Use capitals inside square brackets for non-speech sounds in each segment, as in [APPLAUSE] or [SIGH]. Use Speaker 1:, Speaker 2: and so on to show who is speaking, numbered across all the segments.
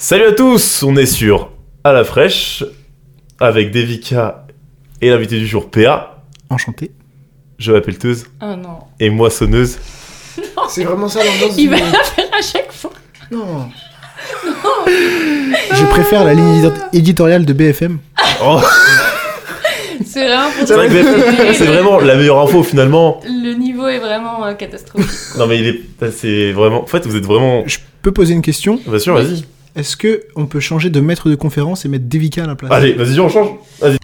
Speaker 1: Salut à tous, on est sur À la fraîche avec Devika et l'invité du jour PA.
Speaker 2: Enchanté.
Speaker 1: Je m'appelle Teuse
Speaker 3: Ah non.
Speaker 1: et moi sonneuse.
Speaker 4: C'est vraiment ça l'ambiance
Speaker 3: [LAUGHS] Il
Speaker 4: du-
Speaker 3: va la faire à chaque fois.
Speaker 4: Non.
Speaker 2: Je préfère la ligne édito- éditoriale de BFM.
Speaker 1: Oh,
Speaker 3: C'est vraiment pour
Speaker 1: c'est vrai que c'est vraiment la meilleure info finalement.
Speaker 3: Le niveau est vraiment euh, catastrophique.
Speaker 1: Non mais il est c'est vraiment en fait vous êtes vraiment
Speaker 2: Je peux poser une question
Speaker 1: Bien sûr, vas-y.
Speaker 2: Est-ce que on peut changer de maître de conférence et mettre Devika à la place
Speaker 1: Allez, vas-y, on change. Vas-y.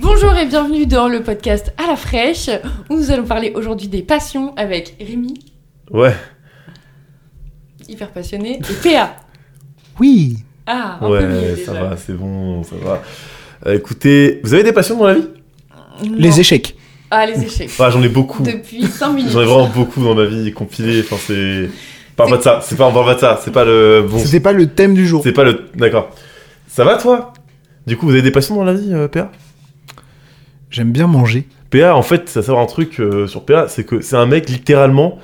Speaker 3: Bonjour et bienvenue dans le podcast À la fraîche, où nous allons parler aujourd'hui des passions avec Rémi,
Speaker 1: Ouais,
Speaker 3: hyper passionné, et PA.
Speaker 2: Oui.
Speaker 3: Ah, un peu mieux
Speaker 1: ouais,
Speaker 3: déjà.
Speaker 1: ça va, c'est bon, ça va. Euh, écoutez, vous avez des passions dans la vie
Speaker 3: Non.
Speaker 2: Les échecs.
Speaker 3: Ah, les échecs.
Speaker 1: Ah, j'en ai beaucoup.
Speaker 3: Depuis 5 minutes.
Speaker 1: J'en ai vraiment beaucoup dans ma vie compilée. Enfin, c'est. Parle pas de ça, c'est pas, parle pas de ça, c'est pas le bon.
Speaker 2: C'était pas le thème du jour.
Speaker 1: C'est pas le. D'accord. Ça va toi Du coup, vous avez des passions dans la vie, euh, PA
Speaker 2: J'aime bien manger.
Speaker 1: PA, en fait, ça sert un truc euh, sur PA, c'est que c'est un mec, littéralement,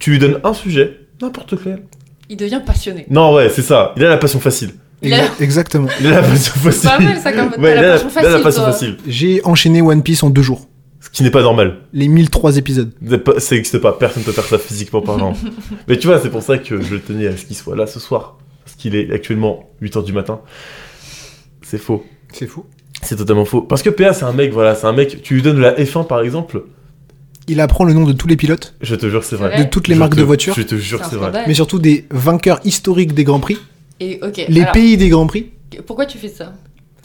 Speaker 1: tu lui donnes un sujet, n'importe lequel.
Speaker 3: Il devient passionné.
Speaker 1: Non, ouais, c'est ça. Il a la passion facile.
Speaker 3: Il a-
Speaker 2: Exa- Exactement.
Speaker 1: Il a la passion
Speaker 3: C'est
Speaker 1: facile.
Speaker 3: pas mal ça comme
Speaker 1: Ouais,
Speaker 3: t'as
Speaker 1: il a
Speaker 3: la passion
Speaker 1: il a la
Speaker 3: facile.
Speaker 1: passion
Speaker 3: toi.
Speaker 1: facile.
Speaker 2: J'ai enchaîné One Piece en deux jours.
Speaker 1: Ce qui n'est pas normal.
Speaker 2: Les 1003 épisodes.
Speaker 1: C'est pas- Ça n'existe pas, personne peut faire ça physiquement
Speaker 3: [LAUGHS]
Speaker 1: parlant. Mais tu vois, c'est pour ça que je tenais à ce qu'il soit là ce soir. Parce qu'il est actuellement 8h du matin. C'est faux.
Speaker 2: C'est fou.
Speaker 1: C'est totalement faux. Parce que PA, c'est un mec, voilà, c'est un mec. Tu lui donnes la F1 par exemple,
Speaker 2: Il apprend le nom de tous les pilotes,
Speaker 1: je te jure, c'est vrai.
Speaker 3: C'est
Speaker 2: de
Speaker 3: Ouais.
Speaker 2: toutes les
Speaker 1: Je
Speaker 2: marques
Speaker 1: te-
Speaker 2: de voitures,
Speaker 1: Je te jure,
Speaker 3: C'est un
Speaker 1: c'est vrai.
Speaker 3: scandale.
Speaker 2: mais surtout des vainqueurs historiques des grands prix,
Speaker 3: Et ok.
Speaker 2: les
Speaker 3: alors,
Speaker 2: pays des grands prix.
Speaker 3: Pourquoi tu fais ça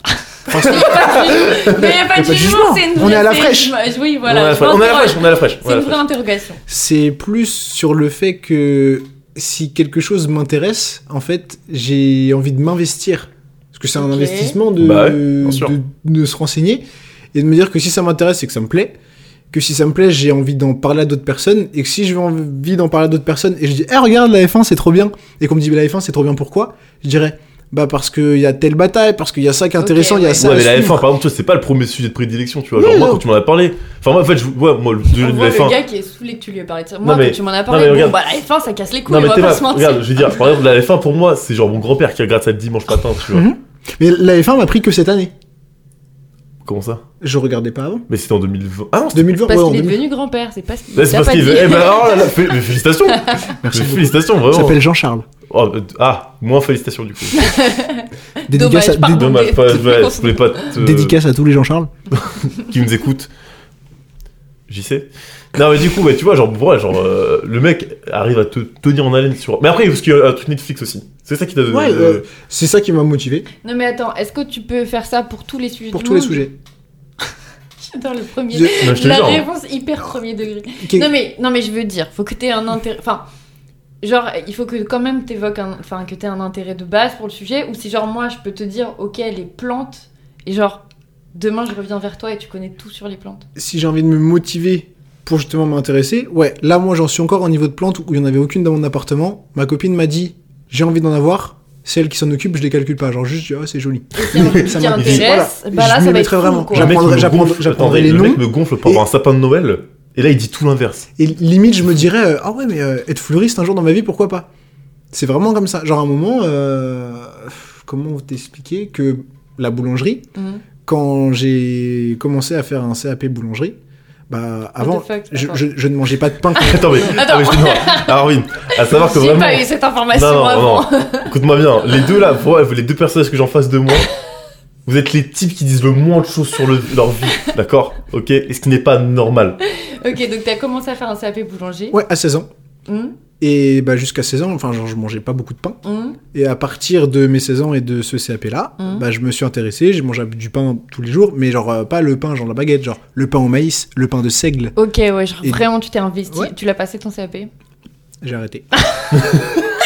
Speaker 3: Il n'y a pas de jugement, Mais il y a pas de jugement, c'est une
Speaker 2: On est à la
Speaker 3: vraie-
Speaker 2: fraîche.
Speaker 3: Oui,
Speaker 1: on, a
Speaker 3: voilà.
Speaker 1: la
Speaker 3: je
Speaker 1: fraîche, on a la
Speaker 3: m'interroge.
Speaker 1: fraîche, on a la fraîche. on
Speaker 3: C'est
Speaker 1: a la
Speaker 3: une
Speaker 1: fraîche.
Speaker 3: vraie interrogation.
Speaker 2: C'est plus sur le fait que si quelque chose m'intéresse, en fait, j'ai envie de m'investir. Parce que c'est un
Speaker 3: Ok.
Speaker 2: investissement de,
Speaker 1: Bah ouais, bien sûr.
Speaker 2: de, de se renseigner et de me dire que si ça m'intéresse, c'est que ça me plaît. Que si ça me plaît, j'ai envie d'en parler à d'autres personnes. Et que si j'ai envie d'en parler à d'autres personnes et je dis, eh, regarde, la F1, c'est trop bien. Et qu'on me dit, bah, la F1, c'est trop bien, pourquoi Je dirais, bah, parce qu'il y a telle bataille, parce qu'il y a ça qui est
Speaker 3: Ok,
Speaker 2: intéressant, il y a
Speaker 3: ouais.
Speaker 2: ça.
Speaker 1: Ouais,
Speaker 2: à
Speaker 1: mais la F1,
Speaker 2: suivre.
Speaker 1: par exemple, tu vois, c'est pas le premier sujet de prédilection, tu vois. Genre,
Speaker 2: Oui,
Speaker 1: moi,
Speaker 2: non.
Speaker 1: quand tu m'en as parlé. Enfin, moi, en fait, je... ouais, moi, le sujet
Speaker 3: On
Speaker 1: de
Speaker 3: voit
Speaker 1: la
Speaker 3: le
Speaker 1: F1.
Speaker 3: gars qui est saoulé que tu lui as parlé de ça. Moi,
Speaker 1: Non, mais-
Speaker 3: quand tu m'en
Speaker 1: non,
Speaker 3: as
Speaker 1: mais
Speaker 3: parlé,
Speaker 1: regarde.
Speaker 3: bon, bah, la F1, ça casse les couilles,
Speaker 1: Non, mais
Speaker 3: on va
Speaker 1: t'es
Speaker 3: pas
Speaker 1: pas.
Speaker 3: se mentir.
Speaker 1: Regarde, je veux dire, par exemple, la F1, pour moi, c'est genre mon grand-père qui regarde ça le dimanche matin, tu
Speaker 3: [LAUGHS]
Speaker 1: vois.
Speaker 2: Mhm. Mais la F1 m'a pris que cette année.
Speaker 1: Comment ça
Speaker 2: Je regardais pas avant.
Speaker 1: Mais c'était en 2020. Ah non, c'était.
Speaker 2: 2020,
Speaker 3: Parce
Speaker 2: ouais, en
Speaker 3: qu'il est
Speaker 2: 2020.
Speaker 3: devenu grand-père, c'est pas ce qu'il
Speaker 1: Là, c'est
Speaker 3: t'a
Speaker 1: parce
Speaker 3: pas
Speaker 1: qu'il
Speaker 3: dit.
Speaker 1: veut. Eh ben alors là, là, fé- mais félicitations!
Speaker 3: [LAUGHS]
Speaker 2: Merci
Speaker 1: Mais
Speaker 2: beaucoup.
Speaker 1: félicitations,
Speaker 2: Il
Speaker 1: vraiment!
Speaker 2: s'appelle Jean-Charles.
Speaker 1: Oh, euh, ah, moins félicitations
Speaker 3: [LAUGHS]
Speaker 1: du coup.
Speaker 2: Dédicace à-
Speaker 3: Dommage,
Speaker 1: Dommage,
Speaker 3: pardon. [LAUGHS]
Speaker 1: pas,
Speaker 3: Dédicace.
Speaker 1: ouais, je voulais pas te-
Speaker 2: Dédicace à tous les Jean-Charles.
Speaker 1: qui nous écoutent. J'y sais. Non, mais du coup, ouais, tu vois, genre, pour vrai, genre euh, le mec arrive à te tenir en haleine sur. Mais après, parce qu'il y a euh, un truc Netflix aussi. C'est ça qui t'a donné.
Speaker 2: Ouais, euh, c'est ça qui m'a motivé
Speaker 3: Non, mais attends, est-ce que tu peux faire ça pour tous les sujets
Speaker 2: pour
Speaker 3: du
Speaker 2: tous les
Speaker 3: monde [LAUGHS]
Speaker 2: sujets.
Speaker 3: J'adore le premier.
Speaker 2: Je-
Speaker 1: bah, je te
Speaker 3: La
Speaker 1: jure.
Speaker 3: réponse hyper premier degré.
Speaker 2: Qu'est-
Speaker 3: Non, mais, non, mais je veux dire, faut que t'aies un intérêt. Enfin, genre, il faut que quand même t'évoques un. Enfin, que t'aies un intérêt de base pour le sujet, ou si, genre, moi, je peux te dire, ok, les plantes, et genre, demain, je reviens vers toi et tu connais tout sur les plantes.
Speaker 2: Si j'ai envie de me motiver pour justement m'intéresser, ouais, là moi j'en suis encore au niveau de plantes où il n'y en avait aucune dans mon appartement. Ma copine m'a dit j'ai envie d'en avoir, c'est elle qui s'en occupe, je les calcule pas, genre juste je dis, ah, c'est joli.
Speaker 3: Et si un truc
Speaker 2: Ça
Speaker 3: qui
Speaker 2: m'intéresse.
Speaker 3: intéresse,
Speaker 2: Voilà.
Speaker 3: bah là,
Speaker 2: Je m'y
Speaker 3: ça va être
Speaker 2: mettrai
Speaker 3: cool,
Speaker 2: vraiment.
Speaker 3: quoi.
Speaker 1: Le mec me gonfle-
Speaker 2: J'apprendrai- j'apprendrai- j'apprendrai
Speaker 1: attendez,
Speaker 2: les
Speaker 1: le
Speaker 2: noms.
Speaker 1: mec me gonfle pour avoir un sapin de Noël. Et là, il dit tout l'inverse. [LAUGHS]
Speaker 2: Et limite je me dirais euh, ah ouais mais euh, être fleuriste un jour dans ma vie pourquoi pas. C'est vraiment comme ça. Genre à un moment, euh, comment t'expliquer que la boulangerie,
Speaker 3: Mhm.
Speaker 2: quand j'ai commencé à faire un CAP boulangerie, bah avant
Speaker 3: What the fuck,
Speaker 2: je,
Speaker 3: attends.
Speaker 2: je, je ne mangeais pas de pain.
Speaker 1: Attends, mais.
Speaker 3: Attends.
Speaker 1: Ah, mais je te
Speaker 3: [LAUGHS]
Speaker 1: demande. Alors, oui, à savoir que
Speaker 3: J'ai
Speaker 1: vraiment.
Speaker 3: pas eu cette information
Speaker 1: non, non,
Speaker 3: avant.
Speaker 1: non. Écoute-moi bien, les deux là, pour- les deux personnages que j'en face de moi, vous êtes les types qui disent le moins de choses sur le- leur vie, d'accord Ok Et ce qui n'est pas normal.
Speaker 3: [LAUGHS] ok, donc t'as commencé à faire un CAP [LAUGHS] boulanger.
Speaker 2: Ouais, à 16 ans.
Speaker 3: Hum,
Speaker 2: Et bah, jusqu'à 16 ans, enfin, genre, je mangeais pas beaucoup de pain.
Speaker 3: hum.
Speaker 2: Et à partir de mes 16 ans et de ce CAP-là,
Speaker 3: Mhm.
Speaker 2: bah, je me suis intéressé. J'ai mangé du pain tous les jours, mais genre euh, pas le pain, genre la baguette, genre le pain au maïs, le pain de seigle.
Speaker 3: Ok, ouais, genre,
Speaker 2: Et-
Speaker 3: vraiment, tu t'es investi.
Speaker 2: Ouais.
Speaker 3: Tu l'as passé ton CAP.
Speaker 2: J'ai arrêté.
Speaker 3: [LAUGHS] Ok,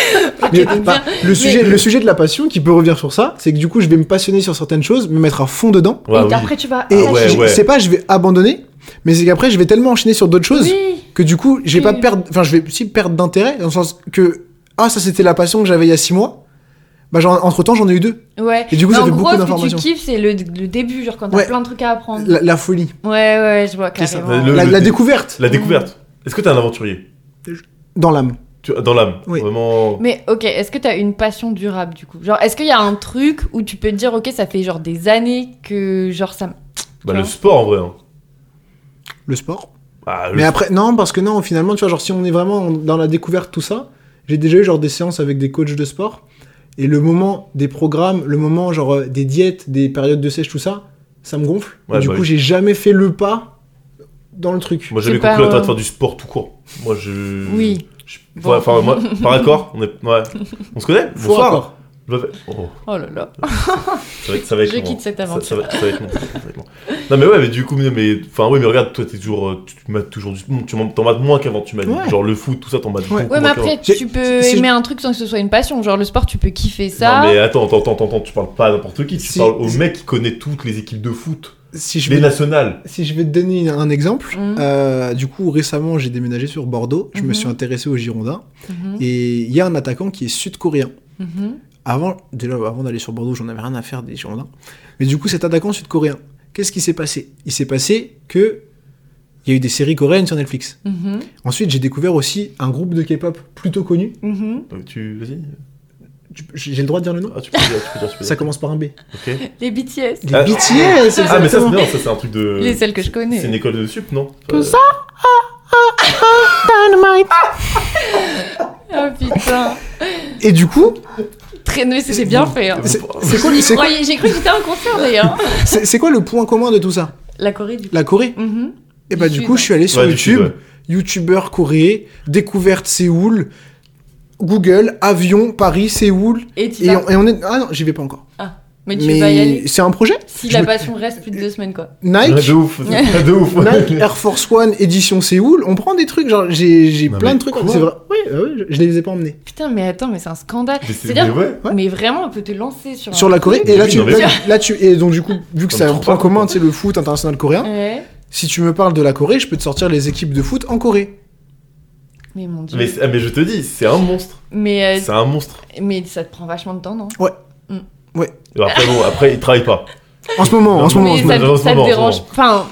Speaker 2: Mais,
Speaker 3: donc
Speaker 2: bah,
Speaker 3: bien.
Speaker 2: le, sujet, le sujet de la passion qui peut revenir sur ça, c'est que du coup, je vais me passionner sur certaines choses, me mettre à fond dedans.
Speaker 1: Ouais,
Speaker 3: et
Speaker 1: oui.
Speaker 3: après, tu vas.
Speaker 2: Et
Speaker 3: Ah,
Speaker 1: ouais,
Speaker 2: je-
Speaker 1: ouais.
Speaker 2: c'est pas, je vais abandonner, mais c'est qu'après, je vais tellement enchaîner sur d'autres choses.
Speaker 3: Oui.
Speaker 2: que du coup, je vais pas
Speaker 3: Oui.
Speaker 2: perdre, enfin, je vais aussi perdre d'intérêt, dans le sens que, ah, ça c'était la passion que j'avais il y a six mois, Bah, genre, entre temps, j'en ai eu deux.
Speaker 3: Ouais.
Speaker 2: Et du coup,
Speaker 3: Mais
Speaker 2: ça
Speaker 3: en
Speaker 2: fait
Speaker 3: gros,
Speaker 2: beaucoup
Speaker 3: ce que tu
Speaker 2: d'informations.
Speaker 3: kiffes, c'est le, le début, genre quand t'as
Speaker 2: Ouais.
Speaker 3: plein de trucs à apprendre.
Speaker 2: La, la folie,
Speaker 3: Ouais, ouais, je vois
Speaker 1: Qu'est-ce que ça-
Speaker 3: carrément.
Speaker 1: Le-
Speaker 2: la,
Speaker 1: Euh, le
Speaker 2: la
Speaker 1: dé-
Speaker 2: découverte
Speaker 1: La découverte. Est-ce que t'es un aventurier
Speaker 2: dans l'âme.
Speaker 1: tu, Dans l'âme
Speaker 2: Oui.
Speaker 1: Vraiment.
Speaker 3: Mais ok, est-ce que t'as une passion durable du coup Genre, est-ce qu'il y a un truc où tu peux te dire, ok, ça fait genre des années que genre ça. me-
Speaker 1: Bah,
Speaker 3: tu
Speaker 1: le
Speaker 3: vois.
Speaker 1: sport en vrai. hein.
Speaker 2: Le sport.
Speaker 1: Ah, le-
Speaker 2: Mais après, non, parce que non, finalement, tu vois, genre, si on est vraiment dans la découverte, tout ça, j'ai déjà eu genre des séances avec des coachs de sport, et le moment des programmes, le moment genre euh, des diètes, des périodes de sèche, tout ça, ça me gonfle. Et
Speaker 1: Ouais,
Speaker 2: du
Speaker 1: bah
Speaker 2: coup,
Speaker 1: oui.
Speaker 2: j'ai jamais fait le pas dans le truc.
Speaker 1: Moi,
Speaker 3: C'est
Speaker 1: j'avais
Speaker 3: pas
Speaker 1: compris
Speaker 3: un-
Speaker 1: l'intérêt de faire du sport tout court. Moi, je.
Speaker 3: Oui.
Speaker 1: Je-
Speaker 3: Bon.
Speaker 1: Ouais, Enfin, moi, par accord, on, est... ouais. on se connaît
Speaker 2: Faux
Speaker 1: Bonsoir.
Speaker 2: rapport.
Speaker 1: Je vais- Oh,
Speaker 3: Oh là là.
Speaker 1: ça va être, ça va être
Speaker 3: Je
Speaker 1: long,
Speaker 3: quitte
Speaker 1: hein.
Speaker 3: cette
Speaker 1: Ça-
Speaker 3: aventure.
Speaker 1: Ça, va, ça va être long, ça va être long. Non, mais ouais, mais du coup, mais, mais- enfin, ouais, mais regarde, toi, t'es toujours, euh, tu, tu mates toujours du monde, tu m'en- t'en mates moins qu'avant, tu m'as dit.
Speaker 2: Ouais.
Speaker 1: Genre le foot, tout ça, t'en mates
Speaker 2: Ouais.
Speaker 1: beaucoup
Speaker 3: Ouais, mais
Speaker 1: moins qu'avant.
Speaker 3: après,
Speaker 2: J'ai-
Speaker 3: tu peux
Speaker 2: euh, si euh, je-
Speaker 3: aimer un truc sans que ce soit une passion. Genre, le sport, tu peux kiffer ça.
Speaker 1: Non, mais attends, attends, attends, attends, tu parles pas à n'importe qui, tu
Speaker 2: Si-
Speaker 1: parles au
Speaker 2: si-
Speaker 1: mec qui connaît toutes les équipes de foot,
Speaker 2: Si je,
Speaker 1: les
Speaker 2: vais,
Speaker 1: nationales.
Speaker 2: si je vais te donner un exemple,
Speaker 3: Mhm.
Speaker 2: euh, du coup, récemment, j'ai déménagé sur Bordeaux, je me
Speaker 3: Mhm.
Speaker 2: suis intéressé aux Girondins,
Speaker 3: Mhm,
Speaker 2: et il y a un attaquant qui est sud-coréen.
Speaker 3: mhm.
Speaker 2: Avant, déjà, avant d'aller sur Bordeaux, j'en avais rien à faire des Girondins. Mais du coup, cet attaquant sud-coréen, qu'est-ce qui s'est passé Il s'est passé que il y a eu des séries coréennes sur Netflix.
Speaker 3: Mhm,
Speaker 2: Ensuite, j'ai découvert aussi un groupe de K-pop plutôt connu.
Speaker 3: mhm.
Speaker 1: Donc, Euh, tu, vas-y.
Speaker 2: Tu- J'ai le droit de dire le nom
Speaker 1: Ah, tu peux dire, tu peux dire, tu peux
Speaker 2: Ça
Speaker 1: dire.
Speaker 2: commence par un B.
Speaker 1: Ok.
Speaker 3: [LAUGHS] Les BTS,
Speaker 2: Les
Speaker 1: Ah.
Speaker 2: BTS,
Speaker 1: Ah, mais ça, c'est
Speaker 2: exactement.
Speaker 1: non, ça, c'est un truc de.
Speaker 3: les celles que je
Speaker 1: C'est une
Speaker 3: connais.
Speaker 1: école de sup, non Euh,
Speaker 2: Comme ça.
Speaker 3: Ah putain.
Speaker 2: Et du coup,
Speaker 3: Très... mais C'était
Speaker 2: C'est-
Speaker 3: bien fait. hein.
Speaker 2: c'est c'est quoi, c'est quoi-
Speaker 3: Croyez- J'ai cru que c'était un concert d'ailleurs.
Speaker 2: c'est- c'est quoi le point commun de tout ça
Speaker 3: [LAUGHS] La Corée du coup.
Speaker 2: La Corée.
Speaker 3: Mhm.
Speaker 2: Et bah,
Speaker 3: Du
Speaker 2: du
Speaker 3: Sud,
Speaker 2: coup, je suis allé sur
Speaker 1: Ouais, du Sud,
Speaker 2: YouTube, YouTubeur coréen, découverte Séoul, Google, avion, Paris, Séoul.
Speaker 3: Et tu
Speaker 2: Et
Speaker 3: vas-
Speaker 2: on, et on est. Ah non, j'y vais pas encore.
Speaker 3: Mais tu vas y aller.
Speaker 2: c'est un projet.
Speaker 3: Si
Speaker 2: je
Speaker 3: la
Speaker 2: me-
Speaker 3: passion reste plus de deux semaines quoi.
Speaker 1: Ouais,
Speaker 2: Nike,
Speaker 1: de ouf, [LAUGHS] de ouf.
Speaker 2: [LAUGHS] Nike Air Force One édition Séoul, on prend des trucs. Genre, j'ai j'ai
Speaker 1: Non,
Speaker 2: plein
Speaker 1: mais
Speaker 2: de trucs.
Speaker 1: quoi
Speaker 2: C'est vrai. Oui, bah oui, je, je les ai pas emmenés.
Speaker 3: Putain, mais attends, mais c'est un scandale.
Speaker 1: Mais c'est-
Speaker 3: C'est-à-dire,
Speaker 1: mais ouais.
Speaker 2: ouais.
Speaker 3: mais vraiment, on peut te lancer sur. un-
Speaker 2: Sur la Corée. Et là,
Speaker 1: Oui,
Speaker 2: tu,
Speaker 1: non, mais-
Speaker 2: là, là, tu. Et donc, du coup, vu que
Speaker 1: Ça
Speaker 2: c'est
Speaker 1: me
Speaker 2: un
Speaker 1: trompe
Speaker 2: point
Speaker 1: pas,
Speaker 2: commun,
Speaker 1: quoi.
Speaker 2: c'est le foot international coréen.
Speaker 3: Ouais.
Speaker 2: Si tu me parles de la Corée, je peux te sortir les équipes de foot en Corée.
Speaker 3: Mais mon dieu.
Speaker 1: Mais,
Speaker 3: Mais,
Speaker 1: c'est- ah, mais je te dis, c'est un monstre.
Speaker 3: euh,
Speaker 1: C'est un monstre.
Speaker 3: mais ça te prend vachement de temps, non
Speaker 1: Et Après, bon, après, il travaille pas.
Speaker 2: En ce moment, en ce moment, en
Speaker 3: Mais
Speaker 2: ce
Speaker 1: non.
Speaker 2: moment.
Speaker 3: ça,
Speaker 1: moment, en ce
Speaker 3: ça
Speaker 1: moment, en
Speaker 3: te
Speaker 1: ce
Speaker 3: dérange.
Speaker 1: moment.
Speaker 3: Enfin,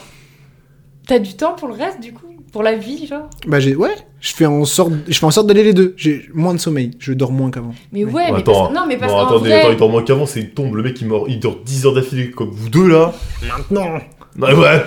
Speaker 3: t'as du temps pour le reste du coup, pour la vie, genre.
Speaker 2: Bah, j'ai. Ouais, je fais en sorte, je fais en sorte d'aller les deux. J'ai moins de sommeil. Je dors moins qu'avant.
Speaker 3: Mais
Speaker 2: Oui.
Speaker 3: ouais,
Speaker 1: Bon,
Speaker 3: mais
Speaker 1: attends,
Speaker 3: parce... non, mais parce
Speaker 1: Non,
Speaker 3: qu'en
Speaker 1: attendez,
Speaker 3: vrai,
Speaker 1: attends, il dort moins qu'avant, c'est il tombe, le mec il meurt, il dort 10 heures d'affilée comme vous deux là.
Speaker 2: Maintenant.
Speaker 1: Non, mais ouais.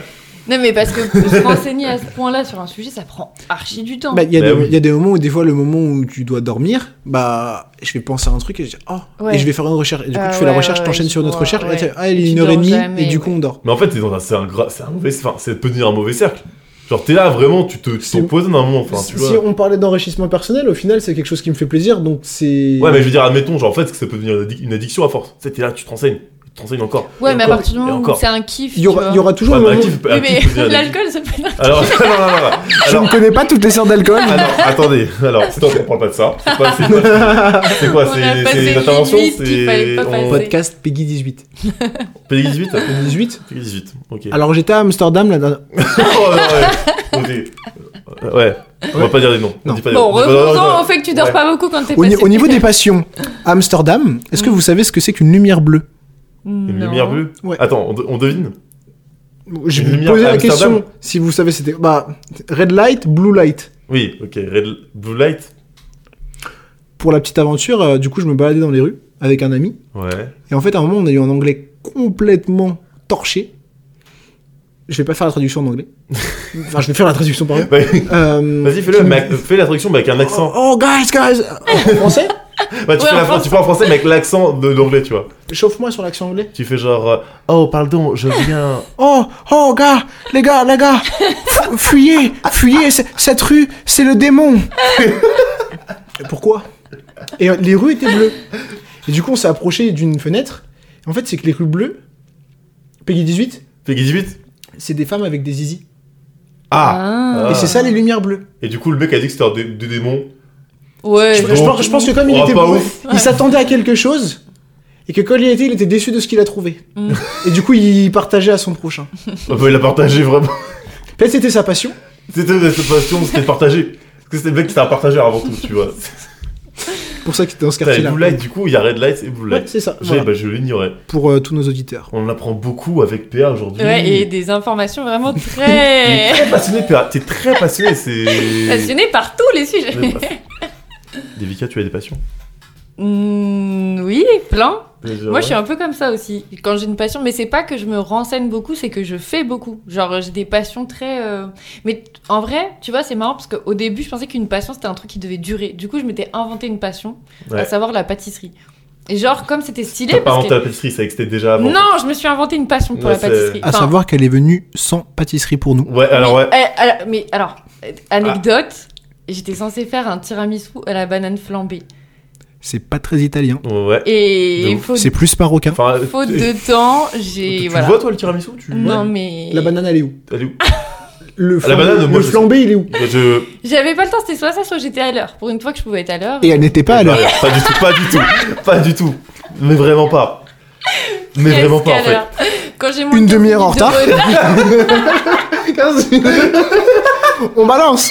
Speaker 3: non, mais parce que se renseigner à ce point-là sur un sujet, ça prend archi du temps.
Speaker 2: Bah, il y, a
Speaker 1: Bah
Speaker 2: des-
Speaker 1: oui.
Speaker 2: il y a des moments où, des fois, le moment où tu dois dormir, bah, je vais penser à un truc et je dis, oh,
Speaker 3: Ouais.
Speaker 2: et je vais faire une recherche. Et du coup,
Speaker 3: Ah
Speaker 2: tu fais la
Speaker 3: ouais,
Speaker 2: recherche,
Speaker 3: ouais,
Speaker 2: t'enchaînes
Speaker 3: je
Speaker 2: sur une autre
Speaker 3: vois,
Speaker 2: recherche, et là,
Speaker 3: ouais.
Speaker 2: tu dis, ah, il
Speaker 3: Et
Speaker 2: est
Speaker 3: tu
Speaker 2: une heure et
Speaker 3: dors
Speaker 2: demie,
Speaker 3: jamais,
Speaker 2: et du
Speaker 3: ouais.
Speaker 2: coup, on dort.
Speaker 1: Mais en fait, t'es dans un, c'est un, gra- c'est un mauvais. Enfin, ça peut devenir un mauvais cercle. Genre, t'es là vraiment, tu te tu
Speaker 2: C'est-
Speaker 1: t'empoisonnes à un moment. Enfin, tu
Speaker 2: si
Speaker 1: vois.
Speaker 2: si on parlait d'enrichissement personnel, au final, c'est quelque chose qui me fait plaisir, donc c'est.
Speaker 1: Ouais, mais je veux dire, admettons, genre en fait, que ça peut devenir une addic- une addiction à force. Tu sais, t'es là, tu te renseignes, tu te renseignes encore.
Speaker 3: ouais,
Speaker 1: et
Speaker 3: mais à
Speaker 1: encore,
Speaker 3: partir du
Speaker 1: et
Speaker 3: moment où
Speaker 1: encore.
Speaker 3: c'est un kiff,
Speaker 2: Il y aura,
Speaker 3: tu
Speaker 2: il y
Speaker 3: vois.
Speaker 2: aura toujours
Speaker 1: Ouais,
Speaker 2: un
Speaker 1: mais
Speaker 2: moment.
Speaker 1: actif,
Speaker 3: Oui,
Speaker 1: actif peut
Speaker 3: mais
Speaker 1: devenir une addiction.
Speaker 3: l'alcool, ça peut [LAUGHS] être.
Speaker 1: Alors, [LAUGHS] non, non, non, non.
Speaker 2: Je ne
Speaker 1: Alors,
Speaker 2: connais pas toutes les sortes
Speaker 3: [LAUGHS]
Speaker 2: d'alcool.
Speaker 1: alors, attendez, alors, c'est toi qu'on parle pas de ça. C'est quoi, c'est quoi, c'est quoi,
Speaker 3: On a
Speaker 1: c'est-
Speaker 3: passé
Speaker 1: c'est une
Speaker 3: les
Speaker 1: intervention
Speaker 3: limites qu'il fallait
Speaker 1: C'est.
Speaker 3: pas
Speaker 1: on-
Speaker 2: [LAUGHS]
Speaker 3: passer.
Speaker 2: Podcast Peggy 18.
Speaker 1: Peggy 18 ça fait
Speaker 2: 18
Speaker 1: Peggy
Speaker 3: [LAUGHS]
Speaker 1: 18, ok.
Speaker 2: Alors j'étais à Amsterdam la dernière.
Speaker 1: Oh,
Speaker 2: [LAUGHS]
Speaker 1: non, ouais. Ok. Euh, ouais. on va pas dire les noms. On
Speaker 2: Non.
Speaker 1: dit pas les
Speaker 3: Bon,
Speaker 1: noms. Non, non, non,
Speaker 3: revenons
Speaker 1: non.
Speaker 3: au fait que tu dors
Speaker 1: Ouais.
Speaker 3: pas beaucoup quand t'es
Speaker 2: Au, ni-
Speaker 3: passé. Mm.
Speaker 2: au
Speaker 3: [LAUGHS]
Speaker 2: niveau des passions, à Amsterdam, est-ce que vous savez ce que c'est qu'une lumière bleue
Speaker 1: Une lumière bleue
Speaker 2: Ouais.
Speaker 1: Attends, on, de- on devine
Speaker 2: Je
Speaker 1: Une
Speaker 2: vais vous
Speaker 1: lumière
Speaker 2: poser
Speaker 1: à
Speaker 2: la
Speaker 1: Amsterdam
Speaker 2: question. Si vous savez, c'était bah red light, blue light.
Speaker 1: Oui, ok. Red, blue light
Speaker 2: Pour la petite aventure, euh, du coup, je me baladais dans les rues avec un ami.
Speaker 1: Ouais.
Speaker 2: Et en fait, à un moment, on a eu un anglais complètement torché. Je vais pas faire la traduction
Speaker 1: [LAUGHS]
Speaker 2: en anglais. enfin, je vais faire la traduction par
Speaker 1: Ouais. [LAUGHS]
Speaker 2: Euh,
Speaker 1: Vas-y, fais-le.
Speaker 2: qui me
Speaker 1: mais
Speaker 2: dit-
Speaker 1: ac- Fais la traduction, mais avec un
Speaker 2: Oh,
Speaker 1: accent.
Speaker 2: oh, guys, guys En français
Speaker 1: Bah, tu,
Speaker 3: Ouais,
Speaker 1: fais la,
Speaker 3: en
Speaker 1: fra- tu parles en français, mais avec l'accent de l'anglais, tu vois.
Speaker 2: Chauffe-moi sur l'accent anglais.
Speaker 1: Tu fais genre. euh, Oh, pardon, je viens.
Speaker 3: [LAUGHS]
Speaker 2: Oh, oh, gars, les gars, les gars fu- Fuyez, fuyez, c- cette rue, c'est le [LAUGHS] démon Pourquoi Et euh, les rues étaient bleues. Et du coup, on s'est approché d'une fenêtre. En fait, c'est que les rues bleues, Peggy 18,
Speaker 1: Peggy 18
Speaker 2: c'est des femmes avec des zizi.
Speaker 1: Ah
Speaker 3: Ah.
Speaker 2: Et c'est ça les lumières bleues.
Speaker 1: Et du coup, le mec a dit que c'était un dé- des démons.
Speaker 3: Ouais.
Speaker 2: Je, je
Speaker 1: bon.
Speaker 2: pense, je pense que comme il
Speaker 1: Ah. Oh,
Speaker 2: était
Speaker 1: pas
Speaker 2: bourré,
Speaker 1: ouf.
Speaker 2: il s'attendait à quelque chose. Et que quand il y était, il était déçu de ce qu'il a trouvé.
Speaker 3: Mm.
Speaker 2: Et du coup, il partageait à son prochain.
Speaker 1: Ah bah, il a partagé vraiment. [LAUGHS]
Speaker 2: Peut-être c'était sa passion.
Speaker 1: C'était cette passion, c'était de partager. Parce que c'était le mec qui s'est un partageur avant tout, tu vois.
Speaker 2: pour ça que t'es dans ce
Speaker 1: T'as les
Speaker 2: quartier-là.
Speaker 1: Blue Light, du coup, il y a Red Light et Blue
Speaker 2: hein. Ouais,
Speaker 1: Light.
Speaker 2: c'est ça.
Speaker 1: J'ai-
Speaker 2: voilà,
Speaker 1: bah, je l'ignorais.
Speaker 2: Pour euh, tous nos auditeurs.
Speaker 1: On en apprend beaucoup avec PA aujourd'hui.
Speaker 3: Ouais, et des
Speaker 1: [LAUGHS]
Speaker 3: informations vraiment
Speaker 1: Il est
Speaker 3: très
Speaker 1: très passionné, PA. T'es très passionné, c'est.
Speaker 3: passionnées par tous les sujets.
Speaker 1: Mais bref. Délicat, tu as des passions.
Speaker 3: Mm, oui, plein. Moi, je suis un peu comme ça aussi. Quand j'ai une passion, mais c'est pas que je me renseigne beaucoup, c'est que je fais beaucoup. Genre, j'ai des passions très. euh, Mais t- en vrai, tu vois, c'est marrant parce qu'au début, je pensais qu'une passion c'était un truc qui devait durer. Du coup, je m'étais inventé une passion,
Speaker 1: Ouais.
Speaker 3: à savoir la pâtisserie. Et genre, comme c'était stylé.
Speaker 1: T'as pas
Speaker 3: Parce
Speaker 1: inventé
Speaker 3: que...
Speaker 1: la pâtisserie, c'est que c'était déjà avant.
Speaker 3: Non, je me suis inventé une passion pour
Speaker 1: Ouais,
Speaker 3: la
Speaker 1: c'est-
Speaker 3: pâtisserie.
Speaker 2: À
Speaker 3: Enfin,
Speaker 2: savoir qu'elle est venue sans pâtisserie pour nous.
Speaker 1: Ouais, alors ouais.
Speaker 3: mais, euh, alors- mais alors, euh, anecdote, j'étais censée faire un tiramisu à la banane flambée.
Speaker 2: C'est pas très italien.
Speaker 1: Ouais. De
Speaker 3: Et il
Speaker 1: ouf.
Speaker 3: faut
Speaker 2: C'est plus marocain.
Speaker 1: Enfin,
Speaker 3: Faute
Speaker 1: tu-
Speaker 2: [LAUGHS]
Speaker 3: de temps,
Speaker 1: Tu
Speaker 3: j'ai.
Speaker 1: le
Speaker 3: Voilà.
Speaker 1: vois, toi, le tiramisu tu...
Speaker 3: non, mais.
Speaker 2: La banane, elle est où
Speaker 1: Allez, où
Speaker 2: Le
Speaker 1: Ah, la banane,
Speaker 2: flambé,
Speaker 1: moi,
Speaker 2: le
Speaker 1: je
Speaker 2: flambé, il est où
Speaker 1: Bah, je-
Speaker 3: J'avais pas le temps, c'était soit ça, soit j'étais à l'heure. Pour une fois que je pouvais être à l'heure.
Speaker 2: Et elle n'était pas à l'heure.
Speaker 1: Pas du tout, pas du tout. Pas du tout. Mais vraiment pas. Mais
Speaker 3: presque
Speaker 1: vraiment pas,
Speaker 3: à
Speaker 1: en fait.
Speaker 3: l'heure. Quand j'ai mon
Speaker 2: Une demi-heure en
Speaker 3: minutes de
Speaker 2: retard.
Speaker 3: retard,
Speaker 2: Ah, [LAUGHS] On balance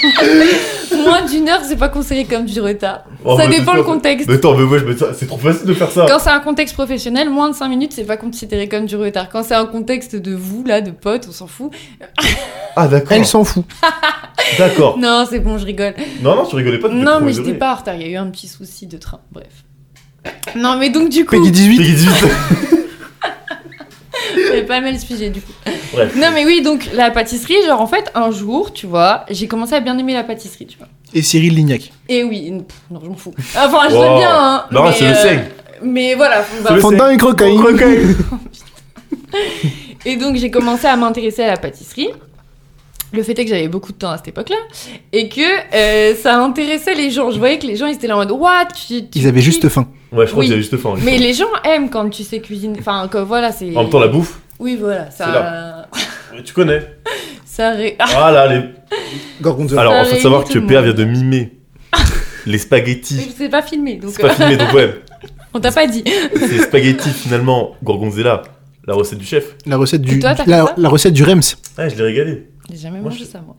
Speaker 3: moins d'une heure, c'est pas conseillé comme du retard.
Speaker 1: Oh,
Speaker 3: ça
Speaker 1: mais
Speaker 3: dépend
Speaker 1: c'est
Speaker 3: le
Speaker 1: pas-
Speaker 3: contexte.
Speaker 1: Mais attends, mais ouais, je me- ça- c'est trop facile de faire ça.
Speaker 3: Quand c'est un contexte professionnel, moins de 5 minutes, c'est pas considéré comme du retard. Quand c'est un contexte de vous, là, de potes, on s'en fout.
Speaker 1: Ah, d'accord.
Speaker 2: Elle s'en fout.
Speaker 1: D'accord.
Speaker 3: Non, c'est bon, je rigole.
Speaker 1: Non, non, tu rigolais Oh. pas. t'étais
Speaker 3: Non, mais
Speaker 1: trop
Speaker 3: j'étais
Speaker 1: énervé.
Speaker 3: pas en retard, il y a eu un petit souci de train. Bref. Non, mais donc du coup,
Speaker 2: Peggy 18.
Speaker 1: Peggy 18.
Speaker 3: j'avais pas mal sujet du coup.
Speaker 1: Bref.
Speaker 3: Non mais oui, donc la pâtisserie, genre en fait, un jour, tu vois, j'ai commencé à bien aimer la pâtisserie, tu vois.
Speaker 2: Et Cyril Lignac.
Speaker 3: Et oui, n- pff, non, je m'en fous. Enfin, je
Speaker 1: Wow.
Speaker 3: veux bien, hein.
Speaker 1: Non,
Speaker 3: mais,
Speaker 1: c'est le
Speaker 3: euh,
Speaker 1: seigle.
Speaker 3: Mais voilà. faut- bah,
Speaker 1: C'est le
Speaker 2: Fondant et crocaille.
Speaker 3: et donc, j'ai commencé à m'intéresser à la pâtisserie. Le fait est que j'avais beaucoup de temps à cette époque-là et que euh, ça intéressait les gens. Je voyais que les gens, ils étaient là en mode What tu, tu
Speaker 2: [LAUGHS] Ils avaient
Speaker 3: cuis-
Speaker 2: juste faim.
Speaker 1: Ouais, je crois
Speaker 3: Oui.
Speaker 1: que j'avais juste faim.
Speaker 3: Mais les gens aiment quand tu sais cuisiner. Enfin, que voilà, c'est.
Speaker 1: En même temps, la bouffe,
Speaker 3: Oui, voilà, ça.
Speaker 1: C'est tu connais.
Speaker 3: Ça. ré- [LAUGHS] Ah,
Speaker 1: Ah là, les
Speaker 2: Gorgonzola.
Speaker 1: Alors,
Speaker 3: Ça
Speaker 1: il faut savoir
Speaker 3: réunit
Speaker 1: que
Speaker 3: tout le
Speaker 1: PA
Speaker 3: monde.
Speaker 1: vient de
Speaker 3: [LAUGHS]
Speaker 1: mimer les
Speaker 3: mais je
Speaker 1: spaghettis.
Speaker 3: sais pas filmer, donc
Speaker 1: C'est pas
Speaker 3: euh,
Speaker 1: filmé, donc ouais.
Speaker 3: on t'a pas dit.
Speaker 1: C'est spaghettis, finalement, gorgonzela, la recette du chef.
Speaker 2: La recette du,
Speaker 3: Et toi, t'as fait
Speaker 2: la,
Speaker 3: ça
Speaker 2: la recette du Rems.
Speaker 1: Ah, je l'ai régalé.
Speaker 3: J'ai jamais
Speaker 1: Moi,
Speaker 3: mangé
Speaker 1: je-
Speaker 3: ça, moi.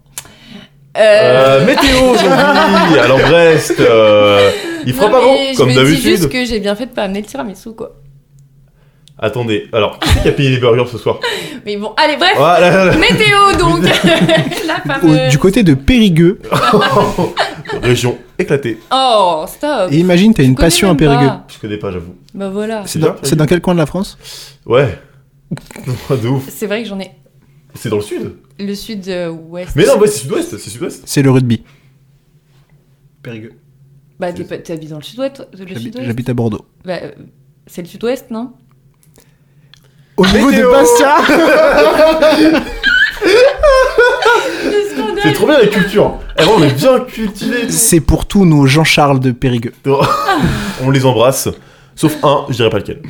Speaker 1: Euh, météo aujourd'hui Alors, Brest, euh, il fera
Speaker 3: non,
Speaker 1: pas
Speaker 3: mais
Speaker 1: bon, comme
Speaker 3: Je me dis juste
Speaker 1: d'habitude.
Speaker 3: que j'ai bien fait de pas amener le tiramisu, quoi.
Speaker 1: Attendez, alors, qui c'est qui a payé les burgers ce soir
Speaker 3: Mais bon, allez, bref.
Speaker 1: Ah là là là.
Speaker 3: Météo
Speaker 1: [LAUGHS]
Speaker 3: donc La fameuse.
Speaker 2: Au- du côté de Périgueux.
Speaker 1: Région éclatée.
Speaker 3: Oh, stop
Speaker 2: Et imagine, t'as une
Speaker 3: connais
Speaker 2: passion à
Speaker 3: même
Speaker 2: Périgueux.
Speaker 3: pas.
Speaker 1: Je connais pas, j'avoue.
Speaker 3: Bah voilà.
Speaker 1: C'est
Speaker 2: C'est dans,
Speaker 1: bien,
Speaker 2: c'est dans quel coin de la France
Speaker 1: Ouais. [LAUGHS] De ouf.
Speaker 3: C'est vrai que j'en ai
Speaker 1: C'est dans le sud.
Speaker 3: le sud-ouest.
Speaker 1: Mais non, ouais, c'est sud-ouest, c'est sud-ouest.
Speaker 2: C'est le rugby. Périgueux.
Speaker 3: Bah t'es pas- t'habites dans le sud-ouest toi Le
Speaker 2: J'habite
Speaker 3: sud-ouest
Speaker 2: j'habite à Bordeaux.
Speaker 3: Bah, euh, c'est le sud-ouest, non
Speaker 2: Au niveau de Bastia
Speaker 3: Le
Speaker 1: [LAUGHS] C'est
Speaker 3: scandale
Speaker 1: trop bien la culture. Eh, on est bien cultivés.
Speaker 2: C'est pour tous nos Jean-Charles de Périgueux.
Speaker 1: On les embrasse. Sauf un, je dirais pas lequel.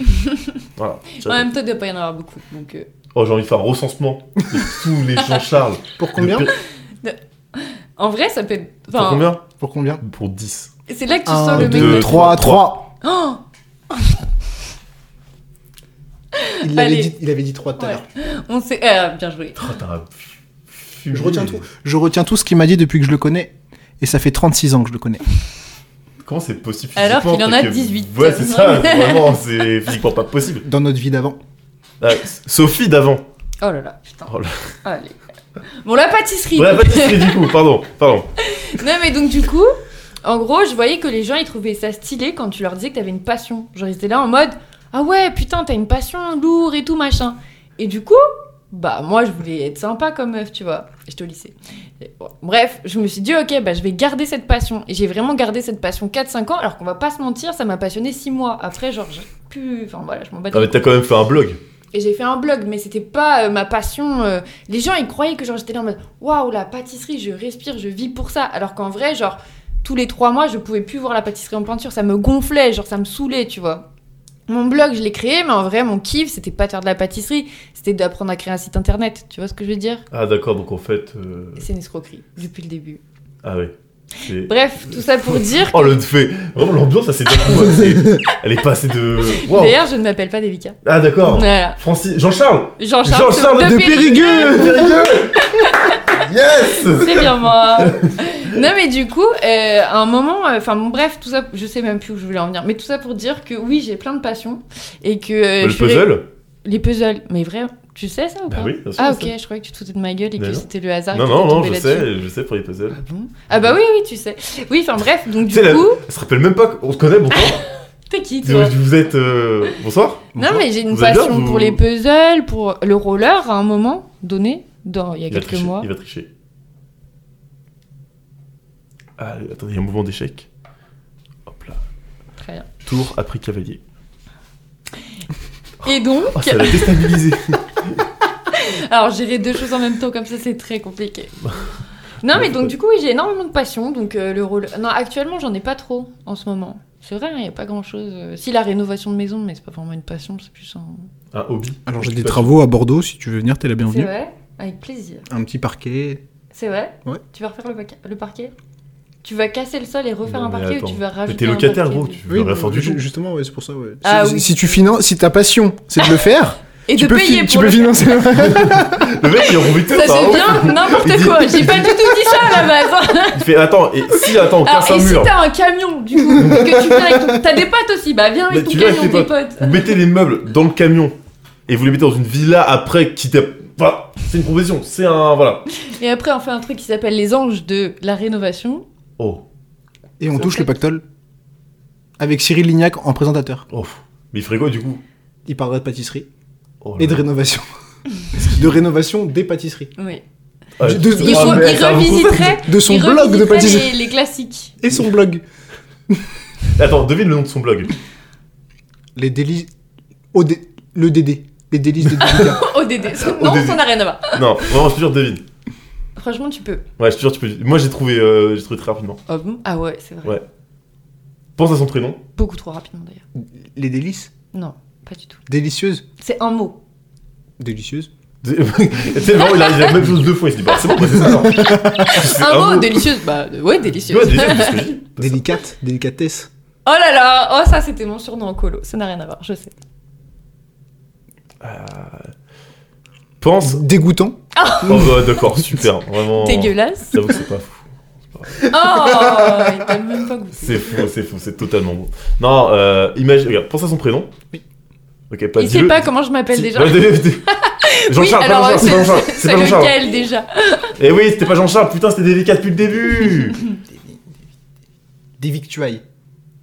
Speaker 1: Voilà. je dirais
Speaker 3: En
Speaker 1: pas.
Speaker 3: même temps, il doit pas y en avoir beaucoup. Donc, euh,
Speaker 1: Oh, j'ai envie de faire un recensement de tous les Jean-Charles.
Speaker 2: Pour
Speaker 1: De-
Speaker 3: En vrai, ça peut être.
Speaker 1: Pour
Speaker 3: enfin,
Speaker 1: combien
Speaker 2: Pour combien
Speaker 1: Pour 10.
Speaker 3: c'est là que tu sens
Speaker 2: 1,
Speaker 3: le mec.
Speaker 1: deux,
Speaker 3: de-
Speaker 2: 2, 3,
Speaker 1: trois,
Speaker 2: 3.
Speaker 3: Oh
Speaker 2: Il
Speaker 3: l'avait Allez. dit-
Speaker 2: il avait dit 3
Speaker 3: Ouais. On sait. euh, bien joué.
Speaker 1: Oh, t'as un fumé.
Speaker 2: Je retiens tout. Je retiens tout ce qu'il m'a dit depuis que je le connais. Et ça fait 36 ans que je le connais.
Speaker 1: Comment c'est possible
Speaker 3: Alors
Speaker 1: physiquement,
Speaker 3: qu'il en a
Speaker 1: t'as que-
Speaker 3: 18.
Speaker 1: Ouais, c'est
Speaker 3: [LAUGHS]
Speaker 1: ça, vraiment, c'est physiquement pas possible.
Speaker 2: Dans notre vie d'avant.
Speaker 1: Ah, Sophie d'avant.
Speaker 3: Oh là là, putain.
Speaker 1: Oh là.
Speaker 3: Allez. Bon, la pâtisserie.
Speaker 1: Ouais, pâtisserie du coup, pardon, pardon.
Speaker 3: [LAUGHS] Non mais donc du coup, en gros, je voyais que les gens ils trouvaient ça stylé quand tu leur disais que t'avais une passion. Genre ils étaient là en mode ah ouais putain t'as une passion lourd et tout machin. Et du coup, bah moi je voulais être sympa comme meuf tu vois. J'étais au lycée. Et bon, Bref, je me suis dit ok bah je vais garder cette passion. Et j'ai vraiment gardé cette passion 4-5 ans alors qu'on va pas se mentir ça m'a passionné 6 mois. Après genre j'ai plus... Enfin voilà je m'en bats
Speaker 1: Non, Ah, mais
Speaker 3: les
Speaker 1: t'as quand même fait un blog.
Speaker 3: et j'ai fait un blog, mais c'était pas euh, ma passion. euh, Les gens, ils croyaient que genre j'étais là en mode waouh, la pâtisserie, je respire, je vis pour ça. Alors qu'en vrai, genre, tous les trois mois, je pouvais plus voir la pâtisserie en peinture. Ça me gonflait, genre, ça me saoulait, tu vois. Mon blog, je l'ai créé, mais en vrai, mon kiff, c'était pas de faire de la pâtisserie, c'était d'apprendre à créer un site internet. Tu vois ce que je veux dire
Speaker 1: Ah, d'accord, donc en fait. euh,
Speaker 3: Et C'est une escroquerie, depuis le début.
Speaker 1: Ah, ouais. C'est-
Speaker 3: Bref, tout ça pour dire.
Speaker 1: Oh, le fait. Vraiment, l'ambiance, ça s'est d'un coup,
Speaker 2: [LAUGHS]
Speaker 1: c'est- Elle est passée de. Wow.
Speaker 3: D'ailleurs, je ne m'appelle pas Devika.
Speaker 1: Ah, d'accord.
Speaker 3: Voilà.
Speaker 1: Francis. Jean-Charles
Speaker 3: Jean-Charles
Speaker 1: Jean-Charles
Speaker 3: de
Speaker 1: de [LAUGHS]
Speaker 3: Périgueux.
Speaker 1: Périgueux
Speaker 4: Yes
Speaker 3: C'est bien moi. [LAUGHS] non mais du coup, euh, à un moment, euh, enfin bon, bref, tout ça, je sais même plus où je voulais en venir, mais tout ça pour dire que oui, j'ai plein de passions et que euh,
Speaker 1: Bah, Le
Speaker 3: je suis-
Speaker 1: puzzle
Speaker 3: les puzzles, mais vrai, tu sais ça ou
Speaker 1: Bah
Speaker 3: pas
Speaker 1: oui, bien sûr,
Speaker 3: Ah
Speaker 1: ça.
Speaker 3: ok, je croyais que tu te foutais de ma gueule et
Speaker 1: Mais
Speaker 3: que
Speaker 1: non.
Speaker 3: c'était le hasard.
Speaker 1: Non,
Speaker 3: qui
Speaker 1: non,
Speaker 3: était
Speaker 1: non,
Speaker 3: tombé
Speaker 1: je
Speaker 3: là-dessus.
Speaker 1: sais, je sais pour les puzzles.
Speaker 3: Ah bon Ah bah oui, oui, tu sais. Oui, enfin bref, donc
Speaker 1: Tu
Speaker 3: du
Speaker 1: sais, la-
Speaker 3: coup,
Speaker 1: elle se rappelle même pas qu'on se connaît,
Speaker 3: [LAUGHS]
Speaker 1: bonsoir.
Speaker 3: t'es qui
Speaker 1: vous,
Speaker 3: toi
Speaker 1: vous êtes. euh, Bonsoir
Speaker 3: Non mais j'ai une
Speaker 1: Vous allez bien,
Speaker 3: passion
Speaker 1: vous-
Speaker 3: pour les puzzles, pour le roller à un moment donné, dans il y a
Speaker 1: Il va
Speaker 3: quelques
Speaker 1: tricher.
Speaker 3: mois.
Speaker 1: Il va tricher. Ah, attendez, il y a un mouvement d'échec. Hop là.
Speaker 3: Très bien.
Speaker 1: Tour après cavalier.
Speaker 3: Et donc,
Speaker 1: Oh, ça l'a déstabilisé.
Speaker 3: Alors, gérer deux choses en même temps comme ça, c'est très compliqué. Non, mais donc, du coup, oui, j'ai énormément de passion. Donc, euh, le rôle. Non, actuellement, j'en ai pas trop en ce moment. C'est vrai, il n'y a pas grand chose. Si la rénovation de maison, mais c'est pas vraiment une passion, c'est plus un.
Speaker 1: un Ah, hobby.
Speaker 2: [LAUGHS]
Speaker 1: Bah,
Speaker 2: Alors j'ai des travaux à Bordeaux, si tu veux venir, t'es la
Speaker 3: C'est
Speaker 2: bienvenue.
Speaker 3: vrai, avec plaisir.
Speaker 2: Un petit parquet.
Speaker 3: C'est vrai
Speaker 2: Ouais.
Speaker 3: Tu vas refaire le, paquet- le parquet Tu vas casser le sol et refaire
Speaker 1: Non,
Speaker 3: un
Speaker 1: mais
Speaker 3: parquet
Speaker 1: attends.
Speaker 3: ou tu vas
Speaker 1: Mais
Speaker 3: rajouter.
Speaker 1: t'es
Speaker 3: un
Speaker 1: locataire,
Speaker 3: parquet
Speaker 1: gros,
Speaker 3: de-
Speaker 1: tu veux rien faire
Speaker 2: bah,
Speaker 1: du tout.
Speaker 2: justement, ouais, c'est pour ça. Ouais.
Speaker 3: Ah
Speaker 2: si,
Speaker 3: oui.
Speaker 2: si tu finances, si ta passion, c'est de le faire,
Speaker 3: [LAUGHS] Et
Speaker 2: tu
Speaker 3: de
Speaker 2: peux, fi-
Speaker 3: payer pour
Speaker 2: tu peux
Speaker 3: le-
Speaker 2: [LAUGHS] financer.
Speaker 1: Le mec, il envie tout
Speaker 3: Ça,
Speaker 1: hein.
Speaker 3: c'est bien
Speaker 1: Il
Speaker 3: n'importe
Speaker 1: dit-
Speaker 3: quoi. J'ai pas du tout dit ça à la base.
Speaker 1: Il fait attends, et si attends, on casse
Speaker 3: Alors, et
Speaker 1: un
Speaker 3: si
Speaker 1: mur,
Speaker 3: t'as un camion, du coup, que tu viens avec ton... T'as des potes aussi, bah viens avec
Speaker 1: Bah,
Speaker 3: ton
Speaker 1: tu viens avec
Speaker 3: camion,
Speaker 1: tes
Speaker 3: tes potes.
Speaker 1: vous mettez les meubles dans le camion et vous les mettez dans une villa après qui t'a. Voilà, c'est une provision, c'est un. Voilà.
Speaker 3: Et après, on fait un truc qui s'appelle les anges de la rénovation.
Speaker 1: Oh,
Speaker 2: Et on touche le pactole avec Cyril Lignac en présentateur.
Speaker 1: oh. Mais il ferait quoi du coup
Speaker 2: Il parlera de pâtisserie
Speaker 1: Oh là
Speaker 2: et de
Speaker 1: là.
Speaker 2: rénovation. [LAUGHS] de rénovation des pâtisseries.
Speaker 3: Oui.
Speaker 1: Ah,
Speaker 2: de-
Speaker 1: tu-
Speaker 3: Il,
Speaker 1: ah,
Speaker 3: faut-
Speaker 1: mais
Speaker 3: Euh, il
Speaker 1: ça vaut-
Speaker 3: revisiterait,
Speaker 2: De son
Speaker 3: il
Speaker 2: blog de
Speaker 3: revisiterait
Speaker 2: pâtisserie.
Speaker 3: les, les classiques.
Speaker 2: Et son blog.
Speaker 1: Attends, devine le nom de son blog.
Speaker 2: Les délices. au dé- Le DD. Les délices de Délica.
Speaker 3: ODD.
Speaker 1: [LAUGHS]
Speaker 3: Non,
Speaker 1: ODD.
Speaker 3: ça n'a rien à voir.
Speaker 1: Non, vraiment, je te jure, devine.
Speaker 3: Franchement, tu peux.
Speaker 1: Ouais, je te jure, tu peux. Moi, j'ai trouvé, euh, j'ai trouvé très rapidement.
Speaker 3: Ah bon Ah ouais, c'est vrai.
Speaker 1: Ouais. Pense à son prénom. [LAUGHS]
Speaker 3: Beaucoup trop rapidement d'ailleurs.
Speaker 2: [LAUGHS] Les délices
Speaker 3: Non, pas du tout.
Speaker 2: Délicieuses
Speaker 3: C'est un mot.
Speaker 2: Délicieuses
Speaker 1: C'est vraiment, il a, il a la même chose deux fois, il se dit, bah, c'est bon, bah, c'est ça. alors. C'est
Speaker 3: Un, mot, délicieuse. Bah euh, ouais,
Speaker 1: Tu vois,
Speaker 3: délicieuse.
Speaker 1: déjà, c'est ce que je dis.
Speaker 2: Délicates [LAUGHS] Délicatesse
Speaker 3: [LAUGHS] oh là là, oh ça c'était mon surnom en colo. Ça n'a rien à voir, je sais.
Speaker 1: Pense.
Speaker 2: Dégoûtant
Speaker 1: Oh, bah,
Speaker 2: [LAUGHS]
Speaker 1: d'accord, super, vraiment.
Speaker 3: Dégueulasse.
Speaker 1: [LAUGHS] J'avoue que c'est pas fou.
Speaker 3: Oh, il t'a même pas goûté.
Speaker 1: C'est fou, c'est fou, c'est totalement bon. Non, euh, imagine, regarde, pense à son prénom.
Speaker 2: Oui.
Speaker 1: Ok, pas
Speaker 3: il sait
Speaker 1: dis-le.
Speaker 3: pas comment je m'appelle
Speaker 1: Si- [LAUGHS]
Speaker 3: déjà.
Speaker 1: Ouais, dé-
Speaker 3: [LAUGHS]
Speaker 1: dé- Jean-Charles,
Speaker 3: oui,
Speaker 1: pas
Speaker 3: alors
Speaker 1: Jean-Charles, c'est pas Jean-Charles, c'est
Speaker 3: c'est
Speaker 1: pas Jean-Charles.
Speaker 3: lequel déjà
Speaker 1: Eh oui, c'était pas Jean-Charles, putain, c'était délicat depuis le
Speaker 3: [LAUGHS]
Speaker 1: début.
Speaker 2: Des victuailles.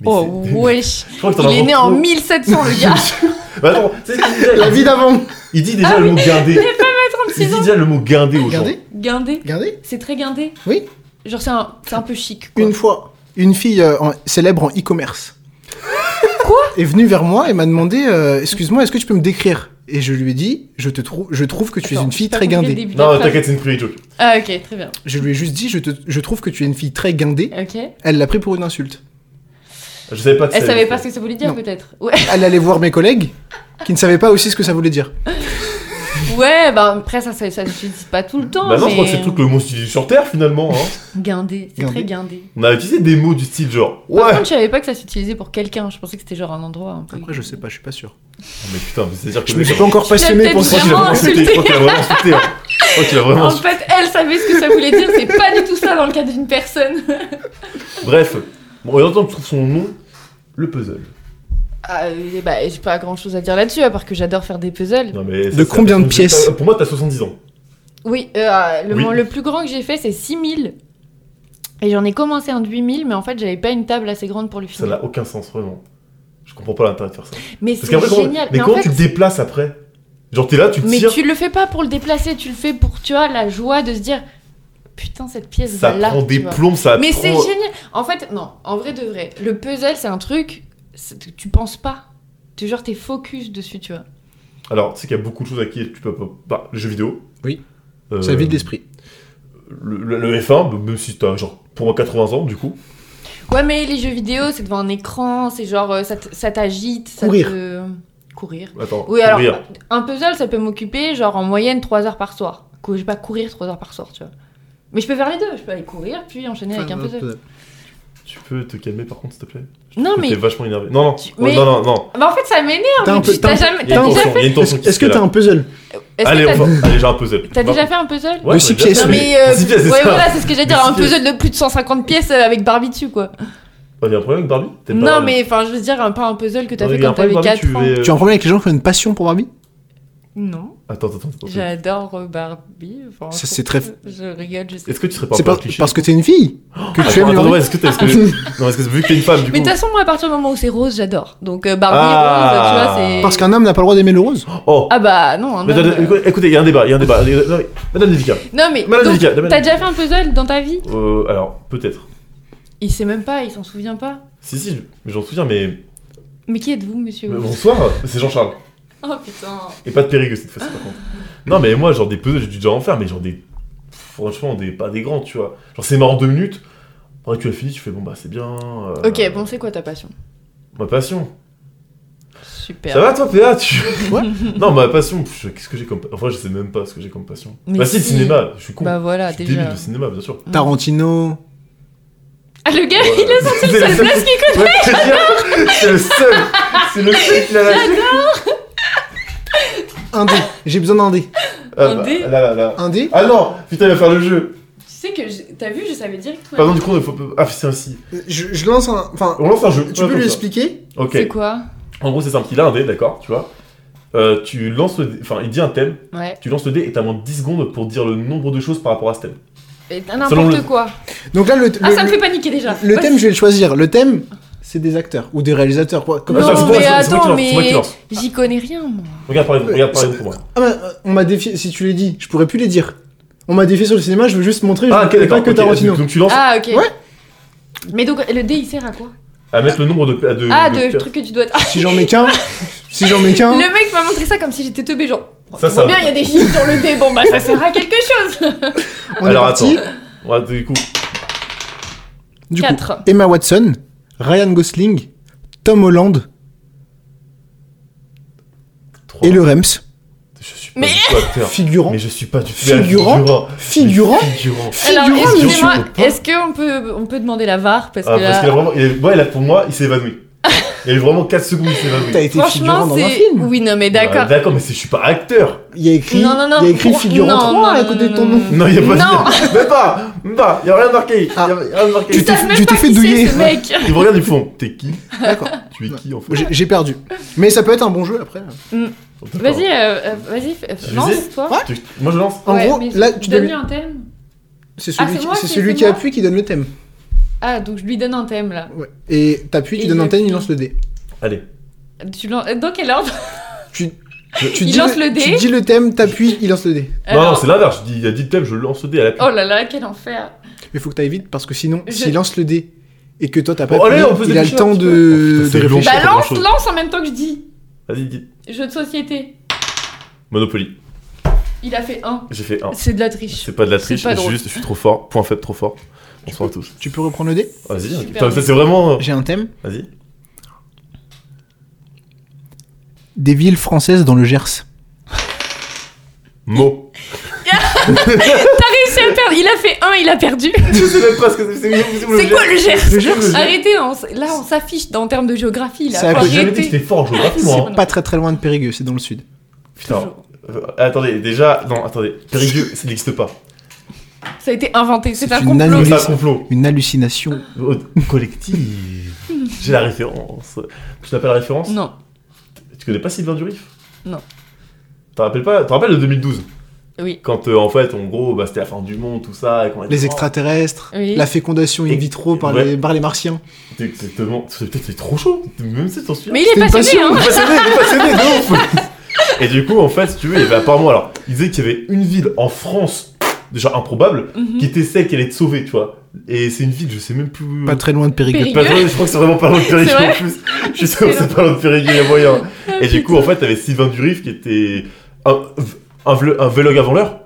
Speaker 1: Mais
Speaker 3: Oh
Speaker 1: c'est-
Speaker 3: wesh.
Speaker 1: Je crois que t'en
Speaker 3: Il
Speaker 1: as
Speaker 3: est né en
Speaker 1: trop.
Speaker 3: 1700 le gars.
Speaker 1: Bah attends, c'est
Speaker 2: La vie d'avant
Speaker 1: Il dit déjà
Speaker 3: Ah
Speaker 1: le
Speaker 3: oui,
Speaker 1: mot guindé. Il
Speaker 3: 36
Speaker 1: dit
Speaker 3: ans.
Speaker 1: déjà le mot guindé aux gens.
Speaker 2: Regardez,
Speaker 3: Guindé.
Speaker 2: regardez.
Speaker 3: C'est très guindé.
Speaker 2: Oui.
Speaker 3: Genre c'est un, c'est un peu chic. Quoi.
Speaker 2: Une fois, une fille euh, en- célèbre en
Speaker 3: [LAUGHS]
Speaker 2: e-commerce est venue vers moi et m'a demandé euh, Excuse-moi, est-ce que tu peux me décrire Et je lui ai dit Je, te trouve, je trouve que tu es
Speaker 3: Attends,
Speaker 2: une fille
Speaker 3: j'ai pas
Speaker 2: très
Speaker 3: compris le
Speaker 2: guindée.
Speaker 3: début de la
Speaker 1: Non,
Speaker 3: phrase.
Speaker 1: t'inquiète, c'est une private joke.
Speaker 3: Ah ok, très bien.
Speaker 2: Je lui ai juste dit Je, te- je trouve que tu es une fille très guindée.
Speaker 3: Ok.
Speaker 2: Elle l'a pris pour une insulte.
Speaker 1: Je savais pas que
Speaker 3: Elle
Speaker 1: ça-
Speaker 3: savait pas ce que ça voulait dire
Speaker 2: Non.
Speaker 3: peut-être. Ouais. [LAUGHS]
Speaker 2: Elle allait voir mes collègues qui ne savaient pas aussi ce que ça voulait dire.
Speaker 3: ouais, bah après ça, ça, ça se dit pas tout le temps.
Speaker 1: Bah non,
Speaker 3: mais...
Speaker 1: je crois que c'est le truc le moins utilisé sur Terre finalement. Hein.
Speaker 3: Guindé, c'est
Speaker 2: Guindé.
Speaker 3: très guindé.
Speaker 1: On a utilisé des mots du style genre
Speaker 3: Par
Speaker 1: ouais.
Speaker 3: contre, je savais pas que ça s'utilisait pour quelqu'un. Je pensais que c'était genre un endroit un peu.
Speaker 2: Après, je sais pas, je suis pas sûr.
Speaker 1: Oh, Mais putain, mais c'est-à-dire que
Speaker 2: Je
Speaker 1: le
Speaker 2: me
Speaker 1: mec-
Speaker 2: suis pas encore
Speaker 3: Tu l'as
Speaker 2: passionné pour
Speaker 1: Je
Speaker 3: peut-être
Speaker 2: ça.
Speaker 1: crois qu'il a vraiment
Speaker 3: Vraiment
Speaker 1: insulté. Je crois qu'il a vraiment insulté. hein. Je crois qu'il a vraiment
Speaker 3: En fait, elle savait ce que ça voulait dire. C'est pas du tout ça dans le cas d'une personne.
Speaker 1: Bref, bon, et en attendant que je trouve son nom, le puzzle.
Speaker 3: Ah, euh, bah, j'ai pas grand chose à dire là-dessus, à part que j'adore faire des puzzles.
Speaker 1: Non, mais ça,
Speaker 2: De
Speaker 1: c'est
Speaker 2: combien de
Speaker 1: t'as-
Speaker 2: pièces
Speaker 1: t'as- Pour moi, t'as 70 ans.
Speaker 3: Oui, euh, le,
Speaker 1: Oui.
Speaker 3: mon- le plus grand que j'ai fait, c'est 6000. Et j'en ai commencé un de 8000, mais en fait, j'avais pas une table assez grande pour le
Speaker 1: Ça
Speaker 3: finir.
Speaker 1: n'a aucun sens, vraiment. Je comprends pas l'intérêt de faire ça.
Speaker 3: Mais
Speaker 1: Parce
Speaker 3: c'est
Speaker 1: qu'après, comment,
Speaker 3: génial.
Speaker 1: mais
Speaker 3: en
Speaker 1: comment
Speaker 3: fait,
Speaker 1: tu le déplaces après Genre, t'es là, tu
Speaker 3: mais
Speaker 1: tires,
Speaker 3: tu le fais pas pour le déplacer, tu le fais pour, tu vois, la joie de se dire Putain, cette pièce
Speaker 1: ça
Speaker 3: va là.
Speaker 1: prend
Speaker 3: tu
Speaker 1: des
Speaker 3: vois.
Speaker 1: plombs, ça
Speaker 3: Mais
Speaker 1: prend-
Speaker 3: c'est génial. En fait, non, en vrai de vrai, le puzzle, c'est un truc, c'est- tu penses pas. Tu genre, t'es focus dessus, tu vois.
Speaker 1: Alors, tu sais qu'il y a beaucoup de choses à qui tu peux pas. Bah, le jeu vidéo.
Speaker 2: Oui.
Speaker 1: Euh,
Speaker 2: Ça vide l'esprit.
Speaker 1: Le, le- le F1, même si t'as genre pour moi 80 ans, du coup.
Speaker 3: Ouais, mais les jeux vidéo, c'est devant un écran, c'est genre, euh, ça t- ça t'agite, ça
Speaker 2: Courir.
Speaker 3: te. Courir.
Speaker 1: Attends,
Speaker 3: Oui, alors,
Speaker 1: courir.
Speaker 3: un puzzle, ça peut m'occuper, genre, en moyenne, 3 heures par soir. Cou- Je vais pas courir 3 heures par soir, tu vois. Mais je peux faire les deux, je peux aller courir, puis enchaîner avec un
Speaker 2: Enfin, euh,
Speaker 3: puzzle.
Speaker 1: Tu peux te calmer par contre, s'il te plaît
Speaker 3: Non,
Speaker 1: Parce que
Speaker 3: mais.
Speaker 1: T'es vachement énervé. Non, non,
Speaker 3: Tu-
Speaker 1: ouais,
Speaker 3: mais-
Speaker 1: non, non, non.
Speaker 3: Bah, en fait, ça m'énerve.
Speaker 2: T'as un
Speaker 3: mais
Speaker 2: peu-
Speaker 3: tu-
Speaker 2: t'as un
Speaker 3: T'as
Speaker 2: peu-
Speaker 3: jamais.
Speaker 1: Il y a
Speaker 3: T'as
Speaker 1: une
Speaker 3: déjà
Speaker 1: tension, il y a une tension
Speaker 2: Est-ce
Speaker 1: qui
Speaker 2: est-ce
Speaker 1: se
Speaker 2: que
Speaker 1: crée
Speaker 2: t'as
Speaker 1: là.
Speaker 2: un puzzle
Speaker 3: Est-ce
Speaker 1: Allez,
Speaker 3: que
Speaker 1: on
Speaker 3: t'as-
Speaker 1: va- allez, j'ai un puzzle.
Speaker 3: t'as
Speaker 1: Va-
Speaker 3: déjà fait un puzzle
Speaker 1: Ouais,
Speaker 2: De
Speaker 1: j'en ai
Speaker 2: six
Speaker 1: déjà
Speaker 2: pièces,
Speaker 1: fait.
Speaker 3: Non mais euh,
Speaker 1: Six pièces, c'est
Speaker 3: ouais
Speaker 1: ça.
Speaker 3: voilà c'est ce que j'allais dire
Speaker 1: Mais
Speaker 3: un
Speaker 1: si,
Speaker 3: puzzle de plus de 150 pièces euh, avec Barbie dessus quoi.
Speaker 1: On a un problème avec Barbie T'es pas-
Speaker 3: Non mais enfin je veux dire un pas un puzzle que t'as
Speaker 1: Non,
Speaker 3: fait
Speaker 1: il y a
Speaker 3: quand
Speaker 1: un problème
Speaker 3: t'avais
Speaker 1: avec Barbie,
Speaker 3: 4 ans.
Speaker 1: tu es-
Speaker 2: Tu as un problème avec les gens qui ont une passion pour Barbie
Speaker 3: Non
Speaker 1: Attends, attends, attends. attends.
Speaker 3: j'adore euh, Barbie. enfin,
Speaker 2: Ça,
Speaker 3: je-
Speaker 2: c'est très-
Speaker 3: Je rigole je sais.
Speaker 1: Est-ce que tu serais pas un
Speaker 2: C'est
Speaker 1: peu un
Speaker 2: pas
Speaker 1: cliché Ah,
Speaker 2: parce que t'es une fille
Speaker 1: Attends,
Speaker 2: que tu aimes les
Speaker 1: attends, ouais,
Speaker 2: Barbie.
Speaker 1: est-ce que t'es- est-ce que- Non, est-ce que vu que t'es une femme, du
Speaker 3: Mais de
Speaker 1: coup.
Speaker 3: toute façon moi à partir du moment où c'est rose j'adore donc euh, Barbie
Speaker 1: Ah.
Speaker 3: rose tu vois c'est.
Speaker 2: Parce qu'un homme n'a pas le droit d'aimer le rose.
Speaker 1: Oh
Speaker 3: Ah bah non. un
Speaker 1: Mais
Speaker 3: homme,
Speaker 1: attendez,
Speaker 3: euh,
Speaker 1: écoutez, Écoutez, il y a un débat, il y a un débat. Non, mais- Madame Devika,
Speaker 3: Non mais
Speaker 1: Madame
Speaker 3: donc,
Speaker 1: Devika, Madame
Speaker 3: t'as déjà fait un puzzle dans ta vie
Speaker 1: euh, alors, peut-être.
Speaker 3: Il sait même pas, il s'en souvient pas.
Speaker 1: Si, si, je- mais j'en souviens, mais...
Speaker 3: Mais qui êtes-vous monsieur
Speaker 1: mais Euh, Bonsoir, c'est Jean-Charles.
Speaker 3: [LAUGHS] Oh putain.
Speaker 1: Et pas de Périgueux cette fois-ci, par contre. Non, mais moi, genre des puzzles, j'ai dû déjà en faire, mais genre des. Franchement, des... pas des grands, tu vois. Genre, c'est marrant deux minutes. Après, tu as fini, tu fais bon, bah, c'est bien. euh,
Speaker 3: Ok bon c'est quoi ta passion
Speaker 1: Ma passion.
Speaker 3: Super.
Speaker 1: Ça va, toi, PA
Speaker 3: [LAUGHS]
Speaker 1: tu...
Speaker 2: Ouais.
Speaker 1: Non, ma passion, pff, qu'est-ce que j'ai comme. Enfin, je sais même pas ce que j'ai comme passion.
Speaker 3: Mais
Speaker 1: bah, si, le
Speaker 3: si.
Speaker 1: cinéma, je suis con.
Speaker 3: Bah voilà
Speaker 1: je suis débile
Speaker 3: déjà.
Speaker 1: de cinéma, bien sûr.
Speaker 2: Tarantino.
Speaker 3: Ah le gars il a
Speaker 1: [LAUGHS]
Speaker 3: sorti
Speaker 1: C'est
Speaker 3: le
Speaker 1: le
Speaker 3: seul
Speaker 1: seul-
Speaker 3: blast qui connaît.
Speaker 1: Ouais, je veux dire, c'est le seul C'est le seul qui l'a lâché
Speaker 2: Un dé. J'ai besoin d'un dé.
Speaker 1: Ah,
Speaker 3: Un
Speaker 1: bah,
Speaker 3: dé
Speaker 1: là, là, là.
Speaker 2: Un dé
Speaker 1: Ah non Putain, il va faire le jeu
Speaker 3: Tu sais que je- t'as vu je savais directement.
Speaker 1: Pardon, du coup, on faut... Ah, c'est ainsi.
Speaker 4: Je, je lance un. Enfin,
Speaker 1: On lance un jeu.
Speaker 4: tu
Speaker 1: Ouais,
Speaker 4: peux
Speaker 1: comme
Speaker 4: lui
Speaker 1: ça.
Speaker 4: expliquer
Speaker 1: Ok.
Speaker 3: C'est quoi
Speaker 1: En gros, c'est simple. Il a un dé, d'accord, tu vois. Euh, tu lances le dé... Enfin, il dit un thème,
Speaker 3: Ouais.
Speaker 1: tu lances le dé et t'as moins de 10 secondes pour dire le nombre de choses par rapport à ce thème.
Speaker 3: Et
Speaker 1: Selon
Speaker 3: n'importe
Speaker 1: le-
Speaker 3: quoi.
Speaker 2: Donc là, le,
Speaker 3: Ah
Speaker 2: le-
Speaker 3: ça me
Speaker 2: le-
Speaker 3: fait paniquer déjà.
Speaker 2: le
Speaker 3: Vas-y.
Speaker 2: thème, je vais le choisir. Le thème, c'est des acteurs ou des réalisateurs. Quoi. Comme
Speaker 3: Non,
Speaker 1: Attends, c'est moi-
Speaker 3: mais
Speaker 1: c'est- c'est moi qui
Speaker 3: attends,
Speaker 1: lance, c'est moi qui
Speaker 3: mais
Speaker 1: lance.
Speaker 3: j'y connais rien, moi.
Speaker 1: Regarde par exemple, regarde par
Speaker 2: ça-
Speaker 1: exemple pour moi.
Speaker 2: Ah bah, euh, on m'a défié, si tu les dis, je pourrais plus les dire. On m'a défié sur le cinéma, je veux juste montrer je
Speaker 1: Ah,
Speaker 2: ne
Speaker 1: ok,
Speaker 2: connais
Speaker 1: d'accord.
Speaker 2: pas que
Speaker 1: ok,
Speaker 2: Tarantino.
Speaker 1: donc tu lances
Speaker 3: Ah, ok.
Speaker 2: Ouais.
Speaker 3: Mais donc, le dé, il sert à quoi
Speaker 1: à mettre le Hein nombre de. de
Speaker 3: Ah,
Speaker 1: de-
Speaker 3: de trucs que tu dois... Ah,
Speaker 2: Si j'en mets qu'un, si j'en mets qu'un,
Speaker 3: [LAUGHS] le mec m'a montré ça comme si j'étais teubé, genre...
Speaker 1: Ça,
Speaker 3: Ça,
Speaker 1: ça-
Speaker 3: bien, il y a des chiffres sur le dé, bon bah ça sert à quelque chose
Speaker 2: on
Speaker 1: Alors
Speaker 2: est parti.
Speaker 1: attends. Ouais, du coup.
Speaker 2: Du coup,
Speaker 3: Quatre.
Speaker 2: Emma Watson, Ryan Gosling, Tom Holland
Speaker 1: trois.
Speaker 2: et le Rems.
Speaker 1: Je suis pas
Speaker 3: Mais-
Speaker 1: du tout acteur.
Speaker 2: Figurant.
Speaker 1: Mais je suis pas du tout
Speaker 2: Figurant.
Speaker 1: Figurant.
Speaker 2: Figurant.
Speaker 1: Mais Figurant.
Speaker 3: Alors,
Speaker 2: Figurant, mais
Speaker 3: excusez-moi,
Speaker 1: je peux pas.
Speaker 3: est-ce qu'on peut, on peut demander la VAR Parce
Speaker 1: Ah, parce
Speaker 3: que là...
Speaker 1: qu'il a vraiment. il est- ouais, là, pour moi, il s'est évanoui. Il y a eu vraiment 4 secondes, il s'est
Speaker 2: T'as
Speaker 1: évanoui.
Speaker 2: été figurant
Speaker 3: Franchement,
Speaker 2: dans un
Speaker 3: c'est...
Speaker 2: film. Bah,
Speaker 3: Oui, non, mais
Speaker 1: Ah,
Speaker 3: d'accord.
Speaker 1: D'accord, mais c'est- je suis pas acteur.
Speaker 2: Il y a écrit,
Speaker 3: Non, non, non,
Speaker 2: il y a écrit
Speaker 3: pour-
Speaker 2: figurant
Speaker 3: non,
Speaker 2: 3 à
Speaker 3: non,
Speaker 2: côté de
Speaker 3: non,
Speaker 2: ton
Speaker 3: non,
Speaker 2: nom.
Speaker 1: Non, il y a pas
Speaker 3: Non.
Speaker 1: de. [LAUGHS] Même pas Même pas Il y a rien marqué.
Speaker 2: Ah.
Speaker 1: Il y a- il y a rien marqué.
Speaker 2: Tu
Speaker 3: Ils
Speaker 2: t'es-
Speaker 3: savent même
Speaker 2: tu t'es
Speaker 3: pas
Speaker 2: fait
Speaker 3: qui c'est,
Speaker 2: douiller. [LAUGHS]
Speaker 3: ce mec
Speaker 1: Ils me regardent, ils font T'es qui
Speaker 2: D'accord.
Speaker 1: Tu es qui en fait
Speaker 2: J'ai j'ai perdu. Mais ça peut être un bon jeu après.
Speaker 1: Oh, d'accord.
Speaker 3: Vas-y, euh, euh, vas-y, f-
Speaker 1: Je sais.
Speaker 3: lance, toi
Speaker 2: Ouais.
Speaker 1: Tu- Moi je lance.
Speaker 2: En
Speaker 3: Ouais,
Speaker 2: gros,
Speaker 3: mais
Speaker 2: là, tu
Speaker 3: donne-lui
Speaker 2: devais-
Speaker 3: un thème.
Speaker 2: C'est
Speaker 3: Ah,
Speaker 2: celui,
Speaker 3: c'est
Speaker 2: qui-
Speaker 3: moi
Speaker 2: c'est
Speaker 3: qui-
Speaker 2: celui
Speaker 3: c'est
Speaker 2: qui
Speaker 3: moi
Speaker 2: appuie qui donne le thème.
Speaker 3: Ah, donc je lui donne un thème, là.
Speaker 2: Ouais. Et t'appuies,
Speaker 3: Et
Speaker 2: tu donnes
Speaker 3: il
Speaker 2: un thème, il
Speaker 3: appuie.
Speaker 2: lance le dé.
Speaker 1: Allez.
Speaker 3: Tu lances... Dans quel ordre
Speaker 2: Tu, tu
Speaker 3: Il
Speaker 2: dis
Speaker 3: lance le dé.
Speaker 2: Tu dis le thème, t'appuies, il lance le dé.
Speaker 1: Non, non,
Speaker 3: Alors-
Speaker 1: c'est l'inverse. Je dis, Il y a 10 thèmes, je lance le dé à la pub.
Speaker 3: Oh là là, quel enfer
Speaker 2: Mais faut que t'ailles vite parce que sinon,
Speaker 3: Je-
Speaker 2: s'il lance le dé et que toi t'as pas
Speaker 1: Bon, Oh, allez,
Speaker 2: appuyé,
Speaker 1: on peut se
Speaker 2: il a le
Speaker 1: dépêcher un
Speaker 2: temps
Speaker 1: petit
Speaker 2: de,
Speaker 1: peu.
Speaker 2: de
Speaker 1: C'est long.
Speaker 2: réfléchir.
Speaker 1: pas
Speaker 3: Bah lance,
Speaker 1: grand-chose.
Speaker 3: lance en même temps que je dis
Speaker 1: Vas-y, dis.
Speaker 3: Jeu de société.
Speaker 1: Monopoly.
Speaker 3: Il a fait 1.
Speaker 1: J'ai fait 1.
Speaker 3: C'est de la triche.
Speaker 1: C'est pas de la
Speaker 3: C'est
Speaker 1: triche,
Speaker 3: pas drôle.
Speaker 1: juste je suis trop fort. Point faible, trop fort. Bonsoir à tous. Ah,
Speaker 2: Tu peux reprendre le dé
Speaker 1: Vas-y,
Speaker 3: Super.
Speaker 1: ok. Putain, ça c'est vraiment. euh,
Speaker 2: J'ai un thème.
Speaker 1: Vas-y.
Speaker 2: Des villes françaises dans le Gers.
Speaker 1: Mot.
Speaker 3: T'as réussi à le perdre. Il a fait 1, il a perdu.
Speaker 1: [LAUGHS] je sais même pas ce que c'est.
Speaker 3: C'est quoi le Gers
Speaker 2: Le Gers
Speaker 3: Arrêtez, on s- là on s'affiche dans- en termes de géographie. Là.
Speaker 2: C'est à
Speaker 1: J'ai jamais dit que
Speaker 3: Arrêtez.
Speaker 1: j'étais fort en géographie, moi. hein.
Speaker 2: Pas très très loin de Périgueux, c'est dans le sud.
Speaker 1: Putain. Euh, attendez, déjà, non, attendez. Périgueux, ça n'existe pas.
Speaker 3: Ça a été inventé, c'est
Speaker 2: C'est
Speaker 3: un
Speaker 2: une
Speaker 3: complot.
Speaker 2: année.
Speaker 1: C'est un
Speaker 2: c'est-
Speaker 1: complot.
Speaker 2: Une hallucination.
Speaker 1: Oh, [LAUGHS] Collectif. J'ai la référence. Tu n'as pas la référence
Speaker 3: Non.
Speaker 1: Tu connais pas Sylvain Durif
Speaker 3: Non.
Speaker 1: T'en rappelles pas T'en rappelles le 2012
Speaker 3: Oui.
Speaker 1: Quand euh, en fait, en gros, bah, c'était la fin du monde, tout ça. Et qu'on était-
Speaker 2: Les extraterrestres,
Speaker 3: Oui.
Speaker 2: la fécondation in
Speaker 1: Et-
Speaker 2: vitro par,
Speaker 1: ouais.
Speaker 2: les, par les martiens.
Speaker 1: T'es- Exactement. C'est peut-être c'est trop chaud. Même si t'en souviens.
Speaker 3: Mais il est
Speaker 2: C'était une
Speaker 3: passionné,
Speaker 2: passion.
Speaker 1: Il
Speaker 3: hein
Speaker 1: est passionné, il est passionné de [LAUGHS] ouf Et du coup, en fait, si tu veux, il y avait apparemment, alors, il disait qu'il y avait une ville en France, déjà improbable,
Speaker 3: Mhm.
Speaker 1: qui était celle qui allait être sauvée, tu vois. Et c'est une ville, je sais même plus.
Speaker 2: Pas très loin de Périgueux.
Speaker 3: Périgueux.
Speaker 1: Pas très- je crois que c'est vraiment pas loin de Périgueux
Speaker 3: C'est vrai
Speaker 1: en plus. Je suis sûr que c'est pas loin de Périgueux, il y a moyen.
Speaker 3: Ah,
Speaker 1: Et
Speaker 3: [LAUGHS]
Speaker 1: du coup, en fait, t'avais Sylvain Durif qui était un, un, vlo- un vélogue avant l'heure.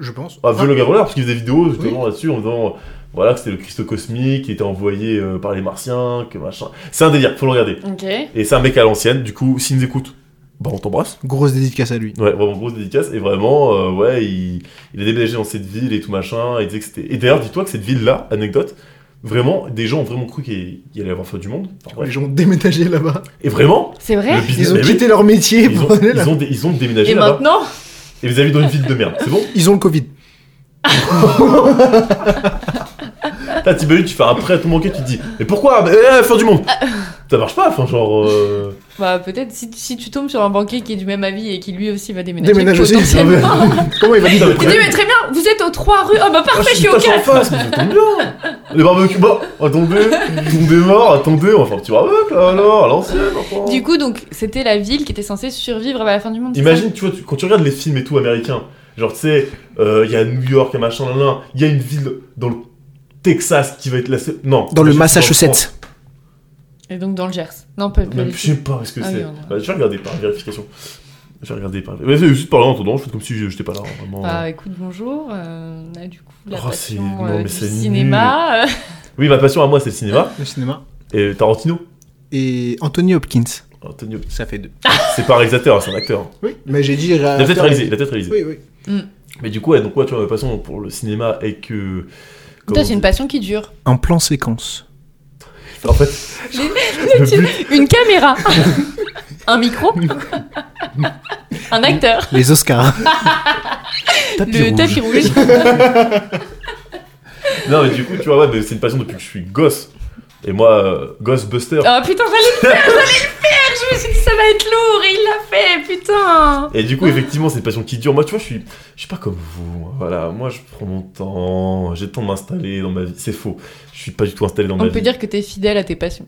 Speaker 2: Je pense.
Speaker 1: Un vélogue avant l'heure, parce qu'il faisait des vidéos justement là-dessus en disant. euh, Voilà, que c'était le Christ cosmique qui était envoyé euh, par les martiens, que machin. C'est un délire, faut le regarder.
Speaker 3: Ok.
Speaker 1: Et c'est un mec à l'ancienne, du coup, s'il nous écoute, bah on t'embrasse.
Speaker 2: Grosse dédicace à lui.
Speaker 1: Ouais, vraiment grosse dédicace. Et vraiment, euh, ouais, il, il a déménagé dans cette ville et tout machin. Il disait que c'était. Et d'ailleurs, dis-toi que cette ville-là, anecdote, vraiment, des gens ont vraiment cru qu'il qu'il allait y avoir fin du monde. Enfin, ouais.
Speaker 2: Les gens ont déménagé là-bas.
Speaker 1: Et vraiment,
Speaker 3: C'est vrai
Speaker 1: le business.
Speaker 2: Ils ont
Speaker 1: mais oui,
Speaker 2: quitté leur métier
Speaker 1: ils ont,
Speaker 2: pour aller
Speaker 1: ils
Speaker 2: là.
Speaker 1: ont dé- ils ont déménagé
Speaker 3: Et
Speaker 1: là-bas.
Speaker 3: maintenant
Speaker 1: et vous habitez dans une ville de merde, c'est bon
Speaker 2: Ils ont le Covid.
Speaker 1: Là, t'imagines, tu fais un prêt à ton banquier, tu te dis, mais pourquoi Mais, eh, Fin du monde Ça marche pas, enfin, genre. euh,
Speaker 3: Bah peut-être si, si tu tombes sur un banquier qui est du même avis et qui lui aussi va déménager.
Speaker 2: Déménage aussi, ça veut-
Speaker 3: potentiellement.
Speaker 2: Comment il va
Speaker 1: putain,
Speaker 2: dire
Speaker 1: mais
Speaker 3: Tu
Speaker 1: très
Speaker 3: dis
Speaker 1: bien.
Speaker 3: mais très bien, vous êtes aux 3 rues. Oh
Speaker 1: Ah,
Speaker 3: bah parfait, je suis
Speaker 1: pas
Speaker 3: au
Speaker 1: sur
Speaker 3: 4
Speaker 1: face, mais ça tombe bien Les barbecues, bon, attendez, tombez mort, attendez, on va faire un petit barbecue, là, alors, à l'ancienne, enfin.
Speaker 3: Du coup donc c'était la ville qui était censée survivre à la fin du monde. c'est ça
Speaker 1: Imagine, tu vois, tu- quand tu regardes les films et tout américains, genre, tu sais, euh, il y a New York, un machin, là, là, il y a une ville dans le Texas qui va être la. seule- Non.
Speaker 2: Dans le
Speaker 1: je-
Speaker 2: Massachusetts.
Speaker 3: Et donc dans le Gers. Non pas. pas
Speaker 1: Même,
Speaker 3: les-
Speaker 1: je sais pas ce que
Speaker 3: Ah oui,
Speaker 1: c'est.
Speaker 3: on a-
Speaker 1: Bah, je vais regarder par vérification. Je vais regarder par. Mais c'est juste par là en attendant, je fais comme si j'étais pas là. hein, Vraiment.
Speaker 3: Bah écoute bonjour. euh, on a du coup la
Speaker 1: Oh, c'est-
Speaker 3: passion
Speaker 1: non,
Speaker 3: euh,
Speaker 1: mais
Speaker 3: du
Speaker 1: c'est
Speaker 3: cinéma. euh,
Speaker 1: Oui, ma passion à moi, c'est le cinéma.
Speaker 2: Le cinéma.
Speaker 1: Et Tarantino.
Speaker 2: Et Anthony Hopkins.
Speaker 1: Antonio.
Speaker 2: Ça fait deux.
Speaker 1: C'est pas un réalisateur, c'est un acteur.
Speaker 2: Oui. Mais j'ai dit.
Speaker 1: Il a peut-être réalisé. Il a peut-être réalisé.
Speaker 2: Oui, oui.
Speaker 1: Mais du coup, ouais, donc, ouais, tu vois, ma passion pour le cinéma est que. comment
Speaker 3: Toi c'est
Speaker 1: on
Speaker 3: une
Speaker 1: dit
Speaker 3: passion qui dure.
Speaker 2: Un plan séquence.
Speaker 1: En fait, [LAUGHS] le
Speaker 3: Tu-
Speaker 1: but,
Speaker 3: [LAUGHS] Une caméra. [LAUGHS]
Speaker 1: [LAUGHS]
Speaker 3: un micro. un acteur.
Speaker 2: Les [LAUGHS] Oscars.
Speaker 3: le tapis rouge.
Speaker 1: [LAUGHS] Non, mais du coup, tu vois, ouais, mais c'est une passion depuis que je suis gosse. Et moi, euh, Ghostbuster.
Speaker 3: Oh putain, j'allais le faire, j'allais le faire. Je me suis dit ça va être lourd et il l'a fait, putain.
Speaker 1: Et du coup, effectivement, c'est une passion qui dure. Moi, tu vois, je suis, je suis pas comme vous. hein. Voilà, moi, je prends mon temps. J'ai le temps de m'installer dans ma vie. C'est faux. Je suis pas du tout installé dans ma
Speaker 3: On
Speaker 1: vie.
Speaker 3: peut dire que t'es fidèle à tes passions,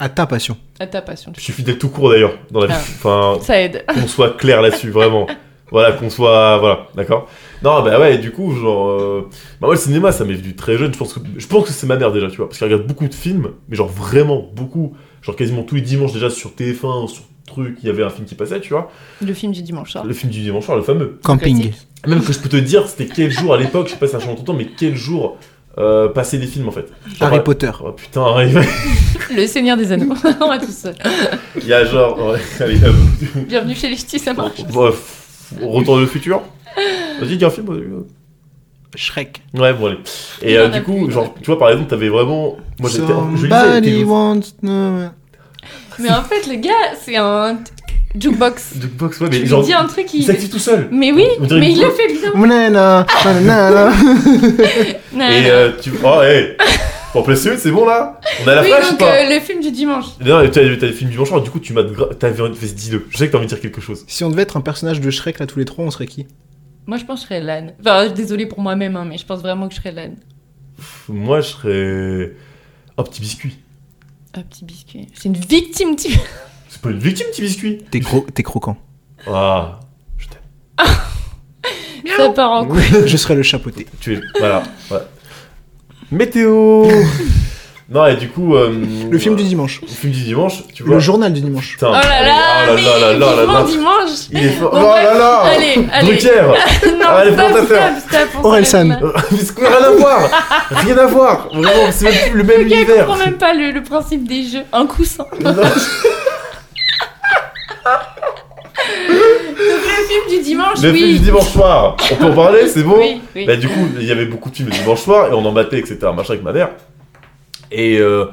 Speaker 2: À ta passion.
Speaker 3: à ta passion.
Speaker 1: Je suis fidèle tout court d'ailleurs dans la vie.
Speaker 3: Ah.
Speaker 1: Enfin,
Speaker 3: Ça aide.
Speaker 1: qu'on soit clair là-dessus, vraiment. Voilà, qu'on soit. Voilà, d'accord Non, bah ouais, du coup, genre. euh, Bah, moi, le cinéma, ça m'est venu très jeune. Je pense que, je pense que c'est ma mère déjà, tu vois. Parce qu'elle regarde beaucoup de films, mais genre vraiment beaucoup. Genre quasiment tous les dimanches déjà sur TF1, sur truc, il y avait un film qui passait, tu vois.
Speaker 3: Le film du dimanche
Speaker 2: Ah.
Speaker 3: hein. soir.
Speaker 1: Le film du dimanche soir, le fameux.
Speaker 2: Camping.
Speaker 3: Classique.
Speaker 1: Même que je peux te dire, c'était quel jour à l'époque, je sais pas si ça change longtemps, mais quel jour euh, passaient les films en fait. Genre,
Speaker 2: Harry
Speaker 1: ouais.
Speaker 2: Potter.
Speaker 1: Oh putain, Harry Potter.
Speaker 3: Le Seigneur des Anneaux. [LAUGHS] On va tous. euh,
Speaker 1: il y a genre. ouais, [LAUGHS] allez, hop.
Speaker 3: Bienvenue chez les ch'tis, ça marche.
Speaker 1: Bref, retour vers le futur. Vas-y, dis un film. vas-y.
Speaker 2: Shrek.
Speaker 1: Ouais, bon, allez. Et
Speaker 3: Il
Speaker 1: euh,
Speaker 3: en a
Speaker 1: du coup,
Speaker 3: plus, il en a
Speaker 1: genre, tu vois, par exemple, t'avais vraiment. Moi, j'étais. Je lisais.
Speaker 2: Somebody
Speaker 1: t'es-
Speaker 2: wants to-
Speaker 3: Mais en fait, le gars, c'est un t- jukebox.
Speaker 1: Jukebox, ouais,
Speaker 3: Je
Speaker 1: mais
Speaker 3: lui
Speaker 1: genre.
Speaker 3: dis oh, un truc,
Speaker 1: Il
Speaker 3: il.
Speaker 1: s'active tout seul.
Speaker 3: Mais oui,
Speaker 1: On dirait
Speaker 3: mais
Speaker 1: une
Speaker 3: il le fait bien.
Speaker 2: Nanana, nanana.
Speaker 3: Non,
Speaker 1: Et
Speaker 3: non.
Speaker 1: euh, tu. Oh, hey En place une, c'est bon là On a la
Speaker 3: oui,
Speaker 1: flash ou
Speaker 3: donc
Speaker 1: pas
Speaker 3: euh, le film du dimanche.
Speaker 1: Non, t'as t'as le film du manchard, du coup, tu m'as. gra- T'avais envie de dis-le. Je sais que t'as envie de dire quelque chose.
Speaker 2: [LAUGHS] Si on devait être un personnage de Shrek là tous les trois, on serait qui
Speaker 3: Moi, je pense que je serais l'âne. Enfin, désolé pour moi-même, hein, mais je pense vraiment que je serais l'âne.
Speaker 1: Moi, je serais. Oh, petit biscuit.
Speaker 3: Un petit biscuit. C'est une victime, tu.
Speaker 1: C'est pas une victime, petit biscuit
Speaker 2: T'es gros, t'es croquant.
Speaker 1: Ah,
Speaker 3: Ça part en couille.
Speaker 2: Je serais le chapeauté.
Speaker 1: tu es. Voilà, ouais.
Speaker 3: [LAUGHS]
Speaker 1: Météo Non, et du coup. euh,
Speaker 2: Le film du dimanche.
Speaker 1: Le film du dimanche, tu vois.
Speaker 2: Le journal du dimanche.
Speaker 1: Putain.
Speaker 3: Oh là là,
Speaker 1: Oh
Speaker 3: mais
Speaker 1: là là là là là.
Speaker 3: vivement dimanche.
Speaker 1: Il est fort.
Speaker 3: Bon,
Speaker 1: oh
Speaker 3: bref.
Speaker 1: là là
Speaker 3: Allez, allez.
Speaker 1: Drucker
Speaker 3: non,
Speaker 1: Allez,
Speaker 3: stop,
Speaker 1: présentateur.
Speaker 3: stop, stop, on
Speaker 2: Orelsan.
Speaker 3: s'arrête là.
Speaker 1: Mais c'est quoi, rien à voir Rien à voir Vraiment, c'est même plus le même
Speaker 3: Le gars il
Speaker 1: univers
Speaker 3: comprend même pas le, le principe des jeux. Un coussin. Le film du dimanche,
Speaker 1: Le
Speaker 3: oui.
Speaker 1: film du dimanche soir On peut en parler, c'est bon
Speaker 3: Oui, oui.
Speaker 1: Bah, du coup, il y avait beaucoup de films le dimanche soir et on en battait, etc. Machin avec ma mère. Et, euh,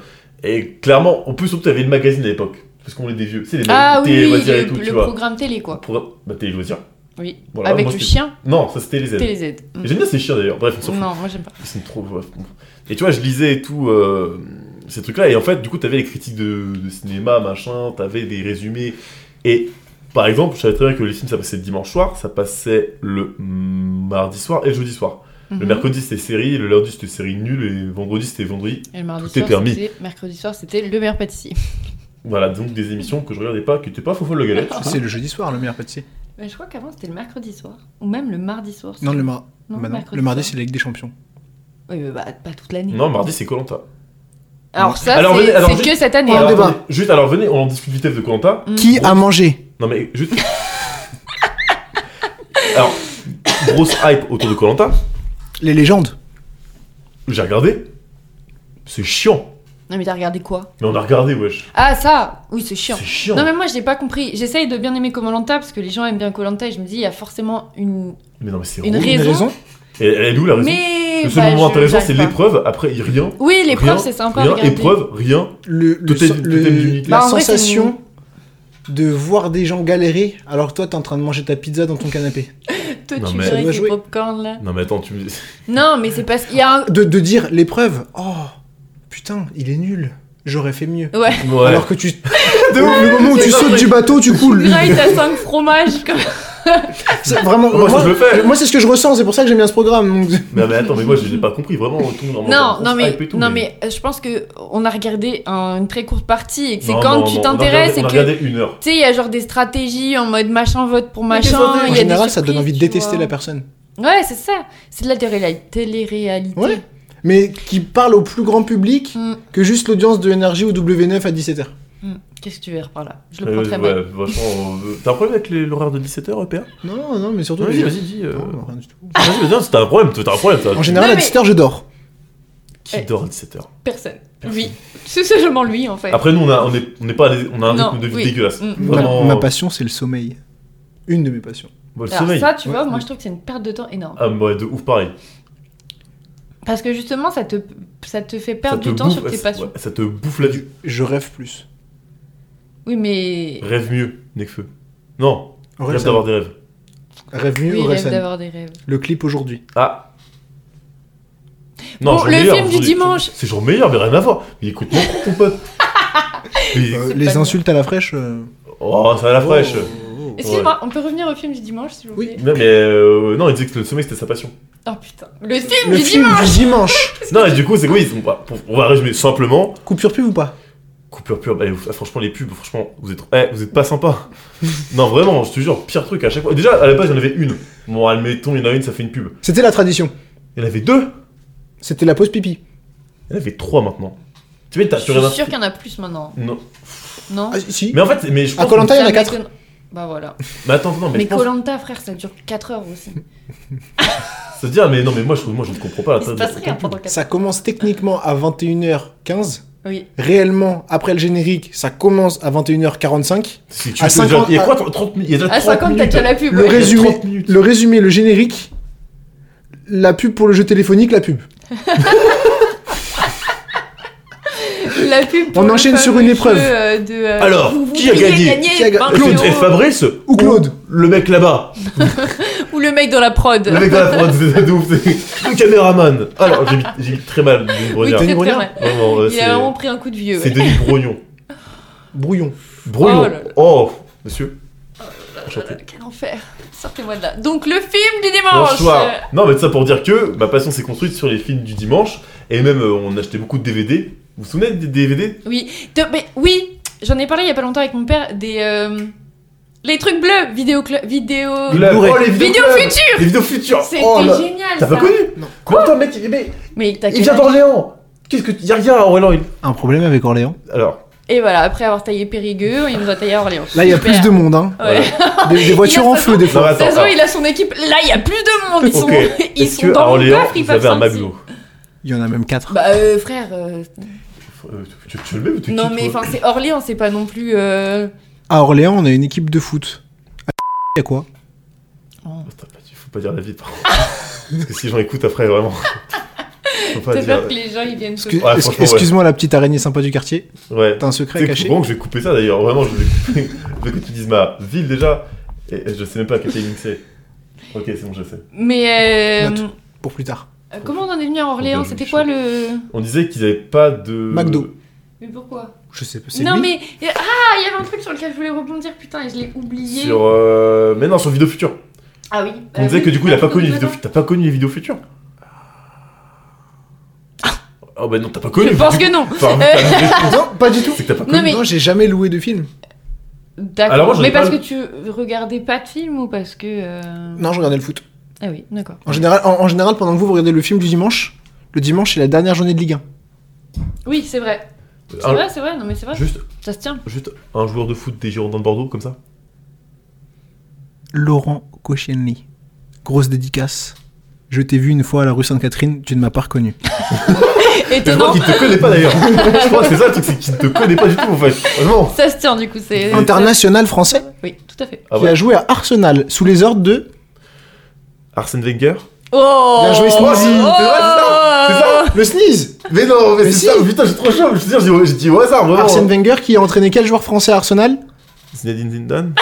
Speaker 1: et clairement, en plus, surtout, t'avais le magazine à l'époque. Parce qu'on est des vieux. C'est les
Speaker 3: Ah
Speaker 1: télé,
Speaker 3: oui, oui,
Speaker 1: loisirs
Speaker 3: le,
Speaker 1: et tout,
Speaker 3: le
Speaker 1: tu vois.
Speaker 3: programme télé, quoi.
Speaker 1: Programme- Bah, télé loisirs.
Speaker 3: Oui.
Speaker 1: Voilà,
Speaker 3: Avec
Speaker 1: moi,
Speaker 3: le
Speaker 1: c'était-
Speaker 3: chien,
Speaker 1: Non, ça c'était les ailes.
Speaker 3: télé Z. Mm.
Speaker 1: J'aime bien ces chiens d'ailleurs. Bref, on s'en fout.
Speaker 3: Non, moi j'aime pas.
Speaker 1: Ils sont trop. bref, bon. Et tu vois, je lisais et tout euh, ces trucs-là, et en fait, du coup, t'avais les critiques de, de cinéma, machin, t'avais des résumés. Et par exemple, je savais très bien que les films, ça passait le dimanche soir, ça passait le mardi soir et le jeudi soir. Le
Speaker 3: Mhm.
Speaker 1: mercredi, c'était série, le lundi, c'était série nulle, et le vendredi, c'était vendredi.
Speaker 3: Et le mardi
Speaker 1: tout est
Speaker 3: soir,
Speaker 1: permis.
Speaker 3: c'était- Mercredi soir, c'était le meilleur pâtissier.
Speaker 1: Voilà, donc des émissions que je regardais pas, qui étaient pas faux folle le galette.
Speaker 2: Ah, C'est le jeudi soir, le meilleur pâtissier.
Speaker 3: Mais je crois qu'avant c'était le mercredi soir. Ou même le mardi soir.
Speaker 2: Non, le, mar...
Speaker 3: Non,
Speaker 2: bah non.
Speaker 3: mercredi
Speaker 2: le mardi,
Speaker 3: soir.
Speaker 2: c'est la Ligue des Champions.
Speaker 3: Oui, mais bah, pas toute l'année.
Speaker 1: [LAUGHS] Non, mardi, c'est Colanta.
Speaker 3: Alors ça,
Speaker 1: Alors,
Speaker 3: c'est
Speaker 1: venez- alors,
Speaker 3: c'est
Speaker 1: juste-
Speaker 3: que cette année.
Speaker 2: Voilà.
Speaker 3: hein.
Speaker 2: débat.
Speaker 1: Juste, alors venez, on en discute vite fait de Colanta.
Speaker 3: Mm.
Speaker 2: Qui a mangé
Speaker 1: Non mais juste. [LAUGHS] alors, grosse hype autour de Colanta.
Speaker 2: Les légendes.
Speaker 1: J'ai regardé. C'est chiant.
Speaker 3: Non, mais t'as regardé quoi
Speaker 1: Mais on a regardé, wesh.
Speaker 3: Ah, ça Oui, c'est chiant.
Speaker 1: C'est chiant.
Speaker 3: Non, mais moi, je n'ai pas compris. J'essaye de bien aimer Colanta parce que les gens aiment bien Colanta et je me dis, il y a forcément une.
Speaker 1: Mais non, mais c'est
Speaker 3: Une
Speaker 1: relou.
Speaker 3: raison.
Speaker 2: Une raison
Speaker 1: Et Elle est où la raison
Speaker 3: Mais.
Speaker 1: Le seul
Speaker 3: bah,
Speaker 1: moment
Speaker 3: je-
Speaker 1: intéressant,
Speaker 3: j'arrive
Speaker 1: c'est
Speaker 3: pas.
Speaker 1: l'épreuve. Après, il- rien.
Speaker 3: Oui,
Speaker 1: rien,
Speaker 3: l'épreuve, c'est sympa. à
Speaker 1: Rien.
Speaker 3: regarder.
Speaker 1: Épreuve, rien.
Speaker 2: Le, le,
Speaker 1: Totem-
Speaker 2: sen- le-
Speaker 1: totem d'unité.
Speaker 2: la
Speaker 3: Bah, en vrai, c'est
Speaker 2: sensation de voir des gens galérer alors que toi t'es en train de manger ta pizza dans ton canapé.
Speaker 3: Toi,
Speaker 1: Non,
Speaker 3: tu
Speaker 1: mais-
Speaker 2: Ça
Speaker 3: verrais
Speaker 2: doit
Speaker 3: tes
Speaker 2: jouer.
Speaker 3: popcorn là.
Speaker 1: Non, mais attends, tu me dis.
Speaker 3: Non, mais c'est parce qu'il y a un.
Speaker 2: De, de dire l'épreuve, oh putain, il est nul, j'aurais fait mieux.
Speaker 3: Ouais.
Speaker 1: Ouais.
Speaker 2: Alors que
Speaker 1: [LAUGHS]
Speaker 2: tu. De ouf, le moment où
Speaker 3: C'est
Speaker 2: tu
Speaker 3: pas
Speaker 2: sautes
Speaker 3: vrai.
Speaker 2: du bateau, tu coules. [LAUGHS]
Speaker 3: Grind à 5 fromages. Comme...
Speaker 2: C'est vraiment.
Speaker 1: Moi, ça,
Speaker 2: moi,
Speaker 1: je le fais.
Speaker 2: moi, c'est ce que je ressens, c'est pour ça que j'aime bien ce programme. donc-
Speaker 1: Mais, mais attends, mais moi, j'ai pas compris vraiment tout.
Speaker 3: Non, non, mais, non, mais euh, je pense que on a regardé un- une très courte partie et que c'est
Speaker 1: Non,
Speaker 3: quand
Speaker 1: non,
Speaker 3: tu
Speaker 1: non,
Speaker 3: t'intéresses et
Speaker 1: On a
Speaker 3: que.
Speaker 1: regardé on a regardé une heure.
Speaker 3: Tu sais, il y a genre des stratégies en mode machin vote pour machin.
Speaker 1: autres,
Speaker 3: il y
Speaker 2: En
Speaker 3: a
Speaker 2: général,
Speaker 3: des
Speaker 2: ça donne envie de
Speaker 3: surprises,
Speaker 2: détester
Speaker 3: tu
Speaker 2: la
Speaker 3: vois.
Speaker 2: personne.
Speaker 3: Ouais, c'est ça. C'est de la télé- télé-réalité.
Speaker 2: Ouais. Mais qui parle au plus grand public
Speaker 3: Hmm.
Speaker 2: que juste l'audience de NRJ ou W9 à 17h.
Speaker 3: Hmm. Qu'est-ce que tu veux dire par là Je le
Speaker 1: Ouais,
Speaker 3: prends
Speaker 1: Euh, ouais,
Speaker 3: très mal.
Speaker 1: vachement, euh, T'as un problème avec les- l'horaire de 17h, EPA
Speaker 2: Non, non, mais surtout.
Speaker 1: Vas-y,
Speaker 2: les-
Speaker 1: vas-y, dis. euh,
Speaker 2: Non, non, rien du tout.
Speaker 1: Vas-y, vas-y, non, c'est- t'as un problème, toi, t'as un problème. t'as-
Speaker 2: En général,
Speaker 3: Non,
Speaker 2: à
Speaker 3: mais-
Speaker 2: 17h, je dors.
Speaker 1: Qui
Speaker 3: Eh.
Speaker 1: dort à 17h
Speaker 3: Personne. Lui. [LAUGHS] C'est seulement lui en fait.
Speaker 1: Après, nous, on a, on est, on est pas, allé- on a un
Speaker 3: Non,
Speaker 1: rythme de vie
Speaker 3: oui.
Speaker 1: dégueulasse.
Speaker 3: Mm.
Speaker 2: Ma,
Speaker 1: Vraiment.
Speaker 2: ma passion, c'est le sommeil. Une de mes passions.
Speaker 1: Bon, le
Speaker 3: Alors
Speaker 1: sommeil.
Speaker 3: ça, tu vois,
Speaker 2: Ouais.
Speaker 3: moi je trouve que c'est une perte de temps énorme.
Speaker 1: Ah, ouais, de ouf, pareil.
Speaker 3: Parce que justement, ça te, ça te fait
Speaker 1: Ça
Speaker 3: perdre
Speaker 1: te
Speaker 3: du temps
Speaker 1: bouffe-
Speaker 3: sur tes
Speaker 1: ça-
Speaker 3: passions.
Speaker 1: ouais, ça te bouffe la vie.
Speaker 2: Je rêve plus.
Speaker 3: Oui, mais.
Speaker 1: Rêve mieux, Nekfeu. Non,
Speaker 2: Rêve,
Speaker 1: rêve d'avoir des rêves.
Speaker 2: rêve mieux
Speaker 3: Oui,
Speaker 2: ou
Speaker 3: rêve
Speaker 2: rêve sain
Speaker 3: d'avoir des rêves.
Speaker 2: Le clip aujourd'hui.
Speaker 1: Ah.
Speaker 3: Bon,
Speaker 1: Jean
Speaker 3: le
Speaker 1: Meilleur,
Speaker 3: film du
Speaker 1: aujourd'hui.
Speaker 3: dimanche.
Speaker 1: C'est genre meilleur, mais rien à voir. Mais écoute, mon con, ton pote.
Speaker 2: [LAUGHS]
Speaker 1: Mais-
Speaker 2: Euh,
Speaker 3: C'est pas
Speaker 2: les
Speaker 3: bien.
Speaker 2: insultes à la fraîche. euh,
Speaker 1: Oh, ça à la fraîche.
Speaker 2: oh, oh, oh.
Speaker 3: Excuse-moi, on peut revenir au film du dimanche, s'il vous
Speaker 2: Oui.
Speaker 3: plaît
Speaker 1: Non, mais euh, non, il disait que le sommeil c'était sa passion.
Speaker 3: Oh putain. Le film
Speaker 2: Le
Speaker 3: du
Speaker 2: film
Speaker 3: dimanche
Speaker 2: du dimanche.
Speaker 1: Non, et du coup, c'est quoi ils ont pas- pour- On va résumer simplement.
Speaker 2: Coupure pub ou pas
Speaker 1: Coupure pure, bah, vous- franchement, les pubs, franchement, vous êtes, eh, vous êtes pas
Speaker 2: [LAUGHS]
Speaker 1: sympa. non, vraiment, je te jure, pire truc à chaque fois. Déjà, à la base, il y en avait une. Bon, admettons, il y en a une, ça fait une pub.
Speaker 2: C'était la tradition.
Speaker 1: Il y en avait deux.
Speaker 2: C'était la pause pipi.
Speaker 1: Il y en avait trois maintenant. Tu sais, t'as
Speaker 3: Je suis
Speaker 1: sur un-
Speaker 3: sûre qu'il y en a plus maintenant.
Speaker 1: Non.
Speaker 3: Non
Speaker 2: Ah, si.
Speaker 1: Mais en fait, mais je
Speaker 2: À
Speaker 1: pense.
Speaker 2: Koh-Lanta, il y en a
Speaker 3: Ça
Speaker 2: quatre.
Speaker 3: m'étonne- Bah voilà.
Speaker 1: Mais attends, non, mais,
Speaker 3: Mais
Speaker 1: je pense.
Speaker 3: Colanta, frère, ça dure 4 heures aussi.
Speaker 1: Ça veut dire, mais non, mais moi, je, moi, je ne comprends pas la
Speaker 3: Il se
Speaker 1: tête
Speaker 3: passe
Speaker 1: de-
Speaker 3: rien pendant 4 heures.
Speaker 2: Ça commence techniquement à 21h15.
Speaker 3: Oui.
Speaker 2: Réellement, après le générique, ça commence à 21h45.
Speaker 1: Si tu
Speaker 2: À
Speaker 1: veux, déjà-
Speaker 2: 50,
Speaker 1: Il y a quoi
Speaker 2: à-
Speaker 1: 30 minutes Il y a déjà
Speaker 3: À
Speaker 1: 30
Speaker 3: 50, Ah, t'as
Speaker 1: minutes.
Speaker 3: déjà la pub.
Speaker 2: Le
Speaker 3: ouais.
Speaker 1: ré-
Speaker 2: résumé,
Speaker 1: 30 minutes.
Speaker 2: le résumé, le générique, la pub pour le jeu téléphonique, la pub.
Speaker 3: La pub. pour
Speaker 2: On
Speaker 3: le
Speaker 2: enchaîne sur
Speaker 3: fameux
Speaker 2: une
Speaker 3: jeu,
Speaker 2: éprève.
Speaker 3: euh, de, euh,
Speaker 1: Alors,
Speaker 3: vous- vous
Speaker 1: qui a
Speaker 3: pourriez
Speaker 1: gagné
Speaker 3: gagner
Speaker 2: Qui a ga-
Speaker 3: 20
Speaker 1: Claude
Speaker 3: euros.
Speaker 1: et Fabrice
Speaker 2: Ou Claude.
Speaker 1: Le mec là-bas
Speaker 3: Ou le mec dans la prod.
Speaker 1: Le mec dans la prod, c'est de ouf, c'est- Le caméraman Alors, j'ai mis- j'ai mis très mal Denis
Speaker 3: Oui,
Speaker 1: Brogniard.
Speaker 3: très,
Speaker 2: Denis
Speaker 3: très
Speaker 2: Brogniard.
Speaker 3: mal.
Speaker 1: Vraiment, euh,
Speaker 3: Il
Speaker 1: c'est
Speaker 3: a vraiment pris un coup de vieux.
Speaker 1: c'est
Speaker 3: ouais.
Speaker 1: Denis Brognon.
Speaker 2: Brouillon.
Speaker 1: Brognon Oh,
Speaker 3: Oh là là.
Speaker 1: monsieur
Speaker 3: Voilà, Oh Quel enfer. Sortez-moi de là. Donc le film du
Speaker 1: Bonsoir.
Speaker 3: dimanche. euh,
Speaker 1: Non, mais ça pour dire que ma passion s'est construite sur les films du dimanche, et même euh, on achetait beaucoup de DVD. Vous vous souvenez des DVD
Speaker 3: Oui. De- mais oui, j'en ai parlé il y a pas longtemps avec mon père des euh, les trucs bleus, vidéo cl- vidéo
Speaker 1: Glab-
Speaker 2: Blu-ray.
Speaker 1: Oh, les vidéos
Speaker 3: vidéo
Speaker 1: Glab-
Speaker 3: future.
Speaker 1: Les vidéos futures
Speaker 3: C'était
Speaker 1: Oh là
Speaker 3: génial.
Speaker 1: T'as pas
Speaker 3: ça. Ah,
Speaker 1: connu
Speaker 2: Non.
Speaker 1: Quoi Attends, mec, mais
Speaker 3: Mais t'as
Speaker 1: il vient
Speaker 3: quel âge
Speaker 1: d'Orléans Qu'est-ce que tu. Y'a rien à Orléans il-
Speaker 2: Un problème avec Orléans.
Speaker 1: Alors,
Speaker 3: Et voilà, après avoir taillé Périgueux, il nous a taillé à Orléans.
Speaker 2: Là, il y a
Speaker 3: Super.
Speaker 2: plus de monde, hein.
Speaker 3: [LAUGHS] Ouais.
Speaker 2: Des, des voitures en feu,
Speaker 1: non,
Speaker 2: des
Speaker 1: mais
Speaker 2: fois.
Speaker 3: De toute
Speaker 1: attends.
Speaker 3: façon, il a son équipe. Là, il y a plus de monde. Ils sont,
Speaker 1: Ok.
Speaker 3: ils
Speaker 1: Est-ce
Speaker 3: sont
Speaker 1: que à
Speaker 3: dans mon
Speaker 1: Orléans,
Speaker 3: coffre, ils
Speaker 1: vous
Speaker 3: peuvent
Speaker 1: avez un
Speaker 3: sortir.
Speaker 1: Magnum
Speaker 2: Il y en a même quatre.
Speaker 3: Bah, euh, frère. euh,
Speaker 1: Euh, tu, tu- tu le mets ou tu
Speaker 3: non,
Speaker 1: quittes,
Speaker 3: mais
Speaker 1: toi
Speaker 3: enfin, c'est Orléans, c'est pas non plus. Euh...
Speaker 2: À Orléans, on a une équipe de foot. À quoi
Speaker 1: Oh, t'as pas dit- faut pas dire la vie, par contre. [LAUGHS] Parce que si j'en écoute après, vraiment. [LAUGHS] faut pas
Speaker 3: T'as
Speaker 1: dire.
Speaker 3: peur que les gens ils viennent se.
Speaker 2: Excu-
Speaker 1: Ouais,
Speaker 2: es-
Speaker 1: franchement, ouais.
Speaker 2: Excuse-moi, la petite araignée sympa du quartier.
Speaker 1: Ouais.
Speaker 2: T'as un secret
Speaker 1: C'est
Speaker 2: caché
Speaker 1: bon que je vais couper ça d'ailleurs, vraiment, je vais couper. je veux que tu dises ma ville déjà, et je sais même pas à quel timing c'est. Ok, c'est bon, je sais.
Speaker 3: Mais. euh,
Speaker 2: Note. pour plus tard.
Speaker 3: euh, Comment on en est venu à Orléans
Speaker 1: Oh, bien,
Speaker 3: C'était
Speaker 1: je
Speaker 3: quoi
Speaker 1: sais.
Speaker 3: le.
Speaker 1: On disait qu'ils avaient pas de.
Speaker 2: McDo.
Speaker 3: Mais pourquoi
Speaker 2: Je sais pas. c'est
Speaker 3: Non,
Speaker 2: lui
Speaker 3: mais. Ah, il y avait un truc sur lequel je voulais rebondir, putain, et je l'ai oublié.
Speaker 1: Sur. euh, Mais non, sur Vidéo Future.
Speaker 3: Ah oui.
Speaker 1: On
Speaker 3: Euh,
Speaker 1: disait
Speaker 3: oui,
Speaker 1: que du coup, il a
Speaker 3: ah,
Speaker 1: pas
Speaker 3: je
Speaker 1: connu les
Speaker 3: connais
Speaker 1: vidéos. T'as
Speaker 3: pas.
Speaker 1: pas connu les vidéos futures Oh bah non, t'as pas connu.
Speaker 3: Ah. Je pense que non.
Speaker 1: Enfin,
Speaker 3: Euh,
Speaker 1: t'as-
Speaker 2: [LAUGHS] Non, pas du tout.
Speaker 1: c'est que t'as pas connu.
Speaker 3: Non, mais.
Speaker 2: Non, j'ai jamais loué de film.
Speaker 1: Alors moi,
Speaker 3: D'accord.
Speaker 1: j'en ai
Speaker 3: Mais
Speaker 1: pas
Speaker 3: parce que
Speaker 1: le-
Speaker 3: tu regardais pas de film ou parce que. euh,
Speaker 2: Non, je regardais le foot.
Speaker 3: Ah oui, d'accord.
Speaker 2: En général, en, en général, pendant que vous, vous regardez le film du dimanche, le dimanche, c'est la dernière journée de Ligue 1.
Speaker 3: Oui, c'est vrai. C'est
Speaker 1: Un-
Speaker 3: vrai, c'est vrai, non, mais c'est vrai.
Speaker 1: Juste,
Speaker 3: Ça se tient.
Speaker 1: juste un joueur de foot des Girondins de Bordeaux, comme ça
Speaker 2: Laurent Koscielny. Grosse dédicace. Je t'ai vu une fois à la rue Sainte-Catherine, tu ne m'as pas reconnu.
Speaker 1: Je crois
Speaker 3: Étonnant.
Speaker 1: qu'il te connaît pas d'ailleurs. Je crois que c'est ça le truc, c'est qu'il te connaît pas du tout en fait. Vraiment.
Speaker 3: Ça se tient du coup, c'est.
Speaker 2: International français
Speaker 3: Oui, tout à fait.
Speaker 1: Ah
Speaker 2: qui
Speaker 1: ouais.
Speaker 2: a joué à Arsenal sous les ordres de.
Speaker 1: Arsène Wenger
Speaker 3: Oh
Speaker 2: Bien joué, Sneezy.
Speaker 1: C'est vrai, c'est ça, c'est ça.
Speaker 2: Le sneeze
Speaker 1: Mais non, mais,
Speaker 2: Mais
Speaker 1: c'est
Speaker 2: si.
Speaker 1: Oh. ça, putain, je suis trop chaud. Je veux dire, j'ai dit au hasard, vraiment.
Speaker 2: Arsène Wenger qui a entraîné quel joueur français à Arsenal
Speaker 1: Zinedine Zidane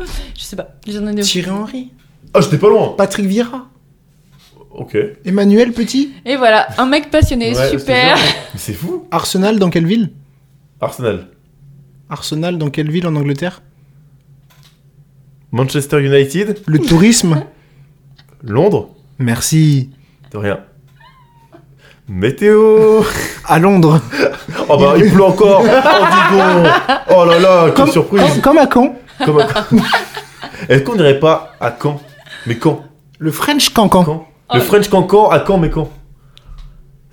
Speaker 3: Je sais pas. J'en ai aucune
Speaker 2: Thierry
Speaker 3: idée.
Speaker 2: Henry,
Speaker 1: Ah, j'étais pas loin
Speaker 2: Patrick Vieira,
Speaker 1: Ok.
Speaker 2: Emmanuel Petit,
Speaker 3: Et voilà, un mec passionné,
Speaker 1: Ouais, je te
Speaker 3: super.
Speaker 1: jure. Mais c'est fou
Speaker 2: Arsenal dans quelle ville
Speaker 1: Arsenal.
Speaker 2: Arsenal dans quelle ville en Angleterre
Speaker 1: Manchester United
Speaker 2: Le tourisme
Speaker 1: Londres
Speaker 2: Merci.
Speaker 1: De rien. Météo
Speaker 2: À Londres.
Speaker 1: Oh bah il pleut encore Oh dis donc Oh là là, quelle
Speaker 2: Comme,
Speaker 1: surprise
Speaker 2: comme- comme à Caen.
Speaker 1: Comme à- [LAUGHS] Est-ce qu'on dirait pas à Caen Mais quand
Speaker 2: Le French Cancan.
Speaker 1: Caen Le French Cancan à Caen mais quand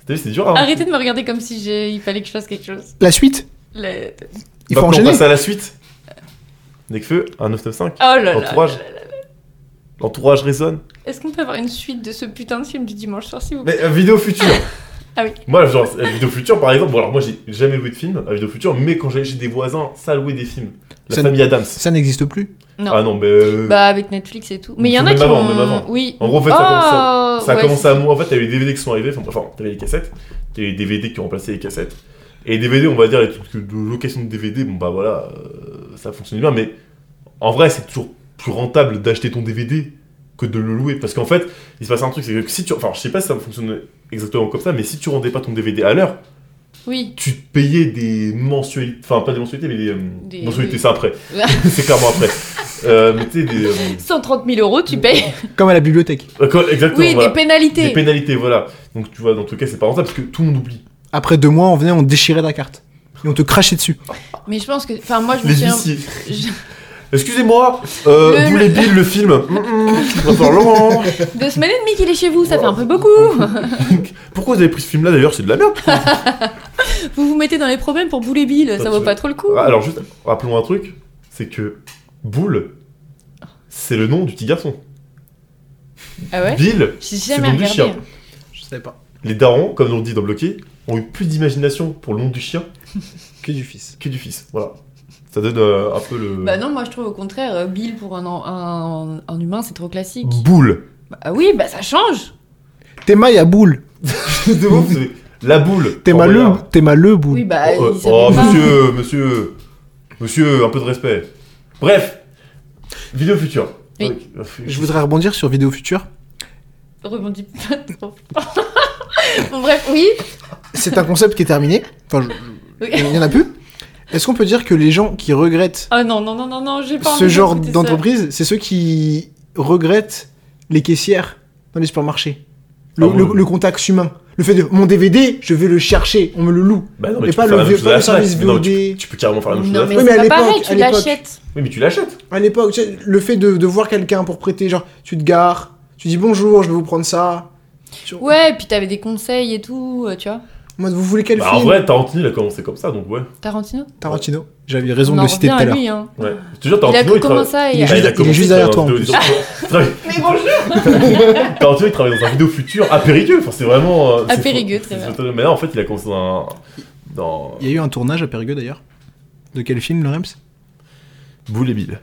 Speaker 1: T'as vu, c'est dur hein
Speaker 3: Arrêtez de me regarder comme si j'ai- il fallait que je fasse quelque chose.
Speaker 2: La suite
Speaker 3: Le-
Speaker 2: Il
Speaker 1: Bah,
Speaker 2: faut
Speaker 1: on
Speaker 2: enchaîner.
Speaker 1: passe à la suite Necfeu, un 995
Speaker 3: Oh là là là.
Speaker 1: Entourage.
Speaker 3: là là.
Speaker 1: L'entourage résonne
Speaker 3: Est-ce qu'on peut avoir une suite de ce putain de film du dimanche soir, s'il vous plaît
Speaker 1: Mais euh, vidéo future
Speaker 3: Ah oui.
Speaker 1: Moi, genre, euh, vidéo future par exemple, bon alors moi j'ai jamais loué de film à vidéo future, mais quand j'allais chez des voisins, ça louait des films. La
Speaker 2: Ça-
Speaker 1: famille Adams.
Speaker 2: Ça n'existe plus.
Speaker 3: Non.
Speaker 1: Ah non, mais. euh,
Speaker 3: Bah avec Netflix et tout. Mais il y en a
Speaker 1: Même
Speaker 3: qui
Speaker 1: avant,
Speaker 3: ont...
Speaker 1: même avant.
Speaker 3: Oui.
Speaker 1: En gros, en fait, ça
Speaker 3: Oh,
Speaker 1: Ça a
Speaker 3: ouais,
Speaker 1: commencé à mou- En fait, t'avais les DVD qui sont arrivés. Enfin, enfin, t'avais les cassettes. T'avais les DVD qui ont remplacé les cassettes. Et les DVD, on va dire, les trucs de location de DVD, bon bah voilà, euh, ça fonctionnait bien. Mais en vrai, c'est toujours plus rentable d'acheter ton DVD que de le louer. Parce qu'en fait, il se passe un truc, c'est que si tu. Enfin, je sais pas si ça fonctionne exactement comme ça, mais si tu rendais pas ton DVD à l'heure,
Speaker 3: Oui.
Speaker 1: tu te payais des mensualités. Enfin, pas des mensualités, mais des. euh,
Speaker 3: Des-
Speaker 1: mensualités,
Speaker 3: oui.
Speaker 1: c'est
Speaker 3: [LAUGHS]
Speaker 1: après. c'est clairement après. Euh, mais tu sais, des. euh,
Speaker 3: 130 000 euros, tu payes.
Speaker 2: Comme à la bibliothèque.
Speaker 1: exactement.
Speaker 3: oui,
Speaker 1: voilà.
Speaker 3: des pénalités.
Speaker 1: Des pénalités, voilà. Donc tu vois, dans tout cas, c'est pas rentable parce que tout le monde oublie.
Speaker 2: Après deux mois, on venait, on déchirait ta carte. Et on te crachait dessus.
Speaker 1: Oh,
Speaker 3: Mais je pense que... Enfin, moi, je me
Speaker 1: Les
Speaker 3: souviens...
Speaker 1: huissiers.
Speaker 3: [LAUGHS] je-
Speaker 1: Excusez-moi, euh,
Speaker 3: Le-
Speaker 1: vous les piles, le film. Mm, mm, encore long.
Speaker 3: Deux semaines et demie qu'il est chez vous, ça fait un
Speaker 1: [LAUGHS]
Speaker 3: peu beaucoup.
Speaker 1: Pourquoi vous avez pris ce film-là d'ailleurs C'est de la merde. Ah,
Speaker 3: vous vous mettez dans les problèmes pour bouler Bill, ça
Speaker 1: Toi,
Speaker 3: vaut
Speaker 1: tu-
Speaker 3: pas trop le coup.
Speaker 1: Ah, Alors juste, rappelons un truc c'est que Boule, c'est le nom du petit garçon.
Speaker 3: Ah ouais
Speaker 1: Bill,
Speaker 3: J'ai
Speaker 1: c'est le
Speaker 3: jamais
Speaker 1: nom du
Speaker 3: regardé.
Speaker 1: chien.
Speaker 2: Je savais pas.
Speaker 1: Les darons, comme on dit dans Bloqué, ont eu plus d'imagination pour le nom du chien
Speaker 2: [LAUGHS] Que du fils.
Speaker 1: que du fils. Voilà. Ça donne euh, un peu le.
Speaker 3: Bah non, moi je trouve au contraire, euh, Bill pour un, en- un, un humain, c'est trop classique.
Speaker 1: Mm.
Speaker 2: [LAUGHS]
Speaker 1: Boule.
Speaker 3: Bah ah oui, bah ça change.
Speaker 2: T'es maille à boule.
Speaker 1: De ouf, c'est- la boule.
Speaker 2: T'es
Speaker 1: Oh,
Speaker 2: mal
Speaker 1: regarde.
Speaker 2: le, t'es mal le boule.
Speaker 3: Oui, bah
Speaker 1: oh,
Speaker 3: il
Speaker 1: oh,
Speaker 3: savait pas.
Speaker 1: monsieur, monsieur, monsieur, un peu de respect. Bref, vidéo future.
Speaker 3: Oui.
Speaker 1: Donc, euh,
Speaker 2: Je voudrais rebondir sur Vidéo Future.
Speaker 3: Rebondis pas trop. [LAUGHS] bon, bref, oui.
Speaker 2: C'est un concept qui est terminé. Enfin, je-
Speaker 3: Oui.
Speaker 1: [LAUGHS]
Speaker 2: il y en a plus. Est-ce qu'on peut dire que les gens qui regrettent
Speaker 3: Ah non, non, non, non, non, j'ai pas envie
Speaker 2: ce genre
Speaker 3: d'écouter ça.
Speaker 2: d'entreprise, c'est ceux qui regrettent les caissières dans les supermarchés. Le,
Speaker 1: Ah oui.
Speaker 2: le- le contact humain. Le fait de mon DVD, je veux le chercher, on me le loue.
Speaker 1: Bah non, mais
Speaker 2: Mais
Speaker 1: tu peux
Speaker 2: pas
Speaker 1: faire
Speaker 2: le,
Speaker 1: la même
Speaker 2: vieux-
Speaker 1: chose à
Speaker 2: pas
Speaker 1: la
Speaker 2: le
Speaker 1: Fnac.
Speaker 2: service
Speaker 1: Mais non, mais
Speaker 2: VOD.
Speaker 1: tu, tu peux carrément faire la même chose à
Speaker 3: Non,
Speaker 1: la
Speaker 3: mais
Speaker 1: Fnac.
Speaker 2: Oui, mais à
Speaker 3: c'est pas
Speaker 2: l'époque,
Speaker 3: pareil,
Speaker 2: à
Speaker 3: tu
Speaker 2: l'époque.
Speaker 3: l'achètes.
Speaker 1: Oui, mais tu l'achètes.
Speaker 2: à l'époque, tu sais, le fait de, de voir quelqu'un pour prêter, genre, tu te gares, tu dis bonjour, je vais vous prendre ça. Tu-
Speaker 3: Ouais, puis t'avais des conseils et tout, euh, tu vois.
Speaker 2: Moi, vous voulez quel
Speaker 1: Bah, en
Speaker 2: film
Speaker 1: vrai, Tarantino, il a commencé comme ça, donc ouais.
Speaker 3: Tarantino
Speaker 2: Tarantino. J'avais raison
Speaker 3: On
Speaker 2: de
Speaker 3: en
Speaker 2: le citer tout
Speaker 3: revient
Speaker 2: à l'heure.
Speaker 3: lui, hein.
Speaker 1: ouais. Je te jure,
Speaker 3: Il a
Speaker 1: Tarantino,
Speaker 3: que
Speaker 1: il, travaille-
Speaker 3: commencé à...
Speaker 2: il est
Speaker 1: Ah,
Speaker 2: juste-
Speaker 1: a commencé
Speaker 2: juste derrière toi, en
Speaker 1: dans-
Speaker 2: plus.
Speaker 1: dans- Travaille-
Speaker 2: [LAUGHS]
Speaker 3: Mais bonjour
Speaker 1: [LAUGHS] Tarantino, il travaille dans un vidéo futur à Périgueux. Enfin, c'est vraiment. euh,
Speaker 3: À
Speaker 1: c'est-
Speaker 3: Périgueux,
Speaker 1: c'est-
Speaker 3: très bien.
Speaker 1: c'est- Mais là, en fait, il a commencé dans. un- Dans.
Speaker 2: Il y a eu un tournage à Périgueux d'ailleurs. De quel film, le Rems
Speaker 1: Boule et Bill. [LAUGHS]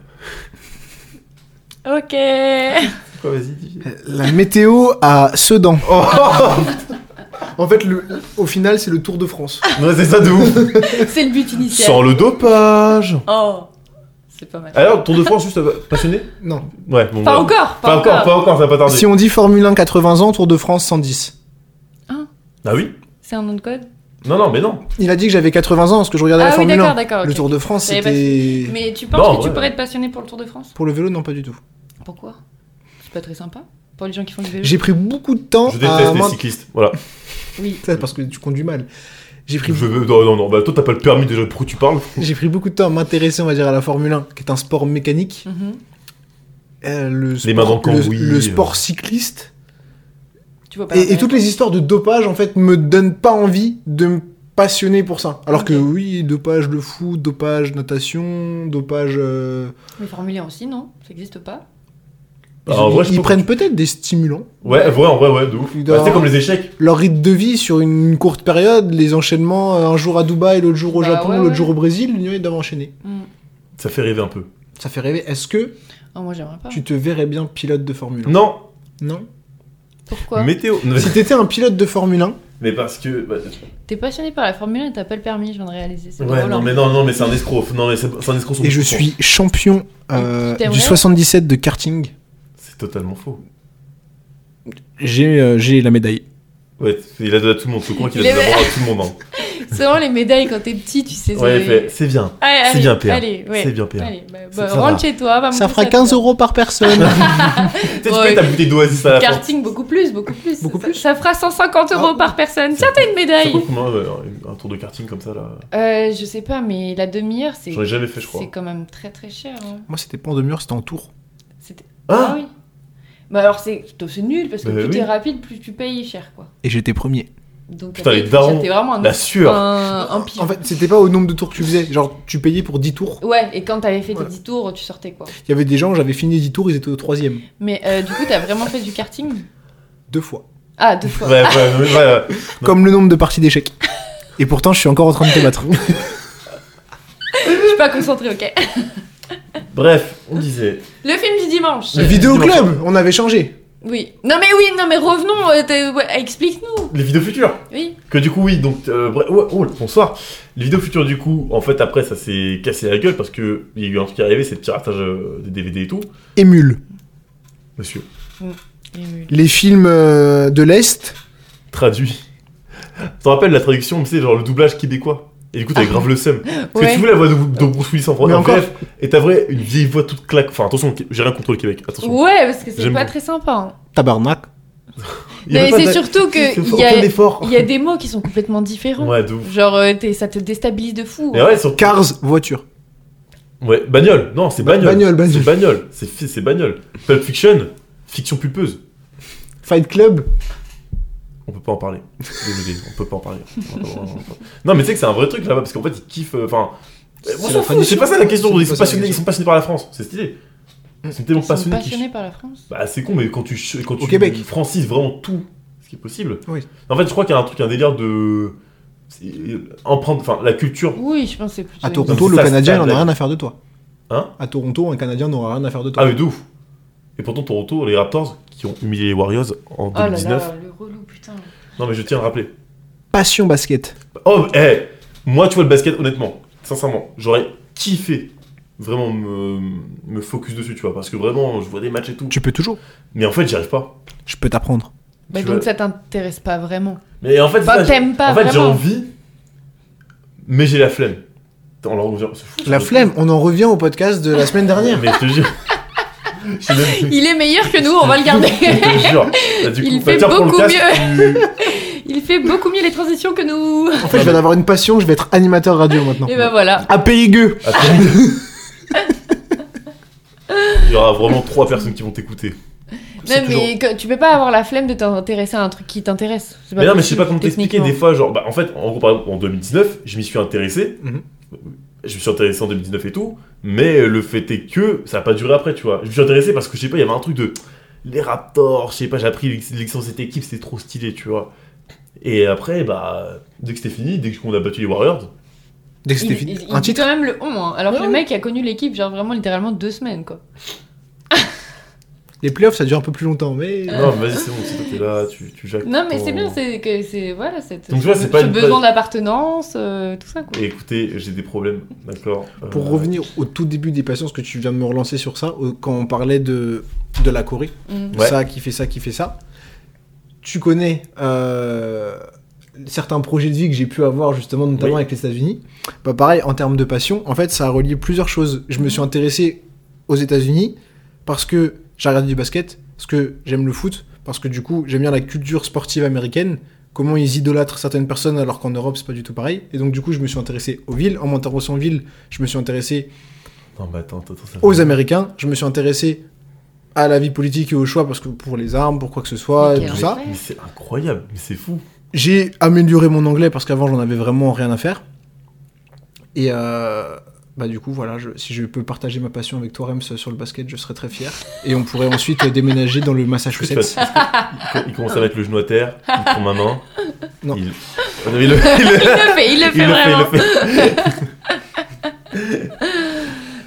Speaker 3: Ok
Speaker 1: Quoi, vas-y, dis. [LAUGHS]
Speaker 2: La météo à Sedan. en fait, le, au final, c'est le Tour de France.
Speaker 1: Ouais, c'est ça de ouf.
Speaker 3: C'est le but initial.
Speaker 1: Sans le dopage.
Speaker 3: Oh C'est pas mal.
Speaker 1: Alors, Ah, Tour de France, juste euh, passionné
Speaker 2: Non.
Speaker 1: Ouais, bon.
Speaker 3: Pas
Speaker 1: voilà.
Speaker 3: encore
Speaker 1: Pas encore, pas encore, ça va pas tarder.
Speaker 2: Si on dit Formule 1 80 ans, Tour de France 110.
Speaker 1: Ah oui
Speaker 3: C'est un nom de code
Speaker 1: Non, non, mais non.
Speaker 2: Il a dit que j'avais 80 ans parce que je regardais
Speaker 3: Ah
Speaker 2: la
Speaker 3: oui,
Speaker 2: Formule 1.
Speaker 3: d'accord, d'accord.
Speaker 2: Le
Speaker 3: ok.
Speaker 2: Tour de France,
Speaker 3: J'avais pas
Speaker 2: c'était.
Speaker 3: Mais tu penses
Speaker 1: Non,
Speaker 3: que
Speaker 1: ouais.
Speaker 3: tu pourrais être passionné pour le Tour de France
Speaker 2: Pour le vélo, non, pas du tout.
Speaker 3: Pourquoi C'est pas très sympa Pour les gens qui font du vélo
Speaker 2: J'ai pris beaucoup de temps
Speaker 1: Je
Speaker 2: à.
Speaker 1: déteste les
Speaker 2: m'in-
Speaker 1: cyclistes. Voilà.
Speaker 3: Oui.
Speaker 2: Ça, parce que tu conduis mal. J'ai pris,
Speaker 1: Je veux- Non, non, non. Bah, toi, t'as pas le permis déjà. Pourquoi tu parles
Speaker 2: j'ai pris beaucoup de temps à m'intéresser, on va dire, à la Formule 1, qui est un sport mécanique.
Speaker 3: Mhm.
Speaker 2: Euh, le sport,
Speaker 1: mains dans le
Speaker 2: le-
Speaker 1: cambouis,
Speaker 2: le
Speaker 1: euh.
Speaker 2: sport cycliste.
Speaker 3: Tu vois pas.
Speaker 2: Et,
Speaker 3: l'intérêt.
Speaker 2: et toutes les histoires de dopage, en fait, me donnent pas envie de me passionner pour ça. Alors que
Speaker 3: Ok.
Speaker 2: oui, dopage le foot, dopage natation, dopage. euh,
Speaker 3: Mais Formule 1 aussi, non Ça existe pas
Speaker 1: Bah, en
Speaker 2: ils-
Speaker 1: vrai, je
Speaker 2: ils
Speaker 1: sais pas
Speaker 2: prennent peut-être des stimulants.
Speaker 1: Ouais, ouais, en vrai, ouais, de ouf.
Speaker 2: Il
Speaker 1: Bah,
Speaker 2: doit-
Speaker 1: c'est comme les échecs.
Speaker 2: Leur rythme de vie sur une courte période, les enchaînements, euh, un jour à Dubaï, l'autre jour au
Speaker 3: Bah,
Speaker 2: Japon,
Speaker 3: ouais,
Speaker 2: l'autre
Speaker 3: ouais.
Speaker 2: jour au Brésil, ils doivent enchaîner.
Speaker 1: Mm.
Speaker 3: Hmm.
Speaker 1: Ça fait rêver un peu.
Speaker 2: Ça fait rêver. Est-ce que
Speaker 3: Ah, moi j'aimerais pas.
Speaker 2: tu te verrais bien pilote de Formule 1
Speaker 1: Non,
Speaker 2: Non.
Speaker 3: Pourquoi
Speaker 1: météo. [LAUGHS]
Speaker 3: [LAUGHS]
Speaker 2: Si t'étais un pilote de Formule 1,
Speaker 1: Mais parce que. bah,
Speaker 3: T'es passionné par la Formule 1, t'as pas le permis, je viens de réaliser. c'est
Speaker 1: ouais,
Speaker 3: drôle,
Speaker 1: non,
Speaker 3: hein.
Speaker 1: mais non, non, mais c'est un escroc. Non, mais c'est c'est un escroc. sur
Speaker 2: Et je
Speaker 1: beaucoup de
Speaker 2: suis champion euh,
Speaker 3: T'es
Speaker 2: du
Speaker 3: vrai
Speaker 2: 77 de karting.
Speaker 1: points. C'est totalement faux.
Speaker 2: J'ai euh, j'ai la médaille.
Speaker 1: Ouais, il a donné à tout le monde. Je crois qu'il
Speaker 3: Il
Speaker 1: a
Speaker 3: est-
Speaker 1: donné à tout le monde.
Speaker 3: [LAUGHS]
Speaker 1: hein.
Speaker 3: C'est vraiment les médailles quand t'es petit, tu sais.
Speaker 1: Ouais, il
Speaker 3: c'est-
Speaker 1: fait, c'est bien.
Speaker 3: Allez,
Speaker 1: C'est
Speaker 3: allez,
Speaker 1: bien, PA.
Speaker 3: Allez, ouais.
Speaker 1: C'est bien, PA.
Speaker 3: Allez, bah,
Speaker 1: Ça-
Speaker 3: bah,
Speaker 1: ça va.
Speaker 3: rentre chez toi, va
Speaker 2: Ça
Speaker 3: me
Speaker 2: fera
Speaker 3: faire
Speaker 2: 15 euros par personne.
Speaker 1: Tu sais, tu
Speaker 3: Ouais.
Speaker 1: payes ta bouteille d'oasis à la fin.
Speaker 3: Bah, Karting, beaucoup plus, beaucoup plus.
Speaker 2: Beaucoup
Speaker 3: ça,
Speaker 2: plus
Speaker 3: ça fera 150 euros
Speaker 2: Ah.
Speaker 3: par personne. Tiens, t'as une
Speaker 1: Ça
Speaker 3: médaille.
Speaker 1: coûte combien euh, un tour de karting comme ça là
Speaker 3: Euh, je sais pas, mais la demi-heure, c'est.
Speaker 1: J'en ai jamais fait, je crois.
Speaker 3: C'est quand même très très cher. hein.
Speaker 2: [LAUGHS] Moi, c'était pas en demi-heure, c'était en tour.
Speaker 3: C'était-
Speaker 1: Ah
Speaker 3: oui. Bah alors c'est plutôt- c'est nul parce que
Speaker 1: Bah
Speaker 3: plus
Speaker 1: oui.
Speaker 3: t'es rapide, plus tu payes cher quoi.
Speaker 2: Et j'étais premier.
Speaker 3: Donc
Speaker 1: Putain,
Speaker 3: après,
Speaker 1: les darons,
Speaker 3: t'es vraiment un,
Speaker 1: La sueur
Speaker 3: un, un pire.
Speaker 2: En fait, c'était pas au nombre de tours que tu faisais. Genre, tu payais pour 10 tours.
Speaker 3: Ouais, et quand t'avais fait
Speaker 2: Voilà.
Speaker 3: tes 10 tours, tu sortais quoi.
Speaker 2: Il y avait des gens, j'avais fini 10 tours, ils étaient au troisième.
Speaker 3: Mais euh, du coup, t'as vraiment fait du karting
Speaker 2: Deux fois.
Speaker 3: Ah, deux fois.
Speaker 1: Ouais, ouais, ouais, ouais, ouais. Non.
Speaker 2: Comme le nombre de parties d'échecs. Et pourtant, je suis encore en train de te [LAUGHS] battre.
Speaker 3: Je suis pas concentrée, ok.
Speaker 1: Bref, on disait.
Speaker 3: Le film du dimanche.
Speaker 2: Le vidéo club, on avait changé.
Speaker 3: Oui. Non mais oui, non mais revenons, euh, t'es- ouais, explique-nous.
Speaker 1: Les vidéos futures
Speaker 3: Oui.
Speaker 1: Que du coup, oui, donc. euh, bref- ouais, oh, bonsoir Les vidéos futures, du coup, en fait, après, ça s'est cassé la gueule parce qu'il y a eu un truc qui est arrivé, c'est le piratage euh, des DVD et tout.
Speaker 2: Émule.
Speaker 1: Monsieur,
Speaker 2: Les films euh, de l'Est.
Speaker 1: traduit. T'en rappelles la traduction, tu sais, genre le doublage québécois Et du coup, t'avais grave le seum. Parce que
Speaker 3: Ouais.
Speaker 1: tu voulais la voix de, de Bruce Willis en français,
Speaker 2: Mais
Speaker 1: en
Speaker 2: encore.
Speaker 1: VF, et t'as vrai une vieille voix toute claque. Enfin, attention, j'ai rien contre le Québec, attention.
Speaker 3: Ouais, parce que c'est
Speaker 1: J'aime
Speaker 3: pas
Speaker 1: beaucoup.
Speaker 3: très sympa. hein.
Speaker 2: Tabarnak.
Speaker 1: Il y avait
Speaker 3: Mais
Speaker 1: pas
Speaker 3: c'est
Speaker 1: d'a-
Speaker 3: surtout que
Speaker 1: c'est- c'est
Speaker 3: il y a-
Speaker 1: aucun effort.
Speaker 3: Il y a des mots qui sont complètement différents.
Speaker 1: Ouais, de ouf.
Speaker 3: Genre, euh, t'es- ça te déstabilise de fou. hein.
Speaker 1: Et ouais, sur...
Speaker 2: Cars, voiture.
Speaker 1: ouais, bagnole, non, c'est bagnole.
Speaker 2: Bagnole,
Speaker 1: C'est
Speaker 2: bagnole.
Speaker 1: bagnole, c'est fi- c'est bagnole. Pulp Fiction, fiction pulpeuse.
Speaker 2: Fight Club.
Speaker 1: On peut pas en
Speaker 2: [LAUGHS]
Speaker 1: parler. Désolé, on peut pas en parler. On va pas- on va pas- Non, mais tu sais que c'est un vrai truc là-bas, parce qu'en fait, ils kiffent. euh, Enfin,
Speaker 2: C'est
Speaker 1: on
Speaker 2: la
Speaker 1: s'en fout,
Speaker 2: tradition.
Speaker 1: c'est pas ça la question.
Speaker 2: C'est
Speaker 1: Ils sont,
Speaker 2: pas ça la
Speaker 1: passionnés, ils
Speaker 2: question.
Speaker 1: sont passionnés par la France, c'est stylé. Ils sont tellement
Speaker 3: Ils sont
Speaker 1: passionnés. qu'ils-
Speaker 3: passionnés par la France.
Speaker 1: Bah, c'est con, mais quand tu, ch- quand
Speaker 2: Au
Speaker 1: tu
Speaker 2: Québec.
Speaker 1: francises vraiment tout ce qui est possible.
Speaker 2: Oui.
Speaker 1: En fait, je crois qu'il y a un truc, un délire de. c'est- Empreinte, enfin, la culture.
Speaker 3: Oui, je pense que c'est plutôt.
Speaker 2: À
Speaker 3: une-
Speaker 1: Non,
Speaker 2: Toronto,
Speaker 1: mais
Speaker 2: le
Speaker 1: ça,
Speaker 2: Canadien,
Speaker 1: c'est
Speaker 2: il en
Speaker 1: la
Speaker 2: a
Speaker 1: blague.
Speaker 2: rien à faire de toi.
Speaker 1: Hein
Speaker 2: À Toronto, un Canadien n'aura rien à faire de toi.
Speaker 1: Ah, mais de ouf. Et pourtant, Toronto, les Raptors qui ont humilié les Warriors en
Speaker 3: Oh là
Speaker 1: 2019.
Speaker 3: là, le relou, putain.
Speaker 1: Non, mais je tiens à le rappeler.
Speaker 2: Passion basket.
Speaker 1: Oh, eh Moi, tu vois, le basket, honnêtement, sincèrement, j'aurais kiffé vraiment me, me focus dessus, tu vois, parce que vraiment, je vois des matchs et tout.
Speaker 2: Tu peux toujours.
Speaker 1: Mais en fait, j'y arrive pas.
Speaker 2: Je peux t'apprendre.
Speaker 3: Bah,
Speaker 1: Tu
Speaker 3: donc
Speaker 1: vois.
Speaker 3: ça t'intéresse pas vraiment.
Speaker 1: Mais en fait, c'est
Speaker 3: Bah,
Speaker 1: ça, j'ai-
Speaker 3: t'aimes pas
Speaker 1: en fait j'ai
Speaker 3: vraiment.
Speaker 1: envie, mais j'ai la flemme. Attends, on leur- on se fout,
Speaker 2: La
Speaker 1: ça.
Speaker 2: flemme, on en revient au podcast de [LAUGHS] la semaine dernière.
Speaker 1: Mais je te jure. [LAUGHS] Je sais même plus.
Speaker 3: Il est meilleur que nous, on va
Speaker 1: [LAUGHS]
Speaker 3: le
Speaker 1: Je
Speaker 3: garder.
Speaker 1: te jure. Bah, du
Speaker 3: Il
Speaker 1: coup, bah,
Speaker 3: fait
Speaker 1: tiens, prends le
Speaker 3: beaucoup
Speaker 1: casque, tu-
Speaker 3: Il fait beaucoup mieux les transitions que nous.
Speaker 2: En fait, je viens d'avoir une passion, je vais être animateur radio maintenant.
Speaker 3: Et bah voilà.
Speaker 2: À Périgueux.
Speaker 1: Attends. Il y aura vraiment trois personnes qui vont t'écouter. C'est
Speaker 3: Non,
Speaker 1: toujours-
Speaker 3: mais que- tu peux pas avoir la flemme de t'intéresser à un truc qui t'intéresse. C'est
Speaker 1: Mais Bah non, mais je sais
Speaker 3: possible,
Speaker 1: pas comment t'expliquer. Des
Speaker 3: techniquement.
Speaker 1: fois, genre, bah, en fait, en gros, par exemple, en 2019, je m'y suis intéressé.
Speaker 2: Mhm.
Speaker 1: Je me suis intéressé en 2019 et tout. Mais euh, le fait est que ça a pas duré après, tu vois. Je me suis intéressé parce que je sais pas, il y avait un truc de les Raptors, je sais pas, j'ai appris l'ex- l'existence de cette équipe, c'était trop stylé, tu vois. Et après, bah, dès que c'était fini, dès qu'on a battu les
Speaker 3: [LAUGHS]
Speaker 1: Warriors,
Speaker 2: Dès que c'était
Speaker 3: Il,
Speaker 2: fini.
Speaker 3: il- il
Speaker 2: un
Speaker 3: dit
Speaker 2: titre.
Speaker 3: quand même le on, hein, alors que
Speaker 2: Ouais.
Speaker 3: le mec a connu l'équipe, genre vraiment littéralement deux semaines quoi.
Speaker 2: Les playoffs, ça dure un peu plus longtemps, mais.
Speaker 1: non, mais vas-y, c'est bon, c'est toi, t'es là, tu, tu jacques.
Speaker 3: Non, mais
Speaker 1: ton-
Speaker 3: c'est bien, c'est que c'est. Voilà, cette.
Speaker 1: Oh. Donc, tu vois, c'est
Speaker 3: ce
Speaker 1: pas une-
Speaker 3: besoin d'appartenance, euh, tout ça quoi.
Speaker 1: Et écoutez, j'ai des problèmes, d'accord euh,
Speaker 2: Pour revenir au tout début des passions, parce que tu viens de me relancer sur ça, au- quand on parlait de, de la Corée,
Speaker 3: Mm.
Speaker 1: Ouais.
Speaker 2: ça qui fait ça, qui fait ça. Tu connais euh, certains projets de vie que j'ai pu avoir justement, notamment
Speaker 1: Oui.
Speaker 2: avec les États-Unis. Bah pareil, en termes de passion, en fait, ça a relié plusieurs choses. Je me suis intéressé aux États-Unis parce que j'ai regardé du basket, parce que j'aime le foot, parce que du coup, j'aime bien la culture sportive américaine. Comment ils idolâtrent certaines personnes alors qu'en Europe c'est pas du tout pareil. Et donc du coup je me suis intéressé aux villes. En m'intéressant aux villes, je me suis intéressé
Speaker 1: Non, bah, attends, attends, attends, ça-
Speaker 2: aux Américains. Je me suis intéressé à la vie politique et aux choix parce que pour les armes, pour quoi que ce soit,
Speaker 3: Mais
Speaker 2: et
Speaker 3: quel
Speaker 2: tout ça.
Speaker 3: enfer.
Speaker 1: Mais c'est incroyable, mais c'est fou.
Speaker 2: J'ai amélioré mon anglais parce qu'avant j'en avais vraiment rien à faire. Et euh, bah du coup voilà, je- si je peux partager ma passion avec toi Rems sur le basket, je serais très fier. Et on pourrait ensuite [LAUGHS] euh, déménager dans le
Speaker 1: Qu'est-ce que tu
Speaker 2: Massachusetts.
Speaker 1: fais il, il commence à mettre le genou à terre, il prend ma main.
Speaker 2: Non.
Speaker 1: Il... Ah non, il le- il le-
Speaker 3: Il le fait, il le fait
Speaker 1: il le fait,
Speaker 3: vraiment.
Speaker 1: il le fait.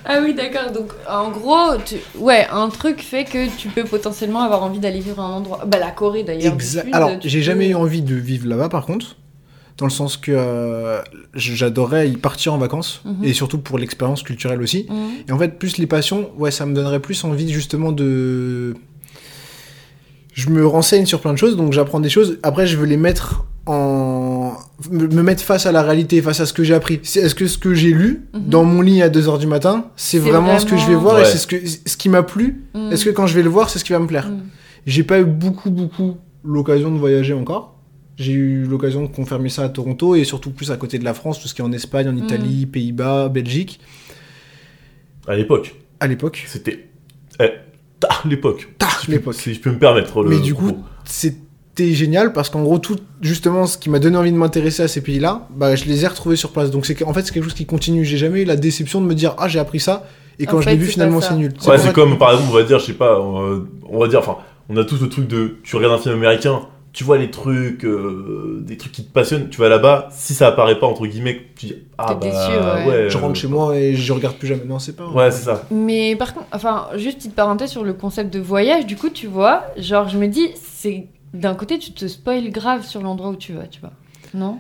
Speaker 3: Ah oui, d'accord. Donc, en gros, tu- ouais, un truc fait que tu peux potentiellement avoir envie d'aller vivre à un endroit. Bah, la Corée d'ailleurs. du
Speaker 2: Exact.
Speaker 3: Sud,
Speaker 2: Alors,
Speaker 3: tu
Speaker 2: j'ai
Speaker 3: peux-
Speaker 2: jamais eu envie de vivre là-bas, par contre, dans le sens que euh, j- j'adorais y partir en vacances,
Speaker 3: Mhm.
Speaker 2: et surtout pour l'expérience culturelle aussi.
Speaker 3: Mhm.
Speaker 2: Et en fait, plus les passions, ouais, ça me donnerait plus envie justement de. Je me renseigne sur plein de choses, donc j'apprends des choses. Après, je veux les mettre en. me me mettre face à la réalité, face à ce que j'ai appris. C'est- Est-ce que ce que j'ai lu
Speaker 3: Mhm.
Speaker 2: dans mon lit à 2h du matin, c'est
Speaker 3: C'est
Speaker 2: vraiment, ce que je vais
Speaker 3: vraiment-
Speaker 2: voir et
Speaker 1: Ouais.
Speaker 2: c'est ce, que, ce qui m'a plu
Speaker 3: Mhm.
Speaker 2: Est-ce que quand je vais le voir, c'est ce qui va me plaire
Speaker 3: Mhm.
Speaker 2: j'ai pas eu beaucoup, beaucoup l'occasion de voyager encore. J'ai eu l'occasion de confirmer ça à Toronto et surtout plus à côté de la France, tout ce qui est en Espagne, en
Speaker 3: Mhm.
Speaker 2: Italie, Pays-Bas, Belgique.
Speaker 1: À l'époque,
Speaker 2: À l'époque,
Speaker 1: c'était. Eh, tard l'époque.
Speaker 2: tard
Speaker 1: Si je peux-
Speaker 2: l'époque.
Speaker 1: Si je peux me permettre. le
Speaker 2: Mais du
Speaker 1: propos.
Speaker 2: coup, c'était génial parce qu'en gros, tout justement ce qui m'a donné envie de m'intéresser à ces pays-là, bah, je les ai retrouvés sur place. Donc c'est que- en fait, c'est quelque chose qui continue. J'ai jamais eu la déception de me dire Ah, j'ai appris ça. Et
Speaker 3: En
Speaker 2: quand je
Speaker 3: fait,
Speaker 2: l'ai vu,
Speaker 3: c'est
Speaker 2: finalement,
Speaker 3: pas ça.
Speaker 2: c'est nul.
Speaker 1: Ouais,
Speaker 2: pour
Speaker 1: c'est
Speaker 2: ça-
Speaker 1: comme par exemple, on va dire, je sais pas, euh, on va dire, enfin, on a tous le truc de, tu regardes un film américain, tu vois les trucs, euh, des trucs qui te passionnent, tu vas là-bas, si ça apparaît pas entre guillemets, tu dis ah bah
Speaker 3: T'es déçu, ouais.
Speaker 2: Je rentre chez moi et je regarde plus jamais. Non, c'est pas.
Speaker 1: euh, Ouais, c'est ça.
Speaker 3: Mais par contre, enfin, juste petite parenthèse sur le concept de voyage, du coup, tu vois, genre, je me dis, c'est d'un côté, tu te spoil grave sur l'endroit où tu vas, tu vois. Non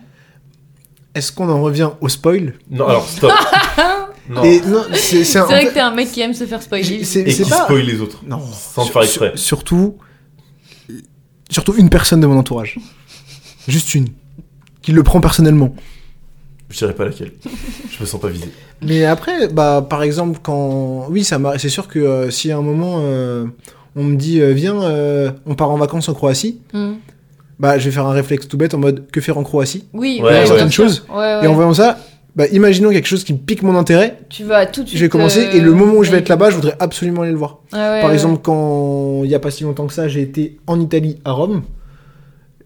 Speaker 2: Est-ce qu'on en revient au spoil
Speaker 1: Non, alors
Speaker 3: [LAUGHS]
Speaker 1: stop. non.
Speaker 2: Et non, c'est c'est
Speaker 3: C'est
Speaker 2: un- en
Speaker 3: vrai
Speaker 2: fait,
Speaker 3: que t'es un mec qui aime se faire spoiler.
Speaker 2: j'ai- c'est
Speaker 1: Et qui
Speaker 2: c'est pas.
Speaker 1: spoil les autres.
Speaker 2: Non.
Speaker 1: Sans le faire exprès.
Speaker 2: surtout, surtout une personne de mon entourage. Juste une. Qui le prend personnellement.
Speaker 1: Je dirais pas laquelle. Je me sens pas visé.
Speaker 2: Mais après, bah, par exemple, quand. Oui, ça m'a- c'est sûr que euh, si à un moment, euh, on me dit, euh, viens, euh, on part en vacances en Croatie,
Speaker 3: Hmm.
Speaker 2: bah, je vais faire un réflexe tout bête en mode, que faire en Croatie
Speaker 3: Oui,
Speaker 1: Ouais,
Speaker 3: bien
Speaker 2: certaines
Speaker 3: sûr.
Speaker 2: choses.
Speaker 3: Ouais, ouais.
Speaker 2: Et en voyant ça, bah, imaginons quelque chose qui pique mon intérêt,
Speaker 3: Tu vas tout de suite.
Speaker 2: je vais commencer,
Speaker 3: euh,
Speaker 2: et le moment où je vais être là-bas, je voudrais absolument aller le voir.
Speaker 3: Ouais, ouais,
Speaker 2: Par
Speaker 3: ouais.
Speaker 2: exemple, quand il n'y a pas si longtemps que ça, j'ai été en Italie, à Rome.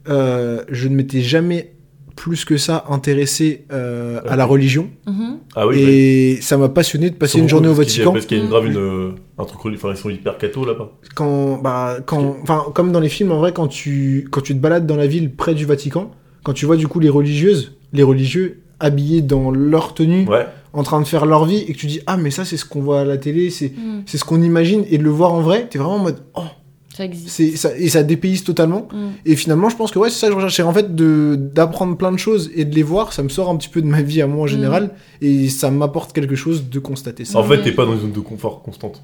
Speaker 2: Euh, je ne m'étais jamais plus que ça intéressé euh, à la religion.
Speaker 3: Mhm.
Speaker 1: Ah oui. ouais.
Speaker 2: et ça m'a passionné de passer
Speaker 1: Surtout
Speaker 2: une journée au
Speaker 1: parce qu'il y a-
Speaker 2: Vatican.
Speaker 1: Parce qu'il y a une grave une, euh, un truc, religieux. enfin ils sont hyper catho là-bas.
Speaker 2: Quand, bah, quand, enfin, comme dans les films, en vrai, quand tu, quand tu te balades dans la ville près du Vatican, quand tu vois du coup les religieuses, les religieux habillés dans leur tenue,
Speaker 1: Ouais.
Speaker 2: en train de faire leur vie, et que tu dis Ah, mais ça, c'est ce qu'on voit à la télé, c'est
Speaker 3: Mhm.
Speaker 2: c'est ce qu'on imagine, et de le voir en vrai, t'es vraiment en mode Oh,
Speaker 3: Ça existe.
Speaker 2: c'est- ça, et ça dépayse totalement.
Speaker 3: Mhm.
Speaker 2: Et finalement, je pense que ouais, c'est ça que je recherche. C'est en fait de- d'apprendre plein de choses et de les voir. Ça me sort un petit peu de ma vie à moi en général. Et ça m'apporte quelque chose de constater ça.
Speaker 1: En fait,
Speaker 3: Mhm.
Speaker 1: t'es pas dans une zone de confort constante.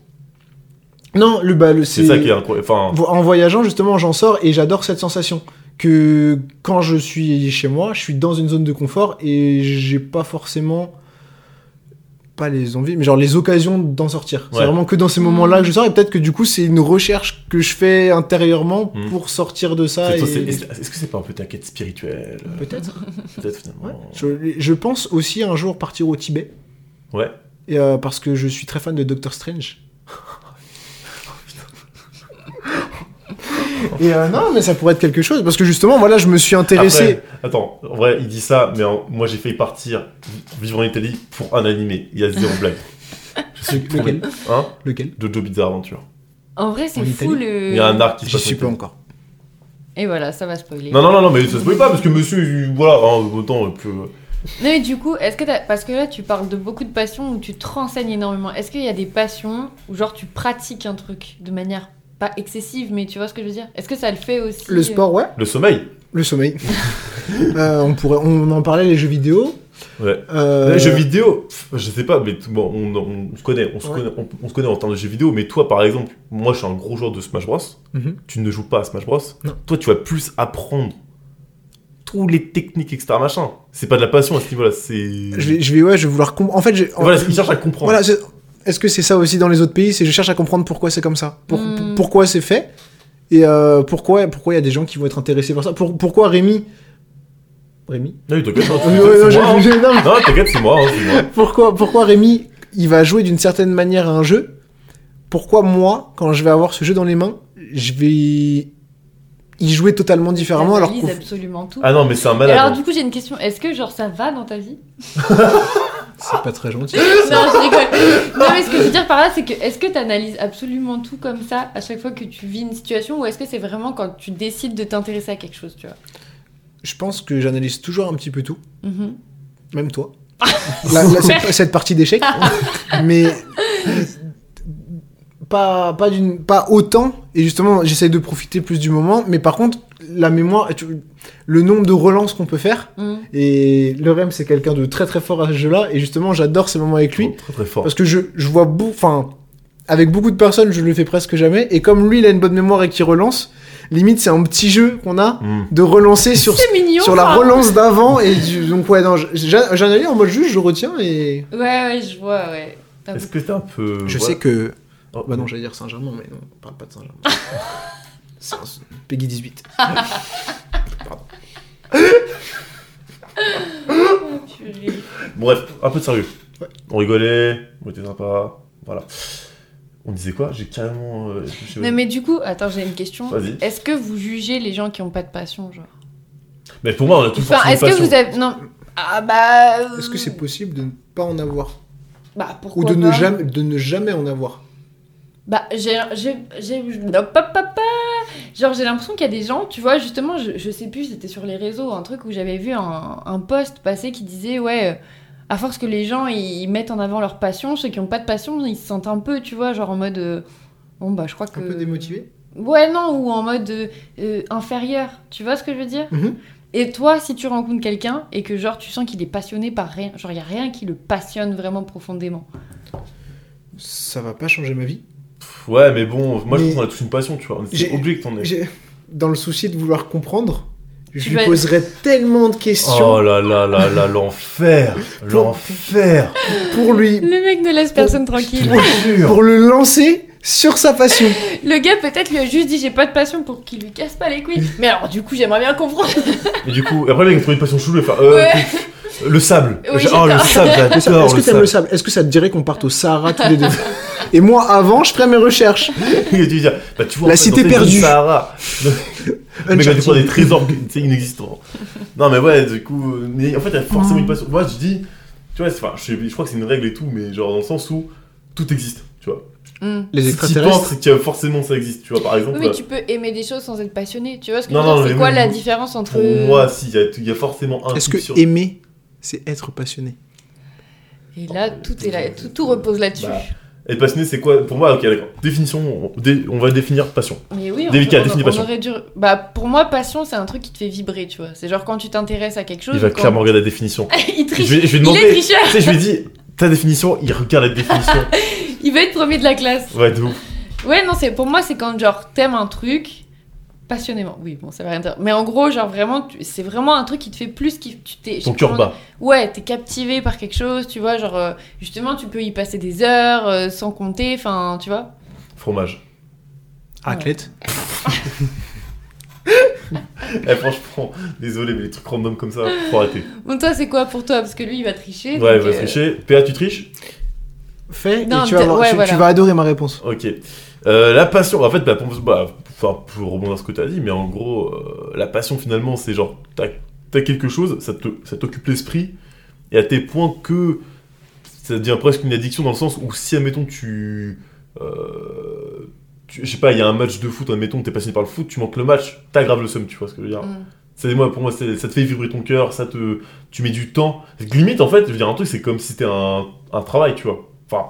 Speaker 2: Non, le, bah, le-
Speaker 1: C'est ça qui est incroyable. Enfin,
Speaker 2: Vo- En voyageant, justement, j'en sors et j'adore cette sensation. Que quand je suis chez moi, je suis dans une zone de confort et j'ai pas forcément. Pas les envies, mais genre les occasions d'en sortir. C'est
Speaker 1: Ouais.
Speaker 2: vraiment que dans ces moments-là que je sors et peut-être que du coup, c'est une recherche que je fais intérieurement
Speaker 1: Mhm.
Speaker 2: pour sortir de ça.
Speaker 1: c'est- toi,
Speaker 2: et-
Speaker 1: c'est- est-ce est-ce que c'est pas un peu ta quête spirituelle
Speaker 2: [LAUGHS]
Speaker 1: euh,
Speaker 2: Peut-être.
Speaker 1: Peut-être finalement.
Speaker 2: Ouais. Je, je pense aussi un jour partir au Tibet.
Speaker 1: Ouais.
Speaker 2: Et, euh, parce que je suis très fan de Doctor Strange. Et euh, non, mais ça pourrait être quelque chose. Parce que justement, voilà, je me suis intéressé.
Speaker 1: Après, attends, en vrai, il dit ça, mais en- moi j'ai failli partir vi- vivre en Italie pour un animé. Il y a zéro blague. Je suis
Speaker 2: Le- lequel
Speaker 1: pour- Hein
Speaker 2: Lequel
Speaker 1: Jojo Bizarre Adventure.
Speaker 3: En vrai, c'est
Speaker 2: En
Speaker 3: fou
Speaker 2: Italie
Speaker 3: le.
Speaker 1: Il y a un arc qui se
Speaker 2: J'y
Speaker 1: passe. en
Speaker 2: suis pas
Speaker 1: Italie.
Speaker 2: encore.
Speaker 3: Et voilà, ça va spoiler.
Speaker 1: Non, non, non, non, mais ça se peut pas parce que monsieur, il- voilà, hein, autant que.
Speaker 3: Non, mais du coup, est-ce que t'as- parce que là tu parles de beaucoup de passions où tu te renseignes énormément. Est-ce qu'il y a des passions où genre tu pratiques un truc de manière pas excessive, mais tu vois ce que je veux dire Est-ce que ça le fait aussi
Speaker 2: Le sport, ouais.
Speaker 1: Le sommeil. [LAUGHS]
Speaker 2: Le sommeil. Euh, on, pourrait, on en parlait, les jeux vidéo.
Speaker 1: Ouais.
Speaker 2: Euh,
Speaker 1: Les jeux vidéo, pff, je sais pas, mais t- bon, on, on se connaît, on se
Speaker 2: Ouais.
Speaker 1: connaît, on, on se connaît en termes de jeux vidéo, mais toi par exemple, moi je suis un gros joueur de Smash Bros.
Speaker 2: Mhm.
Speaker 1: tu ne joues pas à Smash Bros.
Speaker 2: Non.
Speaker 1: Toi, tu vas plus apprendre tous les techniques, etc. Machin. C'est pas de la passion à ce niveau-là. C'est.
Speaker 2: Je vais, je vais, ouais, je vais vouloir comprendre. En fait, j'ai-
Speaker 1: Voilà, il cherche à comprendre.
Speaker 2: Voilà, c'est- est-ce que c'est ça aussi dans les autres pays C'est je cherche à comprendre pourquoi c'est comme ça, pour-
Speaker 3: Hmm.
Speaker 2: pour- pourquoi c'est fait, et euh, pourquoi pourquoi il y a des gens qui vont être intéressés par ça. Pour- pourquoi Rémi Rémi
Speaker 1: Non, t'inquiète, non,
Speaker 2: Oui, oui, non,
Speaker 1: c'est
Speaker 2: j'ai-
Speaker 1: moi, hein.
Speaker 2: j'ai- non, mais
Speaker 1: Non, t'inquiète, c'est moi. hein, c'est moi.
Speaker 2: Pourquoi pourquoi Rémi il va jouer d'une certaine manière à un jeu Pourquoi moi quand je vais avoir ce jeu dans les mains, je vais y jouer totalement différemment alors
Speaker 3: T'analyses
Speaker 2: qu'au-
Speaker 3: absolument tout.
Speaker 1: Ah non, mais c'est un
Speaker 3: Et
Speaker 1: malade.
Speaker 3: alors
Speaker 1: hein.
Speaker 3: du coup j'ai une question, est-ce que genre ça va dans ta vie
Speaker 2: c'est pas très gentil.
Speaker 3: [LAUGHS] Non je rigole. Non mais ce que je veux dire par là c'est que est-ce que t'analyses absolument tout comme ça à chaque fois que tu vis une situation ou est-ce que c'est vraiment quand tu décides de t'intéresser à quelque chose tu vois
Speaker 2: Je pense que j'analyse toujours un petit peu tout.
Speaker 3: Mhm.
Speaker 2: Même toi. La- la- cette, cette partie d'échec. mais pas pas d'une pas autant et justement j'essaye de profiter plus du moment mais par contre la mémoire tu- le nombre de relances qu'on peut faire
Speaker 3: Mm.
Speaker 2: et le Rem c'est quelqu'un de très très fort à ce jeu-là et justement j'adore ces moments avec lui
Speaker 1: Très très fort.
Speaker 2: parce que je, je vois beaucoup enfin avec beaucoup de personnes je le fais presque jamais et comme lui il a une bonne mémoire et qu'il relance limite c'est un petit jeu qu'on a
Speaker 1: Hmm.
Speaker 2: de relancer sur
Speaker 3: C'est mignon.
Speaker 2: sur la
Speaker 3: ça.
Speaker 2: relance d'avant et du- donc ouais non je- j'a- j'analyse en mode juste je retiens et
Speaker 3: Ouais, ouais, je vois, ouais. Ah
Speaker 1: Est-ce que t'es un peu.
Speaker 2: je
Speaker 1: ouais.
Speaker 2: sais que
Speaker 1: Oh,
Speaker 2: bah non j'allais dire Saint-Germain mais non on parle pas de Saint-Germain
Speaker 3: [LAUGHS]
Speaker 2: C'est un- Peggy 18
Speaker 3: bon, purée.
Speaker 1: Bref, un peu de sérieux. On rigolait, on était sympa. Voilà. On disait quoi J'ai carrément. euh, je sais pas.
Speaker 3: Non, mais du coup, attends, j'ai une question.
Speaker 1: Vas-y.
Speaker 3: Est-ce que vous jugez les gens qui ont pas de passion, genre
Speaker 1: Mais pour moi, on a tous
Speaker 3: Enfin,
Speaker 1: forcément une
Speaker 3: est-ce que
Speaker 1: passion.
Speaker 3: vous avez. Non. Ah bah. euh,
Speaker 2: est-ce que c'est possible de ne pas en avoir
Speaker 3: Bah, pourquoi
Speaker 2: ou de ne
Speaker 3: pas
Speaker 2: jamais de ne jamais en avoir
Speaker 3: Bah, j'ai. j'ai- j'ai- non, pa- pa- pa. Genre, j'ai l'impression qu'il y a des gens, tu vois, justement, je, je sais plus, c'était sur les réseaux, un truc où j'avais vu un, un post passer qui disait, ouais, euh, à force que les gens ils, ils mettent en avant leur passion, ceux qui ont pas de passion, ils se sentent un peu, tu vois, genre en mode. euh, bon, bah, je crois que.
Speaker 2: un peu démotivé
Speaker 3: Ouais, non, ou en mode euh, euh, inférieur, tu vois ce que je veux dire
Speaker 2: Mhm.
Speaker 3: Et toi, si tu rencontres quelqu'un et que genre tu sens qu'il est passionné par rien, genre il y a rien qui le passionne vraiment profondément.
Speaker 2: ça va pas changer ma vie
Speaker 1: Ouais, mais bon, moi je
Speaker 2: Mais-
Speaker 1: pense qu'on a tous une passion, tu vois. C'est
Speaker 2: J'ai-
Speaker 1: obligé que t'en aies.
Speaker 2: J'ai- dans le souci de vouloir comprendre
Speaker 3: Tu
Speaker 2: je lui
Speaker 3: vas-
Speaker 2: poserai tellement de questions
Speaker 1: Oh là là là là,
Speaker 2: [LAUGHS]
Speaker 1: l'enfer L'enfer
Speaker 2: pour lui
Speaker 3: Le mec ne laisse personne tranquille.
Speaker 2: pour le lancer sur sa passion
Speaker 3: Le gars peut-être lui a juste dit j'ai pas de passion pour qu'il lui casse pas les couilles. Mais alors du coup j'aimerais bien comprendre.
Speaker 1: Et du coup, après, le mec, il trouve une passion chelou, il va faire. euh,
Speaker 3: Ouais.
Speaker 1: pff, Le sable
Speaker 3: Oui,
Speaker 1: J'ai- Oh, le
Speaker 3: j'adore.
Speaker 1: sable,
Speaker 2: Est-ce
Speaker 1: j'adore
Speaker 2: que
Speaker 1: le
Speaker 2: t'aimes
Speaker 1: sable
Speaker 2: le sable Est-ce que ça te dirait qu'on parte au Sahara tous les deux Et moi, avant, je ferais mes recherches.
Speaker 1: [LAUGHS] Il a dû dire, bah tu vois,
Speaker 2: La
Speaker 1: en fait,
Speaker 2: cité
Speaker 1: dans tes
Speaker 2: perdue.
Speaker 1: îles Sahara, bah, le mec a dû
Speaker 2: Uncharted.
Speaker 1: prendre des trésors tu sais, inexistants. Non, mais ouais, du coup, euh, mais en fait, t'as forcément une passion. Moi, je dis, tu vois, c'est- enfin, je, sais- je crois que c'est une règle et tout, mais genre dans le sens où tout existe, tu vois.
Speaker 3: Hmm.
Speaker 2: Les
Speaker 1: Si t'y
Speaker 2: extraterrestres
Speaker 1: penses, c'est que forcément ça existe, tu vois, par exemple.
Speaker 3: Oui, mais tu peux aimer des choses sans être passionné. Tu vois ce que
Speaker 1: Bah. Non,
Speaker 3: je veux
Speaker 1: non,
Speaker 3: dire C'est
Speaker 1: mais
Speaker 3: quoi
Speaker 1: oui,
Speaker 3: la
Speaker 1: oui.
Speaker 3: différence entre
Speaker 1: Pour moi, si, il y, a- il y a forcément un
Speaker 2: Est-ce
Speaker 1: truc
Speaker 2: que
Speaker 1: sur-
Speaker 2: aimer, c'est être passionné
Speaker 3: Et là tout est là, tout, tout repose là-dessus.
Speaker 1: Bah, Être passionné, c'est quoi Pour moi, ok, d'accord. Définition, on, dé- on va définir passion.
Speaker 3: Mais oui, on,
Speaker 1: Délicat,
Speaker 3: on-
Speaker 1: définis
Speaker 3: on
Speaker 1: passion.
Speaker 3: aurait dû... Bah, pour moi, passion, c'est un truc qui te fait vibrer, tu vois. C'est genre quand tu t'intéresses à quelque chose...
Speaker 1: Il va
Speaker 3: quand-
Speaker 1: clairement regarder la définition.
Speaker 3: [LAUGHS] il
Speaker 1: Je
Speaker 3: triche.
Speaker 1: vais, je vais
Speaker 3: Il
Speaker 1: demander.
Speaker 3: est tricheur.
Speaker 1: tu sais, je lui dis, ta définition, il regarde la
Speaker 3: [LAUGHS]
Speaker 1: définition.
Speaker 3: Il veut être premier de la classe.
Speaker 1: Ouais, de ouf.
Speaker 3: Ouais, non, c'est pour moi, c'est quand, genre, t'aimes un truc passionnément. Oui, bon, ça va rien dire. Mais en gros, genre, vraiment, tu- c'est vraiment un truc qui te fait plus... Qui... Tu t'es...
Speaker 1: Ton cœur bat.
Speaker 3: Ouais, t'es captivé par quelque chose, tu vois. Genre, euh, justement, tu peux y passer des heures euh, sans compter, enfin, tu vois.
Speaker 1: Fromage.
Speaker 2: Raclette
Speaker 1: Eh, franchement, désolé, mais les trucs random comme ça, faut
Speaker 3: [LAUGHS]
Speaker 1: arrêter.
Speaker 3: Bon, toi, c'est quoi pour toi Parce que lui, il va tricher. donc,
Speaker 1: Ouais, va
Speaker 3: euh,
Speaker 1: tricher. PA, tu triches
Speaker 2: Fais
Speaker 3: Non,
Speaker 2: et tu vas,
Speaker 3: mais-
Speaker 2: voir-
Speaker 3: ouais,
Speaker 2: tu, tu
Speaker 3: voilà.
Speaker 2: vas adorer ma réponse.
Speaker 1: Ok. Euh, la passion, en fait, bah, pour, bah, enfin, pour rebondir à ce que t'as dit, mais en gros, euh, la passion finalement, c'est genre, t'as as quelque chose, ça te- ça t'occupe l'esprit, et à tes points que ça devient presque une addiction dans le sens où si, admettons, tu. euh, tu- je sais pas, il y a un match de foot, admettons, t'es passionné par le foot, tu manques le match, t'aggraves le seum, tu vois ce que je veux dire.
Speaker 3: hmm.
Speaker 1: C'est moi pour moi c'est- ça te fait vibrer ton cœur, ça te tu mets du temps. Limite en fait, je veux dire un truc c'est comme si c'était un, un travail, tu vois. Enfin,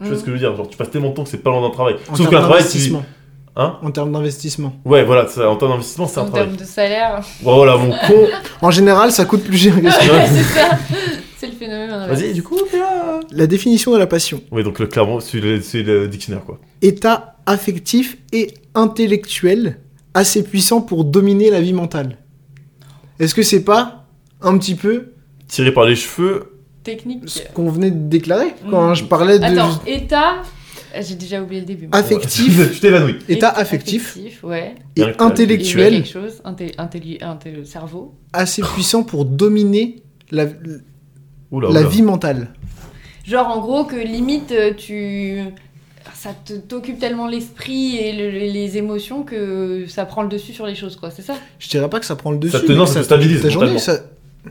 Speaker 1: tu vois
Speaker 3: Hmm.
Speaker 1: ce que je veux dire, genre tu passes tellement de temps que c'est pas loin d'un travail.
Speaker 2: En
Speaker 1: Sauf
Speaker 2: termes
Speaker 1: qu'un travail tu dis-
Speaker 2: d'investissement.
Speaker 1: Hein
Speaker 2: En termes d'investissement.
Speaker 1: Ouais, voilà, ça, en termes d'investissement, c'est un
Speaker 3: En
Speaker 1: travail.
Speaker 3: termes
Speaker 1: [LAUGHS]
Speaker 3: de salaire...
Speaker 1: Ouais, voilà, mon con.
Speaker 3: [LAUGHS]
Speaker 2: En général, ça coûte plus cher que ça.
Speaker 3: Ouais, c'est ça. C'est le phénomène hein, inverse.
Speaker 1: Vas-y, du coup, t'es là.
Speaker 2: La définition de la passion.
Speaker 1: Ouais, donc le clairement c'est le, c'est le dictionnaire quoi.
Speaker 2: État affectif et intellectuel assez puissant pour dominer la vie mentale. Est-ce que c'est pas un petit peu
Speaker 1: Tiré par les cheveux,
Speaker 2: ce
Speaker 3: Technique.
Speaker 2: qu'on venait de déclarer
Speaker 3: Mm.
Speaker 2: quand je parlais de
Speaker 3: Attends, état. Ah, J'ai déjà oublié le début. moi.
Speaker 1: [LAUGHS]
Speaker 2: affectif,
Speaker 1: tu t'évanouis.
Speaker 2: état affectif
Speaker 3: ouais.
Speaker 1: Intellectuel.
Speaker 2: et
Speaker 3: Il y a
Speaker 2: intellectuel
Speaker 3: quelque chose, inté- intelli- inté- le cerveau.
Speaker 2: assez puissant pour dominer la,
Speaker 1: Bah Oula,
Speaker 2: la
Speaker 1: oula.
Speaker 2: vie mentale.
Speaker 3: Genre en gros que limite euh, tu ça te- t'occupe tellement l'esprit et le- le- les émotions que ça prend le dessus sur les choses quoi, c'est ça
Speaker 2: Je dirais pas que ça prend le dessus.
Speaker 1: Ça te- non,
Speaker 2: mais
Speaker 1: ça te
Speaker 2: ça
Speaker 1: stabilise
Speaker 2: ta journée,
Speaker 1: mentalement.
Speaker 2: ça-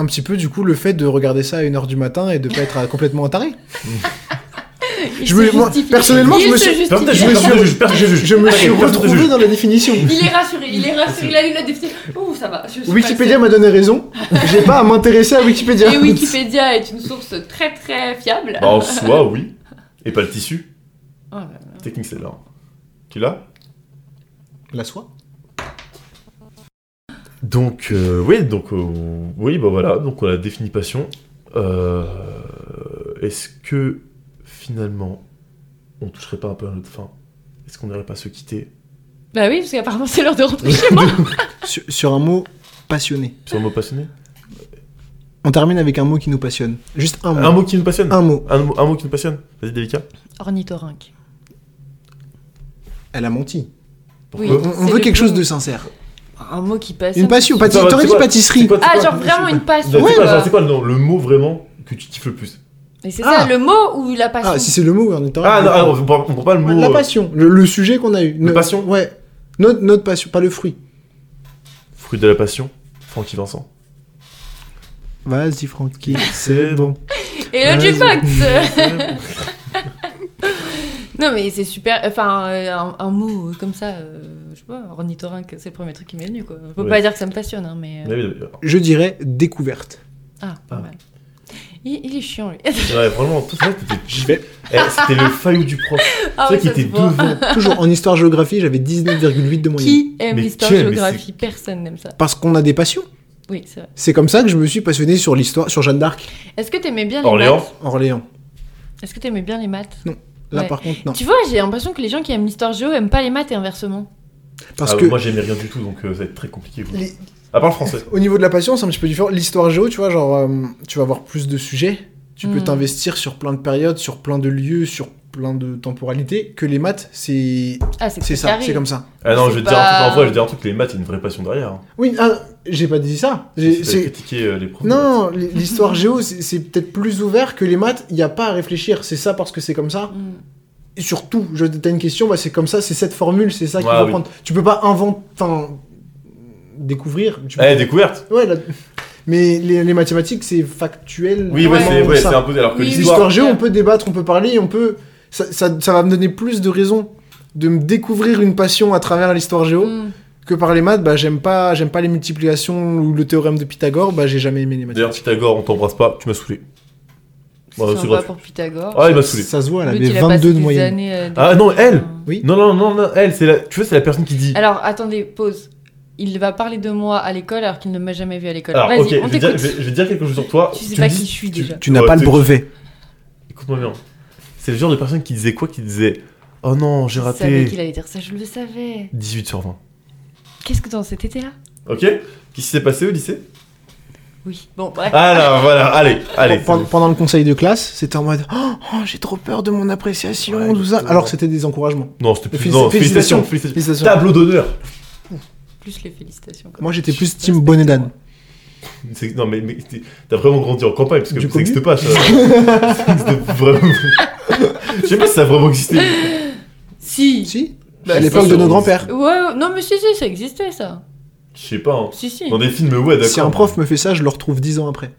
Speaker 2: Un petit peu du coup le fait de regarder ça à 1h du matin et de pas être euh, complètement taré.
Speaker 3: Il
Speaker 2: Je
Speaker 3: se
Speaker 2: me- moi,
Speaker 3: justifie.
Speaker 2: personnellement, je
Speaker 3: Il
Speaker 2: me
Speaker 3: se
Speaker 2: suis-
Speaker 3: justifie.
Speaker 1: Personne je me suis personne te juge.
Speaker 2: Je me
Speaker 1: T'inquiète,
Speaker 2: suis
Speaker 1: personne te
Speaker 2: retrouvé
Speaker 1: juge.
Speaker 2: dans la
Speaker 3: [LAUGHS]
Speaker 2: définition.
Speaker 3: Il est rassuré, il est rassuré, il a eu la définition. Ouh, ça va. je suis
Speaker 2: Wikipédia
Speaker 3: pas
Speaker 2: m'a donné
Speaker 3: [LAUGHS]
Speaker 2: raison. J'ai pas à m'intéresser à
Speaker 3: le
Speaker 2: Wikipédia.
Speaker 3: seul. Et Wikipédia est une source très très fiable.
Speaker 1: Bah, en soi, oui. Et pas le tissu.
Speaker 3: Oh là là.
Speaker 1: Technique, c'est là. Tu l'as
Speaker 2: La soie
Speaker 1: Donc, euh, oui, donc, euh, oui, bah voilà, donc on a défini passion. Euh, Est-ce que finalement, on toucherait pas un peu à notre fin Est-ce qu'on n'irait pas se quitter
Speaker 3: Bah oui, parce qu'apparemment c'est l'heure de rentrer chez moi.
Speaker 2: sur, sur un mot passionné.
Speaker 1: sur un mot passionné
Speaker 2: On termine avec un mot qui nous passionne. Juste un mot.
Speaker 1: Un mot qui nous passionne
Speaker 2: Un mot.
Speaker 1: Un mot, un mot qui nous passionne Vas-y, délicat.
Speaker 3: Ornithorynque.
Speaker 2: Elle a menti.
Speaker 3: Oui,
Speaker 2: On, on
Speaker 3: c'est
Speaker 2: veut
Speaker 3: le
Speaker 2: quelque chose
Speaker 3: plus-
Speaker 2: de sincère.
Speaker 3: Un mot qui passe.
Speaker 2: Une passion, pâtisserie.
Speaker 1: Attends,
Speaker 2: T'aurais
Speaker 1: c'est
Speaker 2: dit
Speaker 1: quoi-
Speaker 2: pâtisserie.
Speaker 1: C'est quoi- c'est
Speaker 3: Ah,
Speaker 1: quoi-
Speaker 3: genre vraiment une
Speaker 1: Non,
Speaker 3: passion.
Speaker 1: c'est quoi,
Speaker 3: quoi.
Speaker 1: genre, c'est quoi le, nom- le mot vraiment que tu kiffes le plus
Speaker 3: Mais c'est
Speaker 2: bah. Ah.
Speaker 3: ça, le mot ou la passion
Speaker 2: Ah, si c'est le mot, on est en
Speaker 1: Ah non, ah, on ne prend pas le mot.
Speaker 2: La
Speaker 1: euh,
Speaker 2: passion. Le, le sujet qu'on a eu. Notre-
Speaker 1: passion
Speaker 2: Ouais. Notre, notre passion, pas le fruit.
Speaker 1: Fruit de la passion, Francky Vincent.
Speaker 2: Vas-y, Francky.
Speaker 1: C'est bon.
Speaker 3: Et le
Speaker 2: Ouais,
Speaker 3: G-Fact Non mais c'est super, enfin euh, un, un mot euh, comme ça, euh, je sais pas, ornithorynque, c'est le premier truc qui m'est venu quoi. Faut
Speaker 1: Ouais.
Speaker 3: pas dire que ça me passionne, hein, mais... euh,
Speaker 1: Mais oui,
Speaker 2: [LAUGHS] Je dirais découverte.
Speaker 3: Ah, pas
Speaker 1: Ah.
Speaker 3: mal. Il, il est chiant lui. [LAUGHS] Ah,
Speaker 1: Ouais, vraiment, tout ça, t'étais.
Speaker 2: Je vais.
Speaker 1: Eh, C'était le faillot du prof.
Speaker 3: Ah
Speaker 1: c'est vrai
Speaker 3: ouais,
Speaker 1: qu'il
Speaker 3: ça se
Speaker 1: était
Speaker 3: voit.
Speaker 1: devant.
Speaker 2: Toujours en histoire-géographie, j'avais 19,8 de moyenne.
Speaker 3: Qui aime
Speaker 1: Mais
Speaker 3: l'histoire
Speaker 1: quel- mais
Speaker 3: géographie Personne n'aime ça.
Speaker 2: Parce qu'on a des passions.
Speaker 3: Oui, c'est vrai.
Speaker 2: C'est comme ça que je me suis passionné sur l'histoire, sur Jeanne d'Arc,
Speaker 3: Est-ce que t'aimais bien les
Speaker 1: Orléans
Speaker 3: maths
Speaker 2: Orléans.
Speaker 3: Est-ce que t'aimais bien les maths
Speaker 2: Là,
Speaker 3: Ouais.
Speaker 2: par contre, non.
Speaker 3: Tu vois, j'ai l'impression que les gens qui aiment l'histoire géo aiment pas les maths et inversement.
Speaker 2: Parce
Speaker 1: Ah,
Speaker 2: que
Speaker 1: Moi, j'aimais rien du tout, donc euh, ça va être très compliqué. vous.
Speaker 2: les-
Speaker 1: À part le français.
Speaker 2: au niveau de la passion, c'est un petit peu différent. L'histoire géo, tu vois, genre, euh, tu vas avoir plus de sujets. Tu peux
Speaker 3: Hmm.
Speaker 2: t'investir sur plein de périodes, sur plein de lieux, sur plein de temporalités. Que les maths, c'est
Speaker 3: Ah, c'est
Speaker 2: c'est ça,
Speaker 3: carré.
Speaker 2: c'est comme ça.
Speaker 1: Ah non, je vais te dire un
Speaker 3: pas-
Speaker 1: truc. En vrai, je vais te dire un truc. Les maths, il y a une vraie passion derrière. hein.
Speaker 2: Oui, ah, j'ai pas dit ça. J'ai-
Speaker 1: Si t'avais
Speaker 2: c'est-
Speaker 1: critiqué euh, les profs.
Speaker 2: Non, l- l'histoire géo, c'est c'est peut-être plus ouvert que les maths. Il n'y a pas à réfléchir. C'est ça parce que c'est comme ça.
Speaker 3: Mm.
Speaker 2: Et surtout, je t'as une question, bah, c'est comme ça, c'est cette formule, c'est ça qu'il
Speaker 1: Ouais,
Speaker 2: faut
Speaker 1: oui.
Speaker 2: prendre. Tu peux pas inventer, enfin, découvrir. tu peux-
Speaker 1: Eh, découverte
Speaker 2: Ouais, là- mais les, les mathématiques, c'est factuel.
Speaker 1: Oui, ouais,
Speaker 3: Ouais.
Speaker 1: c'est ouais,
Speaker 2: ça.
Speaker 1: c'est un peu. Alors que
Speaker 3: Oui, oui.
Speaker 1: l'histoire.
Speaker 2: L'histoire géo, on peut débattre, on peut parler, on peut. Ça, ça- ça va me donner plus de raisons de me découvrir une passion à travers l'histoire géo
Speaker 3: Mm.
Speaker 2: que par les maths. Bah, j'aime pas, j'aime pas les multiplications ou le théorème de Pythagore. Bah, j'ai jamais aimé les maths.
Speaker 1: D'ailleurs, Pythagore, on t'embrasse pas, tu m'as saoulé. Ouais,
Speaker 3: C'est
Speaker 1: c'est
Speaker 3: sympa
Speaker 1: grave.
Speaker 3: pour Pythagore.
Speaker 1: Ah, il m'a
Speaker 2: Ça,
Speaker 1: saoulé.
Speaker 2: se voit, elle
Speaker 3: L'autre,
Speaker 2: avait
Speaker 3: il a passé
Speaker 2: 22 de
Speaker 3: des
Speaker 2: moyenne.
Speaker 3: années, euh,
Speaker 1: Ah, non, elle
Speaker 3: dans-
Speaker 2: Oui.
Speaker 1: Non, non, non, non, elle, c'est la. Tu vois, c'est la personne qui dit.
Speaker 3: Alors, attendez, pause. Il va parler de moi à l'école alors qu'il ne m'a jamais vu à l'école.
Speaker 1: Alors,
Speaker 3: Vas-y,
Speaker 1: ok,
Speaker 3: on
Speaker 1: je vais, dire,
Speaker 3: t'écoute.
Speaker 1: je vais- je vais dire quelque chose sur toi.
Speaker 3: Tu sais
Speaker 1: me
Speaker 3: pas
Speaker 1: dis-
Speaker 3: qui je suis, déjà.
Speaker 2: Tu n'as
Speaker 1: Ouais,
Speaker 2: pas le
Speaker 1: t'es-
Speaker 2: brevet.
Speaker 1: Écoute-moi bien. C'est le genre de personne qui disait quoi Qui disait Oh non, j'ai
Speaker 3: Je savais qu'il
Speaker 1: raté
Speaker 3: allait dire ça, je le savais.
Speaker 1: 18 sur 20.
Speaker 3: Qu'est-ce que dans cet été-là
Speaker 1: Ok Qu'est-ce qui s'est passé au lycée
Speaker 3: Oui, bon, bref.
Speaker 1: Alors voilà, allez, allez.
Speaker 2: Pen- pendant, le conseil de classe, c'était en mode oh, oh, j'ai trop peur de mon
Speaker 1: Ouais,
Speaker 2: appréciation, tout ça.
Speaker 1: exactement.
Speaker 2: Alors que c'était des encouragements.
Speaker 1: Non, c'était plus.
Speaker 2: Félici-
Speaker 1: Non,
Speaker 2: félicitations,
Speaker 1: félicitations, félicitations. Tableau d'honneur
Speaker 3: Plus les félicitations. quoi.
Speaker 2: Moi j'étais
Speaker 3: Je
Speaker 2: plus
Speaker 3: suis
Speaker 2: team
Speaker 3: pas
Speaker 2: bonnet d'âne.
Speaker 1: C'est- Non, mais, mais t'es- t'as vraiment grandi en campagne parce que
Speaker 2: Du
Speaker 1: ça n'existe
Speaker 2: commun.
Speaker 1: pas ça. Ça
Speaker 2: [LAUGHS]
Speaker 1: existe vraiment. Je sais pas si ça a vraiment existé.
Speaker 3: Si.
Speaker 2: Si
Speaker 1: Bah,
Speaker 2: Bah, À l'époque
Speaker 1: ça,
Speaker 2: de nos
Speaker 1: on-
Speaker 2: grands-pères.
Speaker 3: Ouais, ouais, non, mais si, si, ça existait ça.
Speaker 1: Je sais pas. hein.
Speaker 3: Si, si.
Speaker 1: Dans des films, ouais, d'accord.
Speaker 2: Si un prof me fait ça, je le retrouve 10 ans après.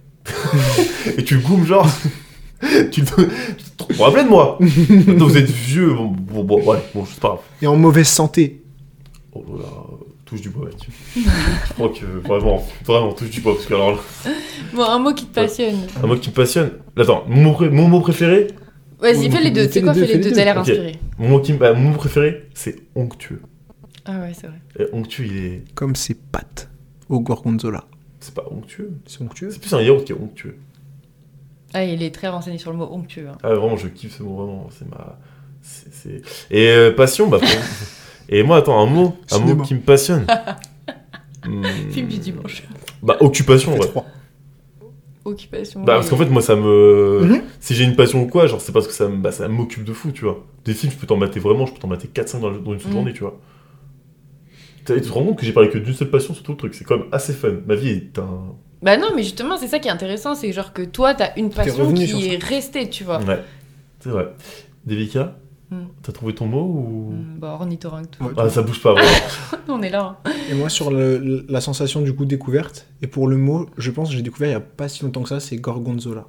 Speaker 1: Et tu goumes genre. [LAUGHS] tu te. tu te- Vous vous rappelez de moi Maintenant, vous êtes vieux. Bon, bon, bon, ouais, bon, c'est pas grave.
Speaker 2: Et en mauvaise santé.
Speaker 1: Oh là, touche du bois, mec. Je crois que vraiment, vraiment, touche du bois. Parce que alors, là,
Speaker 3: Bon, un mot qui te passionne.
Speaker 1: un mot qui me passionne. Attends, mon mot, pré- mon mot préféré
Speaker 3: Vas-y,
Speaker 2: Ou-
Speaker 3: fais les
Speaker 2: fais
Speaker 3: deux. Tu sais
Speaker 2: les
Speaker 3: quoi,
Speaker 2: deux,
Speaker 3: fais les deux, t'as l'air
Speaker 1: Ok.
Speaker 3: inspiré.
Speaker 1: Mon mot, qui me- bah, mon mot préféré, c'est onctueux.
Speaker 3: Ah ouais, c'est vrai.
Speaker 1: Et onctueux, il est.
Speaker 2: Comme ses pattes au gorgonzola.
Speaker 1: C'est pas onctueux.
Speaker 2: C'est onctueux.
Speaker 1: C'est plus un yaourt qui est onctueux.
Speaker 3: Ah, il est très renseigné sur le mot onctueux. hein.
Speaker 1: Ah, vraiment, je kiffe ce mot, vraiment. C'est ma. c'est- c'est- Et euh, passion, bah. pour-
Speaker 2: [LAUGHS]
Speaker 1: Et moi, attends, un mot, un mot
Speaker 2: Cinéma.
Speaker 1: qui me
Speaker 2: [LAUGHS]
Speaker 1: passionne. Hmm,
Speaker 3: Film du dimanche. [LAUGHS]
Speaker 1: Bah, occupation,
Speaker 2: Ça fait
Speaker 1: ouais.
Speaker 2: trois.
Speaker 3: Occupation.
Speaker 1: Bah, parce qu'en fait, moi, ça me.
Speaker 2: Mhm.
Speaker 1: Si j'ai une passion ou quoi, genre, c'est parce que ça me- bah, ça m'occupe de fou, tu vois. Des films, je peux t'en mater vraiment, je peux t'en mater 4-5 dans, dans une seule
Speaker 3: Mhm.
Speaker 1: journée, tu vois. T'as- Tu te rends compte que j'ai parlé que d'une seule passion sur tout le truc, c'est quand même assez fun. Ma vie est un.
Speaker 3: Bah non, mais justement, c'est ça qui est intéressant, c'est genre que toi, t'as une passion
Speaker 2: revenu sur
Speaker 3: qui est restée, tu vois.
Speaker 1: Ouais. C'est vrai. Devika,
Speaker 3: Mhm.
Speaker 1: t'as trouvé ton mot ou.
Speaker 3: Mm, Bah, ornithorynque, tout.
Speaker 2: Ouais.
Speaker 1: Ah, ça bouge pas, vraiment.
Speaker 3: On est là. hein.
Speaker 2: Et moi sur le- la sensation du coup découverte, et pour le mot, je pense que j'ai découvert il y a pas si longtemps que ça, c'est gorgonzola.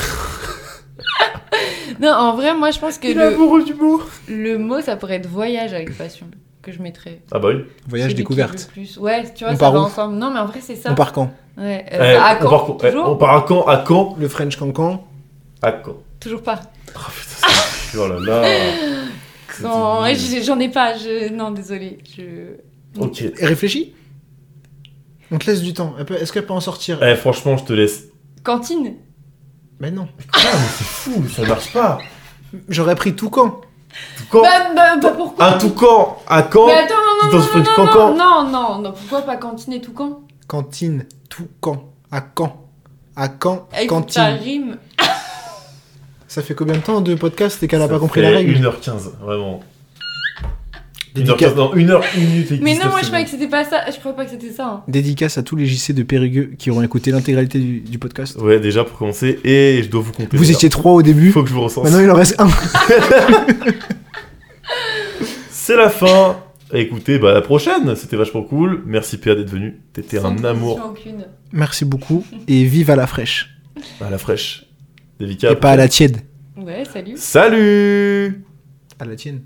Speaker 3: hein. [LAUGHS] Non, en vrai, moi, je pense que
Speaker 2: Il est
Speaker 3: le,
Speaker 2: amoureux du mot
Speaker 3: le mot, ça pourrait être voyage avec passion, que je mettrais.
Speaker 1: ah, bah oui.
Speaker 2: Voyage
Speaker 3: Celui qui
Speaker 2: découverte.
Speaker 3: veut plus. Ouais, tu vois,
Speaker 2: On
Speaker 3: ça
Speaker 2: part
Speaker 3: va
Speaker 2: où
Speaker 3: ensemble. Non, mais en vrai, c'est ça.
Speaker 2: On part quand
Speaker 3: Ouais. euh,
Speaker 1: Eh,
Speaker 3: bah, à
Speaker 1: on,
Speaker 3: Caen,
Speaker 1: part, eh,
Speaker 3: toujours,
Speaker 1: on part à Caen À Caen
Speaker 2: Le French cancan.
Speaker 1: À Caen.
Speaker 3: toujours pas.
Speaker 1: Ah, putain. Oh là
Speaker 3: [LAUGHS]
Speaker 1: là.
Speaker 3: Non, j'ai- j'en ai pas. Je... Non, désolé. Je...
Speaker 1: Ok.
Speaker 2: Et réfléchis.
Speaker 4: On te laisse du temps. Elle peut- Est-ce qu'elle peut en sortir
Speaker 1: Eh, franchement, je te laisse.
Speaker 3: Cantine
Speaker 2: Ben
Speaker 4: Mais non.
Speaker 1: Ah, mais c'est fou, mais ça marche pas.
Speaker 2: J'aurais pris tout quand
Speaker 1: Quand
Speaker 3: bah, bah, bah, pourquoi Bah,
Speaker 1: Un toucan À quand
Speaker 3: Mais attends, non,
Speaker 1: Dans
Speaker 3: non,
Speaker 1: ce truc
Speaker 3: non, non,
Speaker 1: cancan.
Speaker 3: non, non, non, pourquoi pas cantine et tout quand
Speaker 2: Cantine, tout quand À quand À quand
Speaker 3: Eh, écoute, Ça
Speaker 2: Cantine.
Speaker 3: rime.
Speaker 2: Ça fait combien de temps de podcast et qu'elle a
Speaker 1: Ça
Speaker 2: pas compris la
Speaker 1: fait
Speaker 2: règle
Speaker 1: 1h15, vraiment.
Speaker 2: Dédicace.
Speaker 1: 1h15, non, 1h, 1 minute et
Speaker 3: Mais
Speaker 1: 19
Speaker 3: non, moi je
Speaker 1: secondes.
Speaker 3: croyais que c'était pas ça. Je croyais pas que c'était ça. hein.
Speaker 2: Dédicace à tous les JC de Périgueux qui auront écouté l'intégralité du, du podcast.
Speaker 1: Ouais, déjà pour commencer, et je dois vous compter.
Speaker 2: Vous
Speaker 1: les gars.
Speaker 2: étiez trois au début.
Speaker 1: Faut que je vous recense.
Speaker 2: Maintenant, il en reste un.
Speaker 1: C'est la fin. Écoutez, bah à la prochaine. C'était vachement cool. Merci PA d'être venu. T'étais
Speaker 3: Sans
Speaker 1: un amour
Speaker 3: condition aucune.
Speaker 2: Merci beaucoup et vive à la fraîche.
Speaker 1: à la fraîche.
Speaker 2: Et
Speaker 1: Délicat.
Speaker 2: pas à la tiède.
Speaker 3: Ouais, salut.
Speaker 1: Salut
Speaker 2: À la tienne.